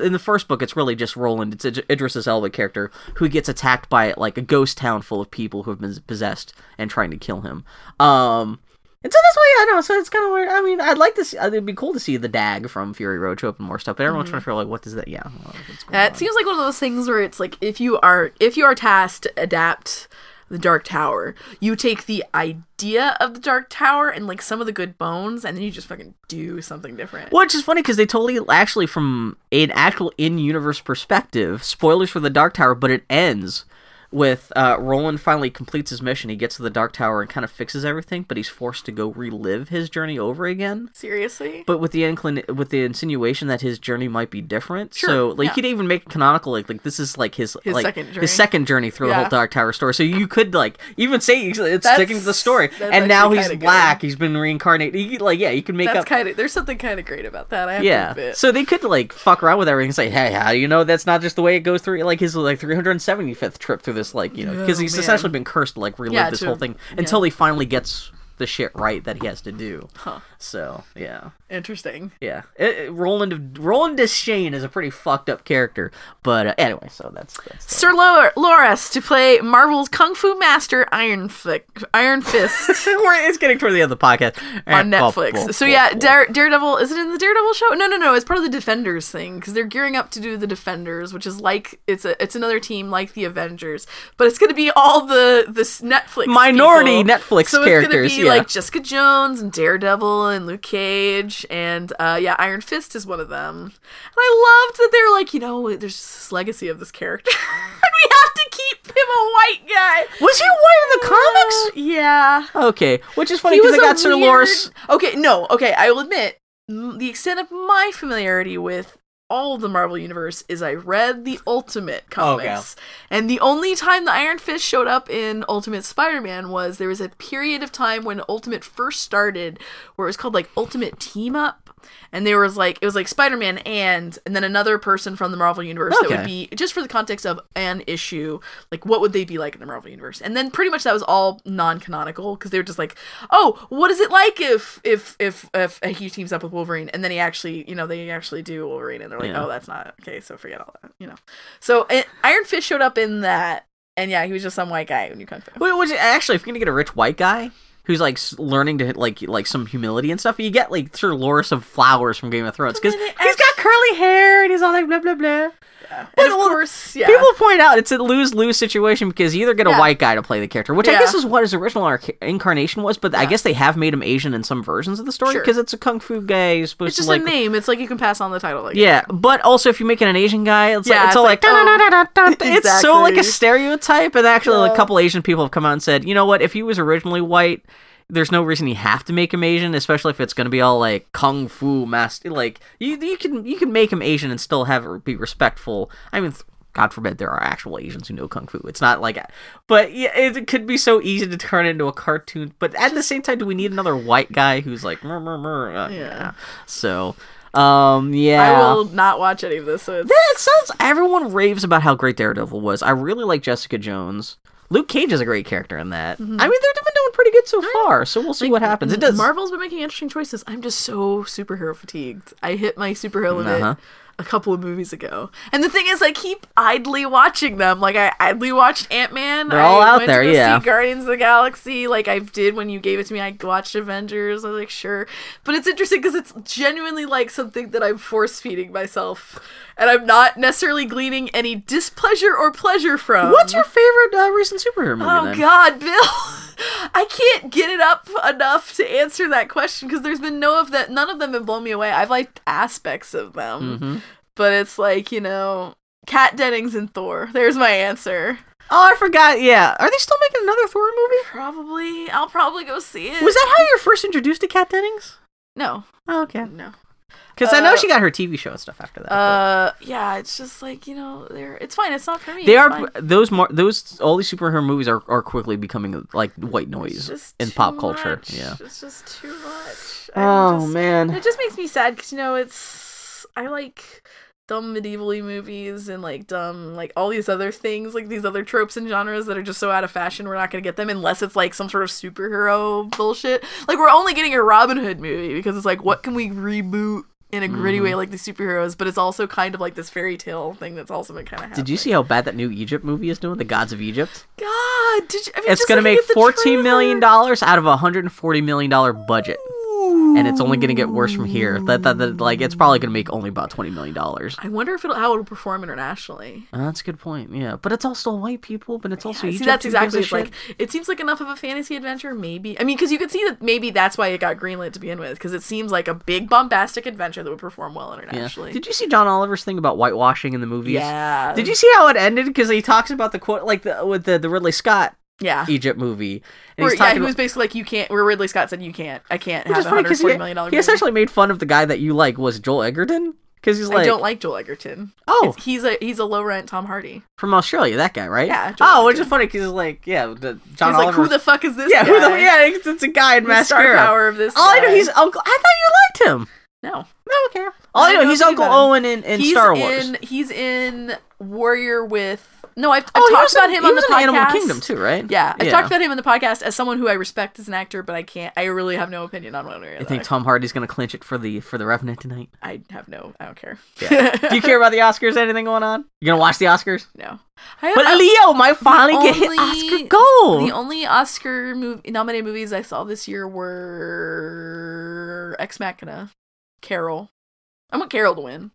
in the first book, it's really just Roland. It's Id- Idris Elba character who gets attacked by like a ghost town full of people who have been possessed and trying to kill him. Um, and so that's why yeah, I know. So it's kind of weird. I mean, I'd like to see. uh, It'd be cool to see the Dag from Fury Road show up and more stuff. But everyone's trying to figure out like, what does that? Yeah, well, what's going That on? seems like one of those things where it's like if you are if you are tasked to adapt the Dark Tower, you take the idea of the Dark Tower and like some of the good bones, and then you just fucking do something different. Which is funny because they totally actually from an actual in-universe perspective. Spoilers for the Dark Tower, but it ends with uh, Roland finally completes his mission. He gets to the Dark Tower and kind of fixes everything, but he's forced to go relive his journey over again. Seriously? but with the inclin with the insinuation that his journey might be different. so like yeah. you could even make it canonical like like this is like his, His like second journey. his second journey through the Yeah. whole Dark Tower story. So you could like even say it's sticking to the story, that's and now actually he's kinda good. black. He's been reincarnated. You could, like yeah, you can make That's up. kind of there's something kind of great about that. I have to Yeah, admit. so they could like fuck around with everything and say, "Hey, how do you know that's not just the way it goes through?" Like his like 375th trip through this, like you know, because Oh, he's man. essentially been cursed to like relive Yeah, this to- whole thing until he finally gets the shit right that he has to do. So yeah, Interesting. yeah, it, it- Roland Roland Deschain is a pretty fucked up character, but uh, anyway, so that's, that's Sir Lor- Loras to play Marvel's Kung Fu Master Iron Flick, Iron Fist <laughs> We're- it's getting toward the end of the podcast Eh, on Netflix. So yeah, Dare- Daredevil is it in the Daredevil show? No, no, no. It's part of the Defenders thing because they're gearing up to do the Defenders, which is like it's a it's another team like the Avengers, but it's gonna be all the this Netflix Minority people. Netflix so It's characters, gonna be yeah. like Jessica Jones and Daredevil and Luke Cage and uh, yeah, Iron Fist is one of them. And I loved that they're like you know there's just this legacy of this character. <laughs> and we have to keep him a white guy. was he white in the comics? Uh, yeah. Okay, which is funny because I a got Sir weird- Loris. Okay, no, okay, I will admit m- the extent of my familiarity with all of the Marvel universe is I read the Ultimate Okay. comics, and the only time the Iron Fist showed up in Ultimate Spider-Man was there was a period of time when Ultimate first started, where it was called like Ultimate Team Up. And there was like it was like Spider Man and and then another person from the Marvel universe that would be Okay. just for the context of an issue, like what would they be like in the Marvel universe? And then pretty much that was all non-canonical because they were just like, oh, what is it like if if if if he teams up with Wolverine and then he actually, you know, they actually do Wolverine and they're like, Yeah. oh, that's not okay, so forget all that, you know. So and Iron Fist showed up in that, and yeah, he was just some white guy when you kung fu. Wh- Which actually, if you're gonna get a rich white guy who's like s- learning to like like some humility and stuff, you get like Sir Loris of Flowers from Game of Thrones because But then it he's got curly hair and he's all like blah blah blah. And of well, course, yeah, People point out it's a lose lose situation because you either get Yeah. a white guy to play the character, which Yeah. I guess is what his original arc- incarnation was, but I guess they have made him Asian in some versions of the story Sure. because it's a kung fu guy who's supposed it's just to like. a name. It's like you can pass on the title. Like, Yeah, but also if you make it an Asian guy, it's Yeah, like it's it's all like, like, oh. "Da-da-da-da-da-da." <laughs> it's so like Exactly. a stereotype. And actually, like, Yeah. a couple Asian people have come out and said, you know what? If he was originally white, there's no reason you have to make him Asian, especially if it's going to be all like kung fu master. Like you, you can you can make him Asian and still have it be respectful. I mean. th- God forbid there are actual Asians who know kung fu. It's not like, but yeah, it could be so easy to turn into a cartoon. But at the same time, do we need another white guy who's like, "Mur, mur, mur," uh, Yeah. So, um, yeah. I will not watch any of this. So it's, Yeah, it sounds. Everyone raves about how great Daredevil was. I really like Jessica Jones. Luke Cage is a great character in that. Mm-hmm. I mean, they've been doing pretty good so far, so we'll see what happens. It does. Marvel's been making interesting choices. I'm just so superhero fatigued. I hit my superhero limit Uh-huh. a couple of movies ago, and the thing is, I keep idly watching them. Like I idly watched Ant Man. They're all I out went to there, go yeah. See Guardians of the Galaxy. Like I did when you gave it to me. I watched Avengers. I was like, sure, but it's interesting because it's genuinely like something that I'm force feeding myself, and I'm not necessarily gleaning any displeasure or pleasure from. What's your favorite uh, recent superhero movie? Oh then? God, Bill, <laughs> I can't get it up enough to answer that question because there's been no of that. None of them have blown me away. I've liked aspects of them, Mhm. but it's like you know, Kat Dennings and Thor. There's my answer. Oh, I forgot. Yeah, are they still making another Thor movie? Probably, I'll probably go see it. Was that how you were first introduced to Kat Dennings? no, Oh, okay. no? Because I know she got her TV show and stuff after that. but- Uh, yeah, it's just like you know, they're it's fine. It's not for me. they it's are fine. those mar- those all these superhero movies are, are quickly becoming like white It's noise just in too pop culture. much. Yeah. it's just too much. I'm Oh just- man. it just makes me sad because you know it's I like dumb medieval movies and like dumb like all these other things like these other tropes and genres that are just so out of fashion we're not gonna get them unless it's like some sort of superhero bullshit like we're only getting a robin hood movie because it's like what can we reboot in a gritty Mm-hmm. way like the superheroes but it's also kind of like this fairy tale thing that's also been kind of Did you see how bad that new Egypt movie is doing? The Gods of Egypt. god did you, I mean, It's just going to looking make at the fourteen trailer- million dollars out of a hundred and forty million dollar budget, and it's only going to get worse from here. That, that, that like it's probably going to make only about twenty million dollars. I wonder if it'll how it'll perform internationally Uh, that's a good point. Yeah, but it's all still white people. But it's also Yeah, Egypt. see, that's who gives exactly a it's like shit? it seems like enough of a fantasy adventure. Maybe I mean, because you could see that maybe that's why it got greenlit to begin with, because it seems like a big bombastic adventure that would perform well Yeah. internationally. Did you see John Oliver's thing about whitewashing in the movies? yeah. Did you see how it ended? Because he talks about the quote like the, with the, the Ridley Scott Yeah. Egypt movie. And Where, he's yeah, talking he about, was basically like, "You can't." Where Ridley Scott said, "You can't. I can't which have is a funny hundred because forty million he, dollar he essentially made fun of the guy that you like was Joel Egerton because he's like, I don't like Joel Egerton. oh, It's- he's a he's a low rent Tom Hardy. from Australia, that guy, right? Yeah, Joel Oh, which is Egerton. funny because like, yeah, the John he's like, Oliver. "Who the fuck is this?" <laughs> yeah, guy? who the yeah, it's, it's a guy in The star mascara. power of this. All I know, guy?" he's Uncle. I thought you liked him. no. No, I don't care. All I I know, know he's nothing Uncle about him. Owen in, in he's Star Wars. In, he's in Warrior with. No, I've, I've oh, he talked was in- about him he on was the in podcast. Animal Kingdom too, right? Yeah, I talked about him in the podcast as someone who I respect as an actor, but I can't. I really have no opinion on one way or I the think other. Tom Hardy's gonna clinch it for the for the <laughs> Revenant tonight. I have no. I don't care. <laughs> Do you care about the Oscars? Anything going on? You gonna watch the Oscars? no. I, But I- Leo might finally get his only- Oscar gold. the only Oscar movie nominated movies I saw this year were Ex Machina, Carol. I want Carol to win.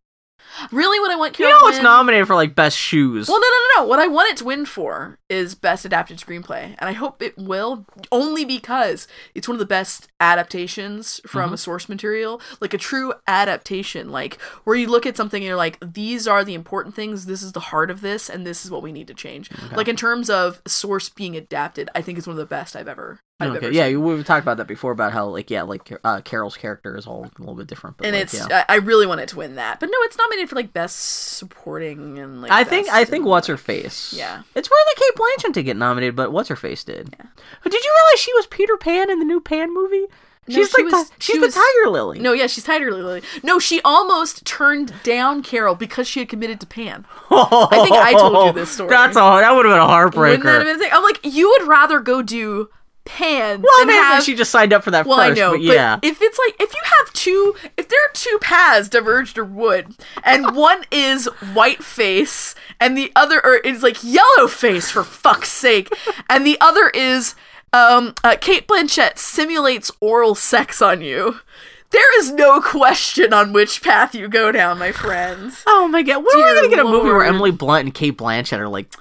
Really, what I want you Carol to know it's win. nominated for like best shoes. Well, no, no, no, no. What I want it to win for is best adapted screenplay, and I hope it will, only because it's one of the best adaptations from Mm-hmm. a source material, like a true adaptation, like where you look at something and you're like, these are the important things, this is the heart of this, and this is what we need to change. Like in terms of source being adapted, I think it's one of the best I've ever. I've okay, ever yeah, we've talked about that before about how like yeah, like uh, Carol's character is all a little bit different. But and like, it's yeah. I, I really want it to win that, but no, it's nominated for like best supporting and like. I think best I think and- what's her face. yeah. it's weird that Kate Blanchett didn't get nominated, but what's her face did. But did you realize she was Peter Pan in the new Pan movie? No, she's she like was- the, she she's was- the Tiger Lily. No, yeah, she's Tiger Lily. No, she almost turned down Carol because she had committed to Pan. I think I told you this story. <laughs> That's a that would have been a heartbreaker. Wouldn't that have been the thing? I'm like, you would rather go do Pan well, than maybe have. she just signed up for that well, first. I know, but but, yeah. if it's like if you have two, if there are two paths diverged or wood, <laughs> and one is white face and the other or is like yellow face for fuck's sake, and the other is um, uh, Kate Blanchett simulates oral sex on you. There is no question on which path you go down, my friends. oh my god, when are we Dear gonna get a movie where Lord. Emily Blunt and Kate Blanchett are like?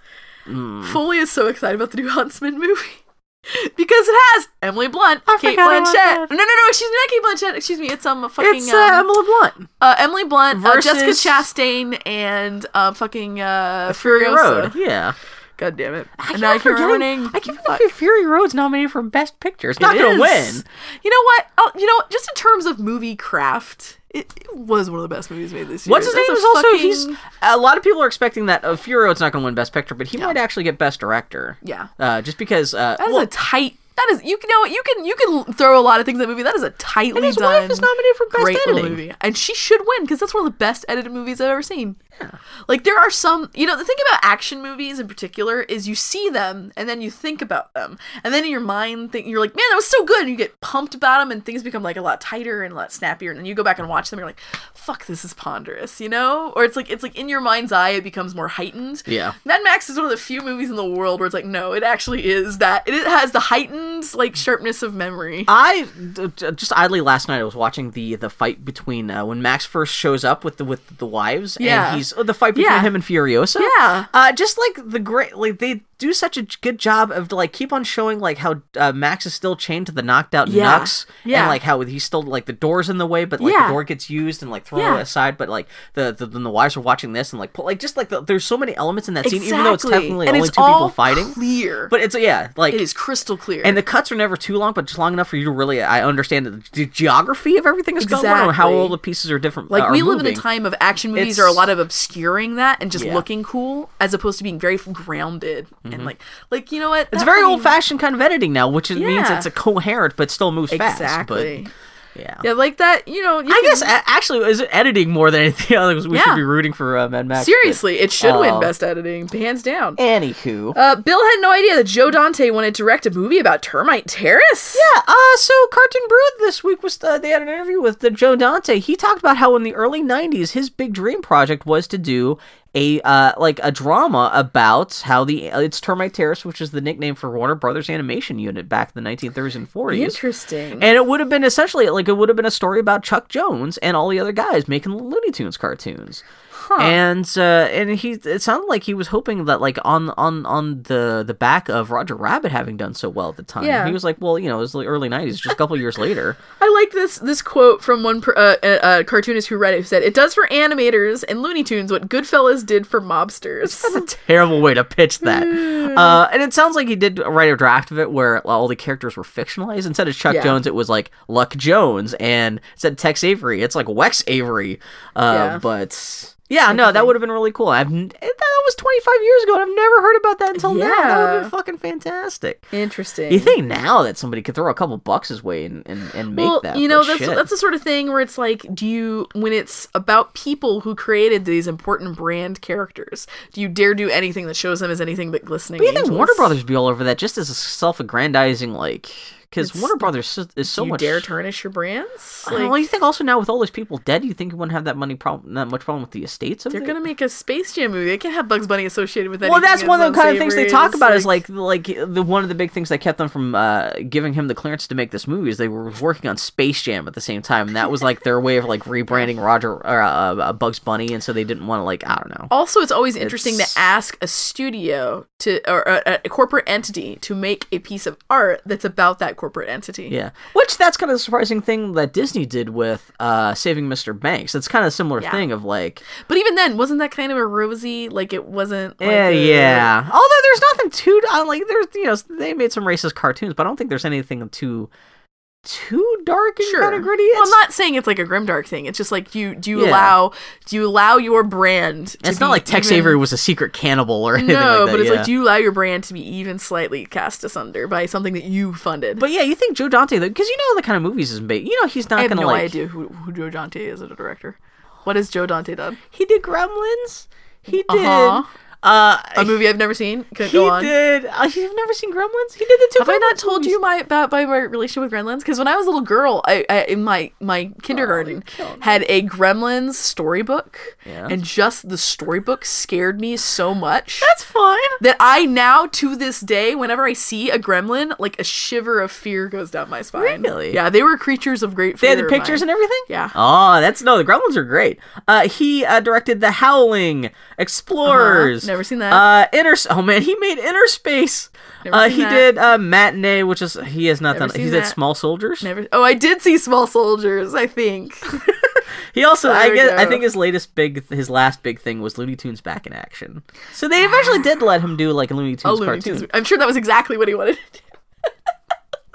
Hmm. Foley is so excited about the new Huntsman movie <laughs> because it has Emily Blunt, I Kate forgot about Blanchett. that. No, no, no, she's not Kate Blanchett. Excuse me, it's um a fucking It's uh, um, Emily Blunt. uh, Emily Blunt, uh, Jessica versus- Chastain, and uh, fucking uh, Fury Furiosa. Road. Yeah. God damn it! I And now I keep keep forgetting. ruining. I keep forgetting Fury Road's nominated for Best Picture. It's not It gonna is. win. You know what? Oh, you know, what? just in terms of movie craft, it, it was one of the best movies made this year. What's his That's name? a Is also fucking- he's a lot of people are expecting that uh, Fury Road's not gonna win Best Picture, but he might actually get Best Director. Yeah. Uh, just because. Uh, That is well, a tight. That is you can know you can you can throw a lot of things at that movie. That is a tightly and his done. wife is nominated for Best great little Editing. movie, and she should win because that's one of the best edited movies I've ever seen. Like there are some, you know, the thing about action movies in particular is you see them and then you think about them, and then in your mind, think you're like, man, that was so good, and you get pumped about them, and things become like a lot tighter and a lot snappier, and then you go back and watch them, and you're like, fuck, this is ponderous, you know, or it's like it's like in your mind's eye, it becomes more heightened. Yeah. Mad Max is one of the few movies in the world where it's like, no, it actually is that it has the heightened like sharpness of memory. I d- d- just oddly last night I was watching the the fight between uh, when Max first shows up with the with the wives Yeah. and he's oh, the fight between Yeah. him and Furiosa. Yeah. Uh, just like the great like they do such a good job of like keep on showing like how uh, Max is still chained to the knocked out Yeah. Nux Yeah. and like how he's still like the door's in the way but like Yeah. the door gets used and like thrown Yeah. aside but like the, the then the wives are watching this and like pull, like just like the, there's so many elements in that scene even though it's Exactly. technically and only it's two all people fighting Clear, but it's yeah like it is crystal clear. and the cuts are never too long, but just long enough for you to really I understand the, the geography of everything is going on, or how Exactly. all the pieces are different. like are we live in moving. a time of action movies It's- are a lot of obscuring that and just Yeah. Mm-hmm. looking cool as opposed to being very grounded and like like you know what It's very old-fashioned kind of editing now, which it means Yeah. it's a coherent but still moves fast. but- exactly yeah. yeah like that you know you I can- guess a- actually it was editing more than anything <laughs> else. We Yeah. should be rooting for uh, Mad Max. but- seriously it should Oh. win best editing hands down Anywho. uh, Bill had no idea that Joe Dante wanted to direct a movie about termite terrace. Yeah, uh, so Cartoon Brood this week was uh, they had an interview with the Joe Dante. He talked about how in the early '90s his big dream project was to do a uh, like a drama about how the uh, it's Termite Terrace, which is the nickname for Warner Brothers Animation Unit back in the 1930s and 40s. Interesting. And it would have been essentially like it would have been a story about Chuck Jones and all the other guys making Looney Tunes cartoons. And uh, and he it sounded like he was hoping that like on on on the the back of Roger Rabbit having done so well at the time. Yeah. He was like, well, you know, it was the early '90s, just a <laughs> couple years later. I like this this quote from one per, uh, uh, uh, cartoonist who read it who said, "It does for animators and Looney Tunes what Goodfellas did for mobsters." That's a terrible way to pitch that. Hmm. uh, and it sounds like he did write a draft of it where all the characters were fictionalized. Instead of Chuck Yeah. Jones, it was like Luck Jones, and instead of Tex Avery, it's like Wex Avery. Uh, Yeah. But yeah, no, that would have been really cool. I've n- that was 25 years ago, and I've never heard about that until now. That would have Yeah. been fucking fantastic. Interesting. You think now that somebody could throw a couple bucks his way and, and, and make well, that? you know but that's shit. that's the sort of thing where it's like, do you when it's about people who created these important brand characters, do you dare do anything that shows them as anything but glistening? But you think angels? Warner Brothers would be all over that just as a self-aggrandizing, like, because It's- Warner Brothers is- is Do so you much. dare tarnish your brands? I don't know, Like well, you think also now with all those people dead, you think you wouldn't have that money problem, that much problem with the estates of they're it? gonna make a Space Jam movie. They can't have Bugs Bunny associated with that. Well, that's one of the kind of things they talk about is like like the one of the big things that kept them from uh, giving him the clearance to make this movie is they were working on Space Jam at the same time, and that was like their way of like rebranding Roger or uh, uh, Bugs Bunny, and so they didn't want to like I don't know. Also, it's always interesting It's- to ask a studio to or a, a corporate entity to make a piece of art that's about that corporate entity. Yeah, which that's kind of a surprising thing that Disney did with uh, Saving Mr. Banks. It's kind of a similar Yeah. thing of like, But even then, wasn't that kind of a rosy? Like it wasn't. Like eh, a- yeah. Although there's nothing too I like there's you know they made some racist cartoons, but I don't think there's anything too too dark and Sure. kind of gritty. Well, I'm It's- not saying it's like a grimdark thing. It's just like you do you Yeah. allow do you allow your brand? To it's not be like Tex even- Avery was a secret cannibal or <laughs> anything No, like that. but it's yeah. like do you allow your brand to be even slightly cast asunder by something that you funded? but yeah, you think Joe Dante because you know the kind of movies is made. You know he's not I have gonna no like idea who, who Joe Dante is as a director. What has Joe Dante done? he did Gremlins. He did Uh-huh. uh, A movie I've never seen. Couldn't he go on. did. Uh, you've never seen Gremlins? He did the two. Have I not Gremlins told movies. you my about my, my relationship with Gremlins? Because when I was a little girl, I, I in my my kindergarten Oh, killed me. had a Gremlins storybook, Yeah. and just the storybook scared me so much <laughs> That's fine. that I now to this day, whenever I see a Gremlin, like a shiver of fear goes down my spine. Really? Yeah, they were creatures of great. They fear had the of mine. pictures and everything. Yeah. Oh, that's no. The Gremlins are great. Uh, he uh, directed The Howling, Explorers. Uh-huh. Never seen that. Uh, Inner. Oh man, he made Inner Space. Never uh, seen he that. did uh, Matinee, which is he has not Never done. He seen did that. Small Soldiers. Never. Oh, I did see Small Soldiers. I <laughs> think. He also, There I we guess, I go. think his latest big, his last big thing was Looney Tunes back in action. <sighs> So they eventually did let him do like a Looney A Tunes Looney cartoon. Tunes. <laughs> I'm sure that was exactly what he wanted. to do.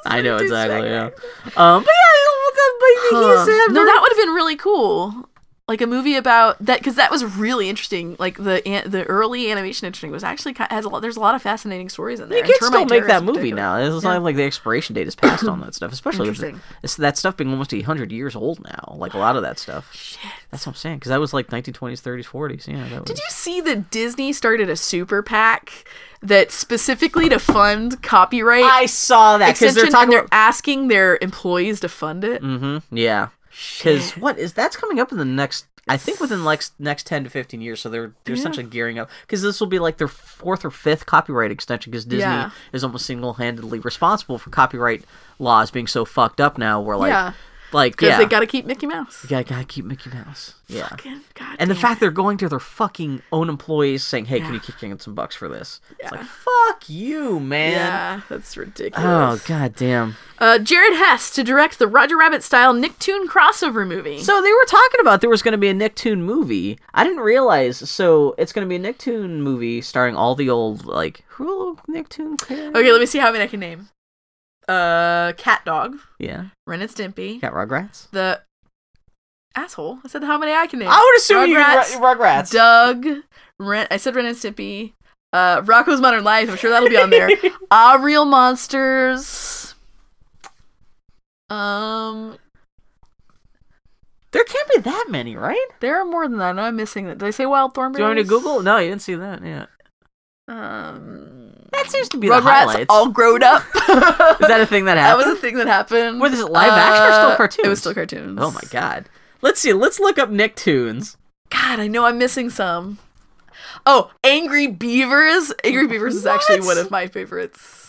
I know Tunes exactly. Yeah. back Um, but yeah, but he's Huh. uh, no, very that would have been really cool. Like a movie about that because that was really interesting. Like the an- the early animation interesting was actually kind has a lot. There's a lot of fascinating stories in there. You and can still Termite make Terror that in movie particular. now. It's not like the expiration date is passed on <clears throat> that stuff, especially with the, Interesting. it's, that stuff being almost 100 years old now. Like a lot of that stuff. Shit. That's what I'm saying. Because that was like 1920s, 30s, 40s. Yeah. That was, Did you see that Disney started a super PAC that specifically to fund copyright I saw that because extension, they're talking and they're about. asking their employees to fund it? Mm-hmm, yeah. Because what is that's coming up in the next? I think within the next next ten to fifteen years. So they're they're essentially gearing up because this will be like their fourth or fifth copyright extension because Disney Yeah. is almost single handedly responsible for copyright laws being so fucked up now. Where like Yeah. Like, because yeah, they gotta keep Mickey Mouse. yeah, gotta keep Mickey Mouse. Yeah. Fucking God And the damn fact it. they're going to their fucking own employees saying, "Hey, can Yeah. you kick in some bucks for this?" It's like, Yeah. "Fuck you, man." yeah, that's Oh ridiculous. goddamn! Uh, Jared Hess to direct the Roger Rabbit style Nicktoon crossover movie. So they were talking about there was going to be a Nicktoon movie. I didn't realize. So it's going to be a Nicktoon movie starring all the old like who Nicktoon characters. okay, let me see how many I can name. Uh, Cat Dog, Yeah, Ren and Stimpy, got Rugrats. the asshole. I said how many I can name. I would assume you Rugrats, Ru- Rugrats. Doug, Ren. I said Ren and Stimpy. Uh, Rocco's Modern Life. I'm sure that'll be on there. Ah, Real Monsters. Um, <laughs> There can't be that many, right? there are more than that. I know I'm missing that. Did I say Wild Thornberry? Do you want me to Google? No, you didn't see that. Yeah, Um, that seems to be the Rugrats highlights. all grown up. <laughs> Is that a thing that That happened? was a thing that happened. Uh, Wait, is it live action or still It cartoons? was still cartoons. Oh my god. Let's see. Let's look up Nicktoons. God, I know I'm missing some. Oh, Angry Beavers. Angry Beavers is actually one What? of my favorites.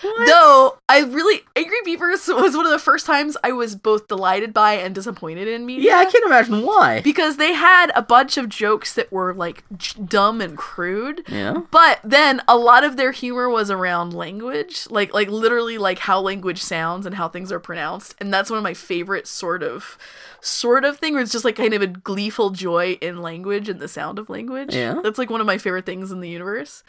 What? Though I really Angry Beavers was one of the first times I was both delighted by and disappointed in media. Yeah, I can't imagine why. because they had a bunch of jokes that were like j- dumb and crude. Yeah. But then a lot of their humor was around language, like like literally like how language sounds and how things are pronounced, and that's one of my favorite sort of sort of thing where it's just like kind of a gleeful joy in language and the sound of language. Yeah. that's like one of my favorite things in the universe.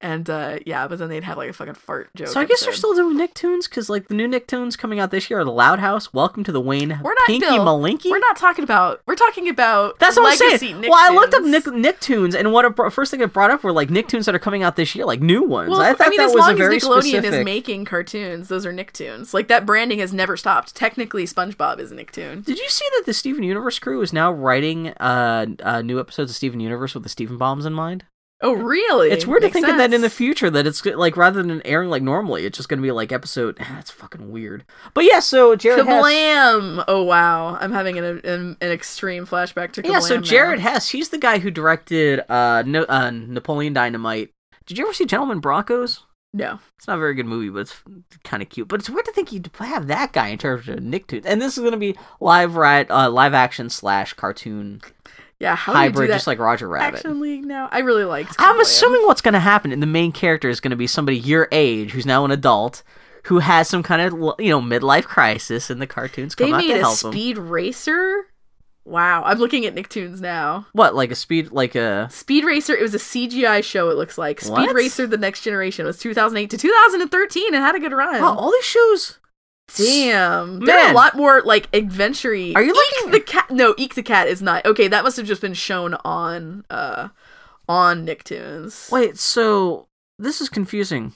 And uh, yeah, but then they'd have like a fucking fart joke. So I guess episode. they're still doing Nicktoons because like the new Nicktoons coming out this year are the Loud House, Welcome to the Wayne, We're not Pinky Bill. Malinky. We're not talking about. We're talking about. That's what I'm legacy saying. Well, I looked up Nicktoons. Nick- Nicktoons, and what it brought, first thing it brought up were like Nicktoons that are coming out this year, like new ones. Well, I I, thought mean, that as was long a as very Nickelodeon specific. is making cartoons, those are Nicktoons. Like that branding has never stopped. Technically, SpongeBob is a Nicktoon. Did you see that the Steven Universe crew is now writing uh, uh, new episodes of Steven Universe with the Steven bombs in mind? Oh, really? It's weird to Makes think of that in the sense. future that it's like rather than airing like normally, it's just gonna be like episode. ah, That's fucking weird. But yeah, so Jared. Hess, Kablam! Oh wow, I'm having an an, an extreme flashback to Kablam. yeah, so now. Jared Hess, he's the guy who directed uh, no, uh Napoleon Dynamite. Did you ever see Gentlemen Broncos? No, It's not a very good movie, but it's kind of cute. But it's weird to think you'd have that guy in terms of Nicktoons. And this is gonna be live right, uh, live action slash cartoon yeah, how do you hybrid, do that? just like Roger Rabbit. Action League now. I really liked. I'm Kablam. assuming what's going to happen, and the main character is going to be somebody your age who's now an adult who has some kind of you know midlife crisis, and the cartoons come they out made a to help him. Speed Racer. Wow, I'm looking at Nicktoons now. What like a speed like a Speed Racer. It was a CGI show. It looks like Speed What? Racer: The Next Generation was 2008 to 2013 and had a good run. wow, all these shows. Damn, there are Man. a lot more like adventure Are you looking- Eek the cat? No, Eek the cat is not. Okay, that must have just been shown on uh on Nicktoons. Wait, so this is confusing.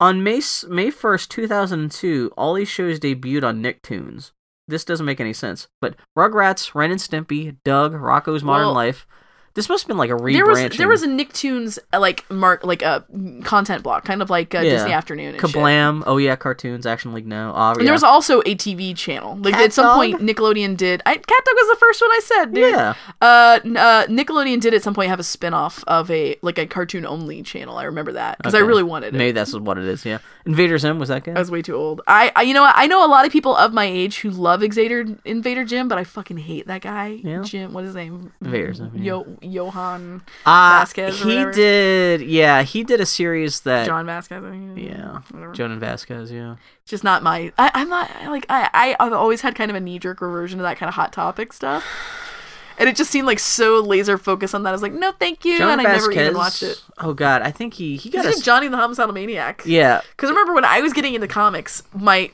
On May s- May first, two thousand and two, all these shows debuted on Nicktoons. This doesn't make any sense. But Rugrats, Ren and Stimpy, Doug, Rocco's Modern Well, Life. This must have been like a rebranching. There was there was a Nicktoons uh, like mark like a content block, kind of like uh, Yeah. Disney Afternoon. And shit. Kablam! Oh yeah, cartoons, Action League now. Oh, And yeah. there was also a TV channel. Like Cat at some Dog? point, Nickelodeon did. I, Cat Dog was the first one I said, dude. yeah. Uh, n- uh, Nickelodeon did at some point have a spin off of a like a cartoon only channel. I remember that because Okay. I really wanted it. Uh, Maybe that's what it is. Yeah, Invader Zim was that I good? was way too old. I, I you know what? I know a lot of people of my age who love Xavier Invader Jim, but I fucking hate that guy. Yeah. Jim, what is his name? Vader's name, yeah. Yo Johan Ah, Vasquez or he whatever. did. Yeah, he did a series that. John Vasquez. I think. yeah, Whatever. Joan and Vasquez. Yeah, Just not my. I, I'm not I like I I- I've always had kind of a knee jerk reversion to that kind of hot topic stuff, and it just seemed like so laser focused on that. I was like, no, thank you, Joan and I Vasquez. never even watched it. Oh God, I think he he got He's a. like Johnny the Homicidal Maniac. yeah, Because remember when I was getting into comics, my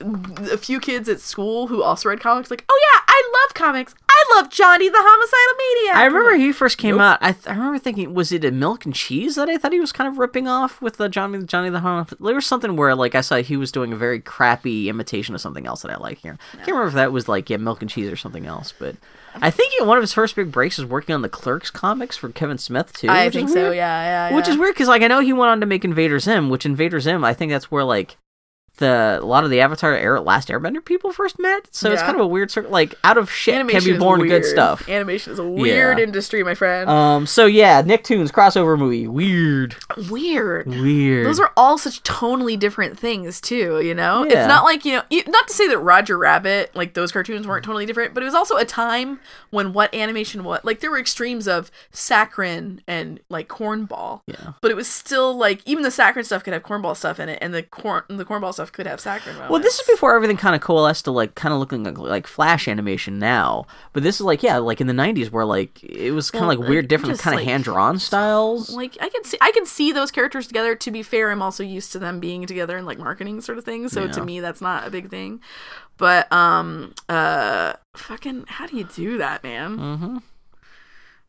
a few kids at school who also read comics like, oh yeah, I love comics. I love Johnny the Homicidal Maniac. I remember he first came Nope. out. I, th- I remember thinking, was it a Milk and Cheese that I thought he was kind of ripping off with the Johnny Johnny the Hum? There was something where like I saw he was doing a very crappy imitation of something else that I like here. I can't remember if that was like yeah Milk and Cheese or something else, but I think he, one of his first big breaks was working on the Clerks comics for Kevin Smith too. I which is think so. weird. Yeah, yeah, Which yeah. is weird because like I know he went on to make Invader Zim, which Invader Zim I think that's where like the a lot of the Avatar Air, Last Airbender people first met. So it's Yeah. kind of a weird circle. Like out of shit can be is born good weird. stuff. Animation is a weird Yeah. industry, my friend. Um. So yeah, Nicktoons crossover movie. Weird. weird. Weird. Those are all such tonally different things, too. You know, Yeah. it's not like you know, you- not to say that Roger Rabbit, like those cartoons, weren't totally different, but it was also a time when what animation was like there were extremes of saccharin and like cornball. Yeah. But it was still like even the saccharin stuff could have cornball stuff in it, and the corn the cornball stuff could have saccharin. Well, this is moments. before everything kind of coalesced to like kind of looking like, like flash animation now. But this is like yeah, like in the '90s where like it was kind of Well, like weird, like, different just, kind of like, hand drawn styles. like I can see I can see those characters together. To be fair, I'm also used to them being together in like marketing sort of things. So Yeah. to me, that's not a big thing. But um uh fucking how do you do that, man? mm-hmm.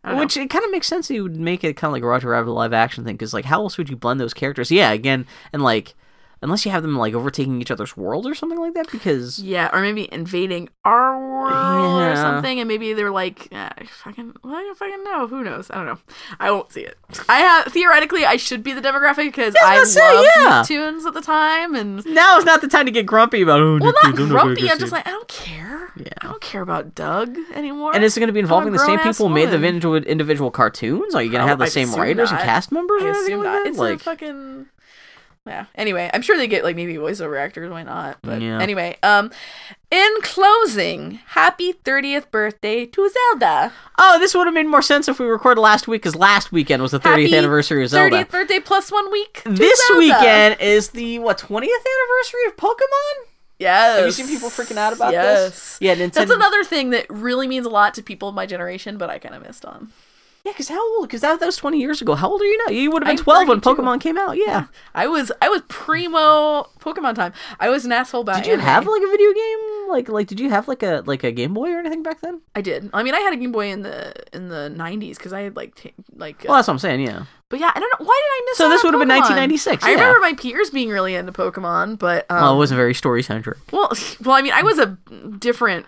I don't know. Which it kind of makes sense that you would make it kind of like a Roger Rabbit live action thing because like how else would you blend those characters? Yeah, again, and like unless you have them like overtaking each other's world or something like that because yeah, or maybe invading our world or Yeah. something, and maybe they're like, uh, fucking, well, I don't fucking know. Who knows? I don't know. I won't see it. I have theoretically, I should be the demographic because I I was gonna say, loved Nicktoons at the time, and now is not the time to get grumpy about. Oh, well, not Nicktoons, I'm not gonna grumpy. go I'm see just it." like, I don't care. Yeah. I don't care about Doug anymore. And is it going to be involving the same grown-ass people who made the woman. individual, individual cartoons? Are you going to have the Prob- I same assume writers and not. cast members? I or anything assume like not. that? It's like, a fucking yeah. Anyway, I'm sure they get like maybe voiceover actors. Why not? But Yeah. anyway, um, in closing, happy 30th birthday to Zelda. Oh, this would have made more sense if we recorded last week, because last weekend was the 30th Happy anniversary of Zelda. 30th birthday plus one week. to This Zelda. weekend is the what 20th anniversary of Pokemon. Yes. Have you seen people freaking out about this? yes. Yeah, Nintendo. That's another thing that really means a lot to people of my generation, but I kind of missed on. Yeah, because how old? Because that, that was 20 years ago. How old are you now? You would have been I'm 12 when 32. Pokemon came out. Yeah. <laughs> I was I was primo Pokemon time. I was an asshole about Did you anime. have like a video game? Like like did you have like a like a Game Boy or anything back then? I did. I mean, I had a Game Boy in the in the 90s because I had like t- like Well, that's what I'm saying. Yeah. But yeah, I don't know why did I miss. So out this on would have been Pokemon? 1996, I yeah. remember my peers being really into Pokemon, but um, well, Oh, it wasn't very story centric. well, <laughs> well, I mean, I was a different,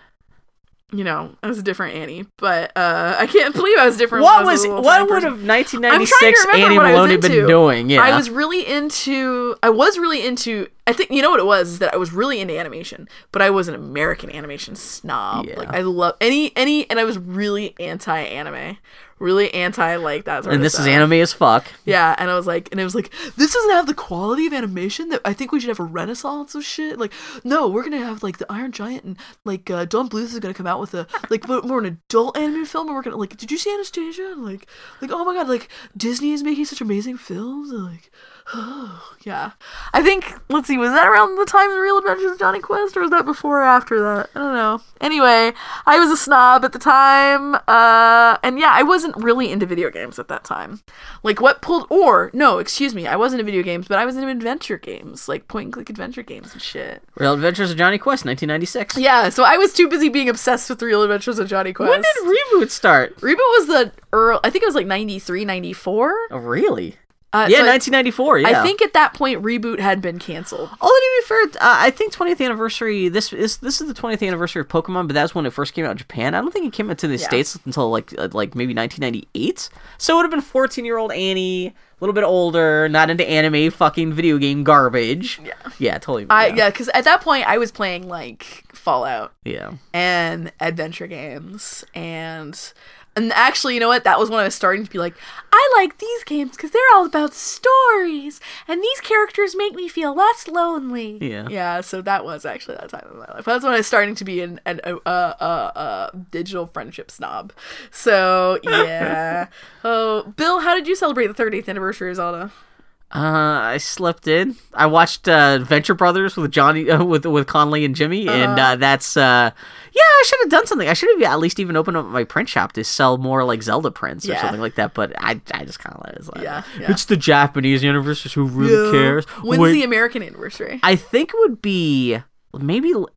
you know, I was a different Annie, but uh, I can't believe I was different. when What I was a little what tiny would person. have I'm trying 1996 to remember Annie what I was Maloney been into. doing? Yeah, I was really into. I was really into. I think you know what it was is that I was really into animation, but I was an American animation snob. Yeah. Like I love any any, and I was really anti anime, really anti like that. Sort and of this stuff. is anime as fuck. <laughs> Yeah, and I was like, and it was like, this doesn't have the quality of animation that I think we should have a renaissance of shit. Like, no, we're gonna have like the Iron Giant and like uh, Don Bluth is gonna come out with a like but more an adult animated film, and we're gonna like, did you see Anastasia? And, like, like oh my god, like Disney is making such amazing films. And, like, oh yeah, I think let's see, was that around the time of the Real Adventures of Johnny Quest, or was that before or after that? I don't know. Anyway, I was a snob at the time, uh, and yeah, I wasn't really into video games at that time. Like what pulled or no, excuse me, I wasn't into video games, but I was into adventure games, like point and click adventure games and shit. Real Adventures of Johnny Quest, 1996. Yeah, so I was too busy being obsessed with the Real Adventures of Johnny Quest. When did reboot start? Reboot was the earl I think it was like 93, 94. Oh, really? Uh, yeah, so I- 1994. Yeah. I think at that point reboot had been canceled. Although to be fair, uh, I think 20th anniversary. This is this is the 20th anniversary of Pokemon, but that's when it first came out in Japan. I don't think it came out to the states until like uh, like maybe 1998. So it would have been 14 year old Annie, a little bit older, not into anime, fucking video game garbage. Yeah, yeah, totally. I yeah, yeah, because at that point I was playing like Fallout yeah. and adventure games and and actually you know what that was when i was starting to be like i like these games because they're all about stories and these characters make me feel less lonely Yeah. yeah so that was actually that time of my life that's when i was starting to be an, an a, a, a, a digital friendship snob so <laughs> yeah oh bill how did you celebrate the 30th anniversary of zelda Uh, I slept in. I watched uh, Venture Brothers with Johnny, <laughs> uh, with with Conley and Jimmy, Uh-huh. and uh, that's uh, yeah. I should have done something. I should have at least even opened up my print shop to sell more like Zelda prints or Yeah. something like that. But I, I just kind of let it slide. Yeah, yeah. It's the Japanese anniversary. Who really cares? when's Wait, the american anniversary I think it would be maybe. l-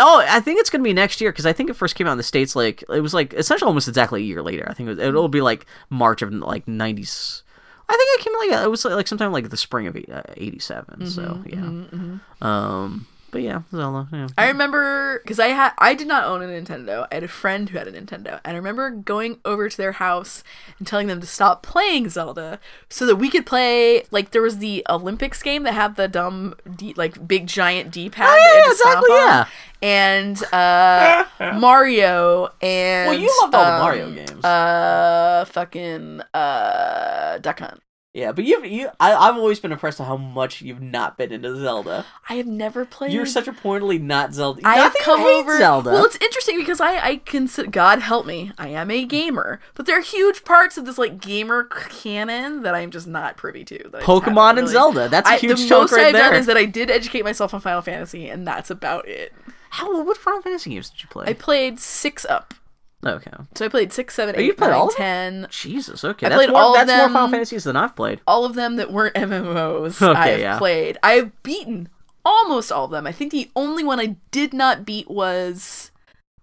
Oh, I think it's gonna be next year because I think it first came out in the states. Like it was like essentially almost exactly a year later. I think it was, it'll be like March of like nineties. I uh, Mm-hmm, think it came like it was like sometime like the spring of eighty seven. So yeah. Um. But yeah, Zelda. Yeah. I remember because I had I did not own a Nintendo. I had a friend who had a Nintendo, and I remember going over to their house and telling them to stop playing Zelda so that we could play. Like there was the Olympics game that had the dumb, D, like big giant D Oh, pad. yeah, exactly, yeah. And <laughs> uh, Mario and Well, you loved all the um, Mario games. Uh, fucking uh, Duck Hunt. yeah, but you've you I, I've always been impressed at how much you've not been into Zelda. I have never played. You're such a pointedly not Zelda. I Not have that you come hate over. Zelda. Well, it's interesting because I I consider God help me, I am a gamer, but there are huge parts of this like gamer c- canon that I am just not privy to. that I just haven't Pokemon and really- Zelda. That's a I, the huge chunk most right I've there. done is that I did educate myself on Final Fantasy, and that's about it. How? What Final Fantasy games did you play? I played six up, okay. so I played six, seven, Oh, you eight, played nine, all of them? 10, Jesus. Okay. I that's played more, all of that's more Final them. Fantasies than I've played. all of them that weren't <laughs> MMOs. Okay, I've yeah. played. I've beaten almost all of them. I think the only one I did not beat was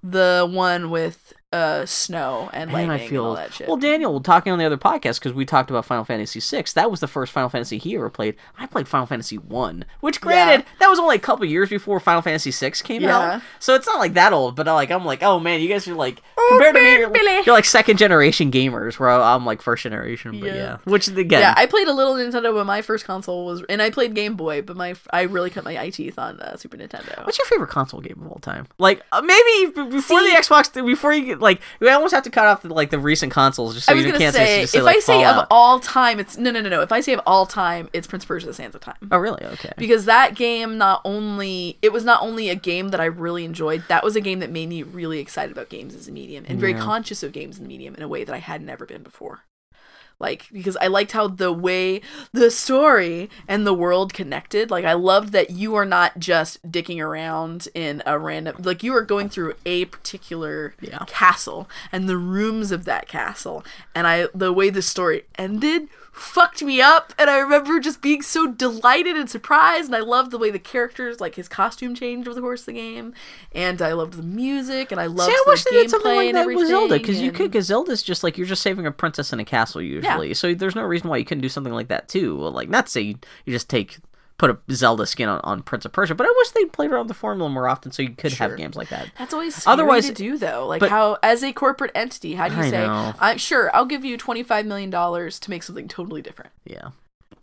the one with uh snow and Man, lightning I feel and all that shit. well. Daniel, talking on the other podcast because we talked about Final Fantasy VI. That was the first Final Fantasy he ever played. I played Final Fantasy One, which, granted, that was only a couple years before Final Fantasy VI came Yeah. out. So it's not like that old. But I, like, I'm like, oh man, you guys are like compared to me, you're, Oh, Billy. you're like second generation gamers, where I'm like first generation. But Yeah. yeah, which again, yeah, I played a little Nintendo when my first console was, and I played Game Boy, but my I really cut my eye teeth on uh, Super Nintendo. What's your favorite console game of all time? Like uh, maybe b- before the Xbox, before you get- like we almost have to cut off the, like the recent consoles just so I was you gonna can't say, just say if like, I say of Fallout. all time, it's no, no, no, no. If I say of all time, it's Prince of Persia: The Sands of Time. oh really? Okay. <laughs> because that game not only it was not only a game that I really enjoyed, that was a game that made me really excited about games as a medium and very Yeah. conscious of games in the medium in a way that I had never been before. Like because I liked how the way the story and the world connected. Like I loved that you are not just dicking around in a random like you are going through a particular Yeah. castle and the rooms of that castle and I the way the story ended fucked me up and I remember just being so delighted and surprised and I loved the way the characters like his costume changed over the course of the game and I loved the music and I loved See, I the wish they did something gameplay like and that everything. with Zelda because you and- could. Because Zelda's just like you're just saving a princess in a castle usually, so there's no reason why you couldn't do something like that too. Well, Like not to say you, you just take put a Zelda skin on, on Prince of Persia, but I wish they played around the formula more often so you could have games like that. That's always scary Otherwise- to do though. Like but- how as a corporate entity, how do you I say know. I'm sure I'll give you twenty five million dollars to make something totally different Yeah.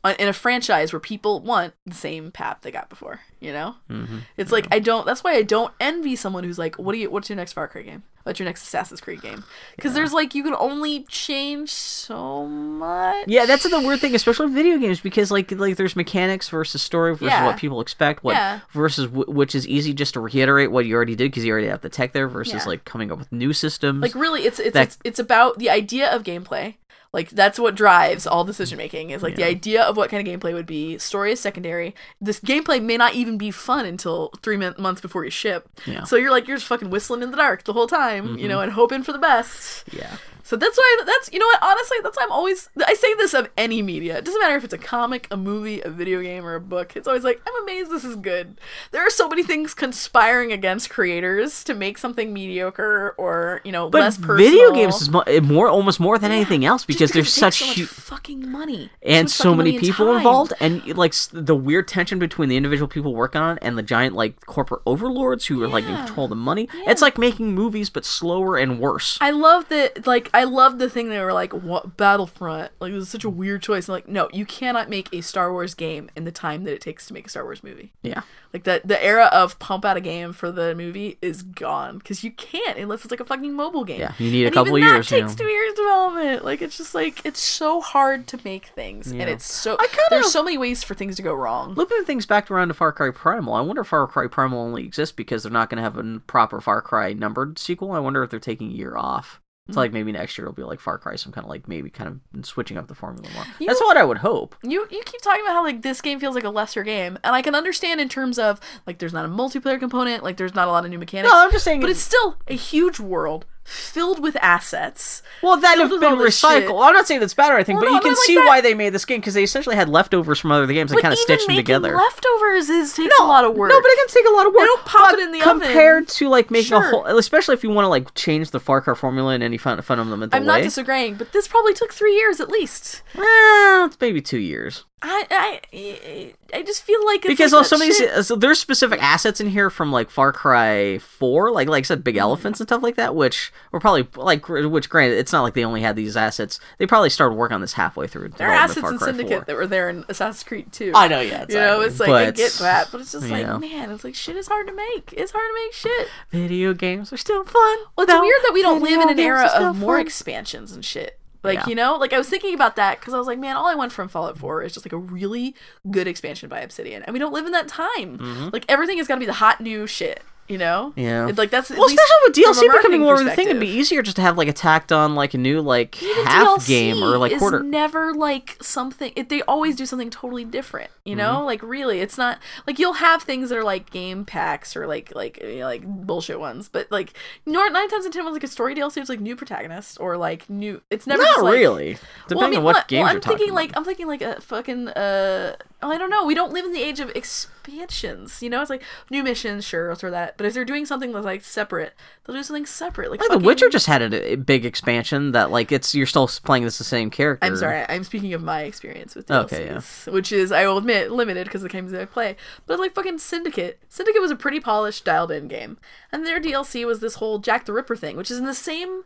on- in a franchise where people want the same path they got before. You know, Mm-hmm. it's like I don't. That's why I don't envy someone who's like, "What do you? What's your next Far Cry game? What's your next Assassin's Creed game?" Because there's like you can only change so much. Yeah, that's the weird thing, especially with video games, because like like there's mechanics versus story versus Yeah. what people expect, what Yeah. versus w- which is easy just to reiterate what you already did because you already have the tech there versus Yeah. like coming up with new systems. like really it's it's, That- it's it's about the idea of gameplay like that's what drives all decision making is like the idea of what kind of gameplay would be story is secondary this gameplay may not even be fun until three mon- months before you ship Yeah. Mm-hmm. so you're like you're just fucking whistling in the dark the whole time you know and hoping for the best yeah, so that's why that's you know what honestly that's why i'm always i say this of any media it doesn't matter if it's a comic a movie a video game or a book it's always like i'm amazed this is good there are so many things conspiring against creators to make something mediocre or you know but less personal video games is mo- more almost more than anything else Just because it there's takes such so much hu- fucking money and much so fucking many money people time. involved and like s- the weird tension between the individual people working on it and the giant like corporate overlords who are like in Yeah. control of the money it's like making movies but slower and worse I love that, like, I love the thing they were like, what Battlefront? Like, this is such a weird choice. And like, no, you cannot make a Star Wars game in the time that it takes to make a Star Wars movie. yeah Like that, the era of pump out a game for the movie is gone because you can't unless it's like a fucking mobile game. Yeah, you need a and couple even years, That you takes know. two years development. Like it's just like it's so hard to make things, Yeah. and it's so I kinda- there's so many ways for things to go wrong. Looping things back around to Far Cry Primal, I wonder if Far Cry Primal only exists because they're not going to have a n- proper Far Cry numbered sequel. I wonder if they're taking a year off. So Hmm. like maybe next year it'll be like Far Cry, some kind of like maybe kind of switching up the formula more. You- That's what I would hope. you you keep talking about how like this game feels like a lesser game, and I can understand in terms of like there's not a multiplayer component, like there's not a lot of new mechanics. No, I'm just saying. but it's still a huge world filled with assets. well, that filled have with been all this recycled. shit. I'm not saying that's bad or anything, Well, but no, you I can meant like see that- why they made this game because they essentially had leftovers from other games and But kind of even stitched them making together. leftovers is takes a lot of work. No, but it can take a lot of work. don't pop But it in the oven. compared to like making a Sure. whole, especially if you want to like change the Far Cry formula in any fun, fundamental I'm way. not disagreeing, but this probably took three years at least. Well, it's maybe two years. I I I just feel like it's because like also that many shit- uh, so there's specific assets in here from like Far Cry Four, like like I said, Mm. big elephants and stuff like that, which were probably like gr- which granted it's not like they only had these assets. They probably started work on this halfway through. there are development of assets Far in Cry Syndicate 4. that were there in Assassin's Creed too. I know, yeah. You know, exactly. it's like I But, get that, but it's just you like, know. man, it's like shit is hard to make. It's hard to make shit. Video games are still fun. Well, it's though. weird that we don't Video live in an games era are still of more fun. expansions and shit. Like Yeah. you know, like I was thinking about that because I was like, man, all I want from Fallout 4 is just like a really good expansion by Obsidian, and we don't live in that time. Like everything is gonna be the hot new shit. You know? Mm-hmm. Yeah. It- like that's at Well, least especially from with a DLC becoming marketing more of a thing, it'd perspective. be easier just to have like a tacked on like a new like Even half DLC game or like is quarter. never like something it, they always do something totally different you know Mm-hmm. like really it's not like you'll have things that are like game packs or like like you know, like bullshit ones but like nor- nine times in ten ones like a story dlc it's like new protagonists or like new it's never Not just, like, really. Depending well, I mean, on what well, games well, I'm you're talking thinking about. like I'm thinking like a fucking uh oh, I don't know. We don't live in the age of expansions, you know. It's like new missions, sure, I'll throw that. But if they're doing something that's like separate, they'll do something separate. Like, Like fucking- The Witcher just had a, a big expansion that like it's you're still playing as the same character. I'm sorry, I'm speaking of my experience with DLCs, Okay, which is I will admit limited because of the games that I play. But like fucking Syndicate, Syndicate was a pretty polished, dialed-in game, and their DLC was this whole Jack the Ripper thing, which is in the same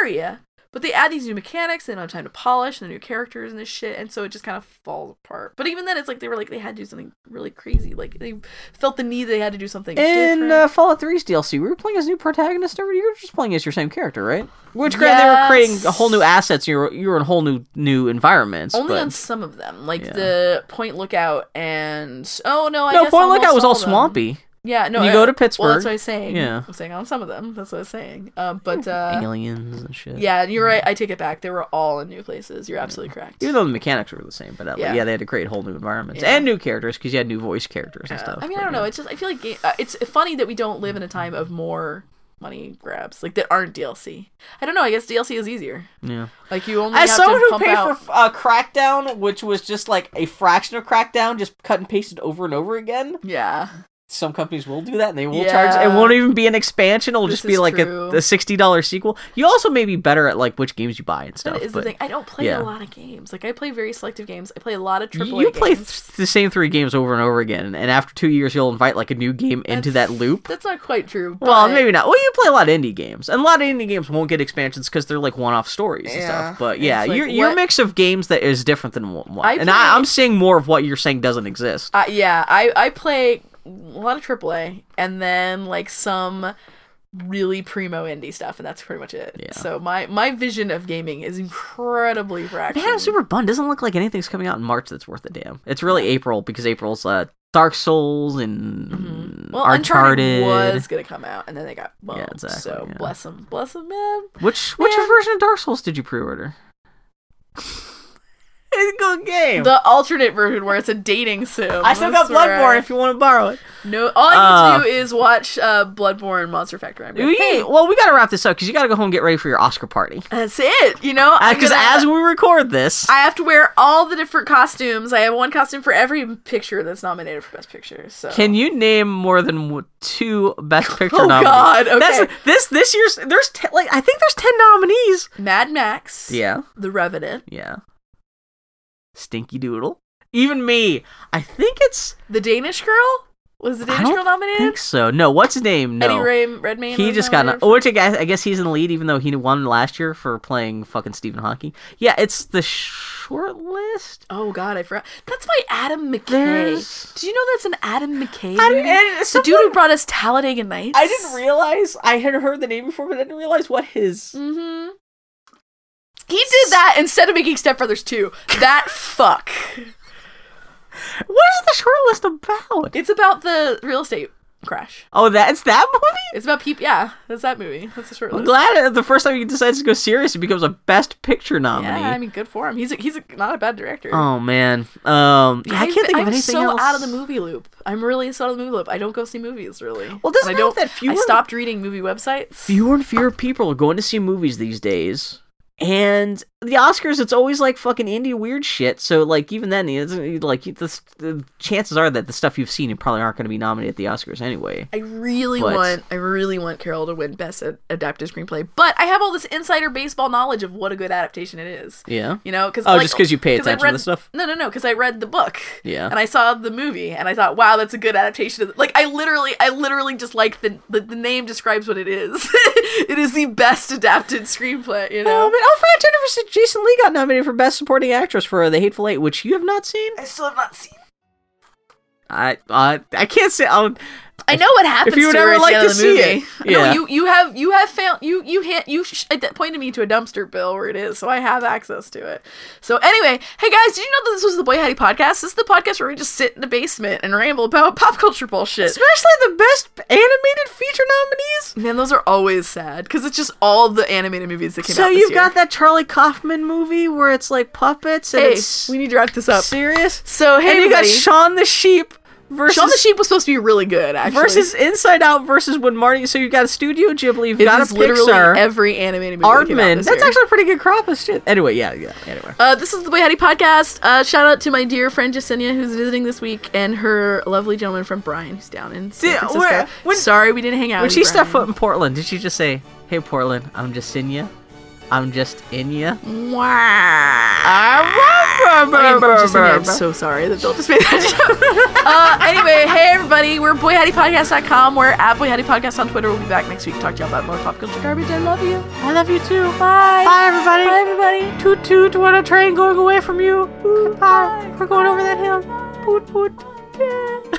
area, but they add these new mechanics, they don't have time to polish, and the new characters and this shit, and so it just kind of falls apart. But even then, it's like they were like they had to do something really crazy, like they felt the need they had to do something. In different. uh, Fallout 3's DLC, we were playing as new protagonist, or you were just playing as your same character, right? Which granted, they were creating a whole new Yes. assets. You were you were in whole new new environments. only but- on some of them, like Yeah. the Point Lookout and oh no, I no, guess Point almost Lookout was all of them. swampy. Yeah, no. You I- go to Well, that's Pittsburgh. what I was saying. Yeah. I'm saying on some of them. That's what I was saying. Um, but uh, Aliens and shit. yeah, you're right. I take it back. They were all in new places. You're absolutely correct. Even though the mechanics were the same, but uh, like, Yeah. yeah. they had to create whole new environments Yeah. and new characters because you had new voice characters and Uh, stuff. I mean, but, I don't yeah. know. It's just I feel like ga- uh, it's funny that we don't live in a time of more money grabs like that aren't DLC. I don't know. I guess DLC is easier. Yeah. Like you only As have someone to who pump paid out. for uh, Crackdown, which was just like a fraction of Crackdown, just cut and pasted over and over again, yeah, some companies will do that and they will Yeah. charge. It Uh, won't even be an expansion. It'll this just be is like true. a, a sixty dollars sequel. You also may be better at like which games you buy and stuff. that is but the thing. I don't play yeah. a lot of games. Like I play very selective games. I play a lot of you- AAA you play games. th- the same three games over and over again, and after two years, you'll invite like a new game into that loop. That's not quite true. Well, but- maybe not. Well, you play a lot of indie games, and a lot of indie games won't get expansions because they're like one-off stories and Yeah. stuff. But It's yeah, like, your your what- mix of games that is different than one. one. I and I, play- I'm seeing more of what you're saying doesn't exist. Uh, yeah, I I play a lot of AAA and then like some really primo indie stuff, and that's pretty much it. Yeah. So my my vision of gaming is incredibly fractured. Man, I'm super bummed. Doesn't look like anything's coming out in March that's worth a damn. It's really April because April's uh, Dark Souls and well, Mm-hmm. Uncharted. Uncharted was gonna come out, and then they got bumped. exactly, so yeah. bless them, bless them, man. Which which Man. version of Dark Souls did you <laughs> pre-order? it's a good game. The alternate version where it's a dating sim. I still got That's where Bloodborne I- if you want to borrow it. No, all I need Uh, to do is watch uh, Bloodborne Monster Factory. I'm like, We- hey, Well, we got to wrap this up because you got to go home and get ready for your Oscar party. that's it. You know, I'm Because gonna- Uh, <laughs> as we record this, I have to wear all the different costumes. I have one costume for every picture that's nominated for Best Picture. So can you name more than w- two <laughs> Best Picture Oh, nominees? God, That's, okay. this this year's there's te- like I think there's ten nominees. Mad Max, Yeah, The Revenant, yeah. Stinky Doodle. Even me, I think it's. The Danish Girl was the I Danish don't Girl nominated? think so. No, what's his name? No, Eddie Ray Redmayne. He was just got, no- nominated for- which I guess, I guess he's in the lead, even though he won last year for playing fucking Stephen Hawking. Yeah, it's the short list. Oh God, I forgot. That's by Adam McKay. There's- Did you know that's an Adam McKay? I movie? didn't- and the dude who brought us Talladega Nights. I didn't realize I had heard the name before, but I didn't realize what his. Mm-hmm. He did that instead of making Step Brothers 2. That <laughs> fuck. What is the short list about? It's about the real estate crash. Oh, that's that movie. It's about people. Yeah, that's that movie. That's the short I'm list. glad the first time he decides to go serious, it becomes a Best Picture nominee. Yeah, I mean, good for him. He's a, he's a, not a bad director. oh man, um, yeah, I I've been- can't think of I'm anything so else. out of the movie loop. I'm really so out of the movie loop. I don't go see movies really. Well, doesn't And it I have don't. that few I of- stopped reading movie websites. Fewer and fewer people are going to see movies these days, and the Oscars, it's always like fucking indie weird shit. So like even then, it's like you- the, the chances are that the stuff you've seen you probably aren't going to be nominated at the Oscars anyway. I really But- want I really want Carol to win best ad- adapted screenplay, but I have all this insider baseball knowledge of what a good adaptation it is. Yeah. You know, because Oh, just 'cause you pay attention to read, this stuff? No, no, no, because I read the book. Yeah. and I saw the movie, and I thought, wow, that's a good adaptation. Of the-. Like, I literally, I literally just like the, the the name describes what it is. <laughs> it is the best adapted screenplay. You know, Oh man, oh, Fran Jennifer Jason Lee got nominated for Best Supporting Actress for The Hateful Eight, which you have not seen. I still have not seen. I I, I can't say. um, I'll, I know what happens. you would to her ever at the like end to of the see movie. <laughs> it. No, Yeah. you you have you have found you you hit you sh- I d- pointed me to a dumpster bill where it is, so I have access to it. So anyway, hey guys, did you know that this was the Boy Hattie podcast? This is the podcast where we just sit in the basement and ramble about pop culture bullshit. especially the best animated feature nominees. Man, those are always sad because it's just all the animated movies that came So out. this you've year. got that Charlie Kaufman movie where it's like puppets and Hey, it's we need to wrap this up. serious. So hey, and you got everybody. Shaun the Sheep versus Shaun the Sheep was supposed to be really good, actually. versus Inside Out versus when Marty. So you got a Studio Ghibli, you've it got a is literally Pixar, every animated movie. that came out Aardman. this That's year. actually a pretty good crop of shit. Anyway, yeah, yeah. Anyway, Uh, this is the Boy Howdy podcast. Uh, shout out to my dear friend Jasenia who's visiting this week, and her lovely gentleman friend Brian who's down in San Yeah, Francisco. where- when- Sorry we didn't hang out. when with she you, stepped foot Brian. in Portland, did she just say, "Hey, Portland, I'm just in ya, I'm just <laughs> in ya"? Wow. Okay, Jasenia, I'm <laughs> so sorry that Bill just made that joke. uh, anyway, hey everybody, we're boyhattypodcast.com. We're at boyhattypodcast on Twitter. We'll be back next week to talk to you about more pop culture garbage. I love you. I love you too. Bye. Bye, everybody. Bye, everybody. Toot toot, what a train going away from you. Goodbye. We're going over that hill. Boot boot. Yeah.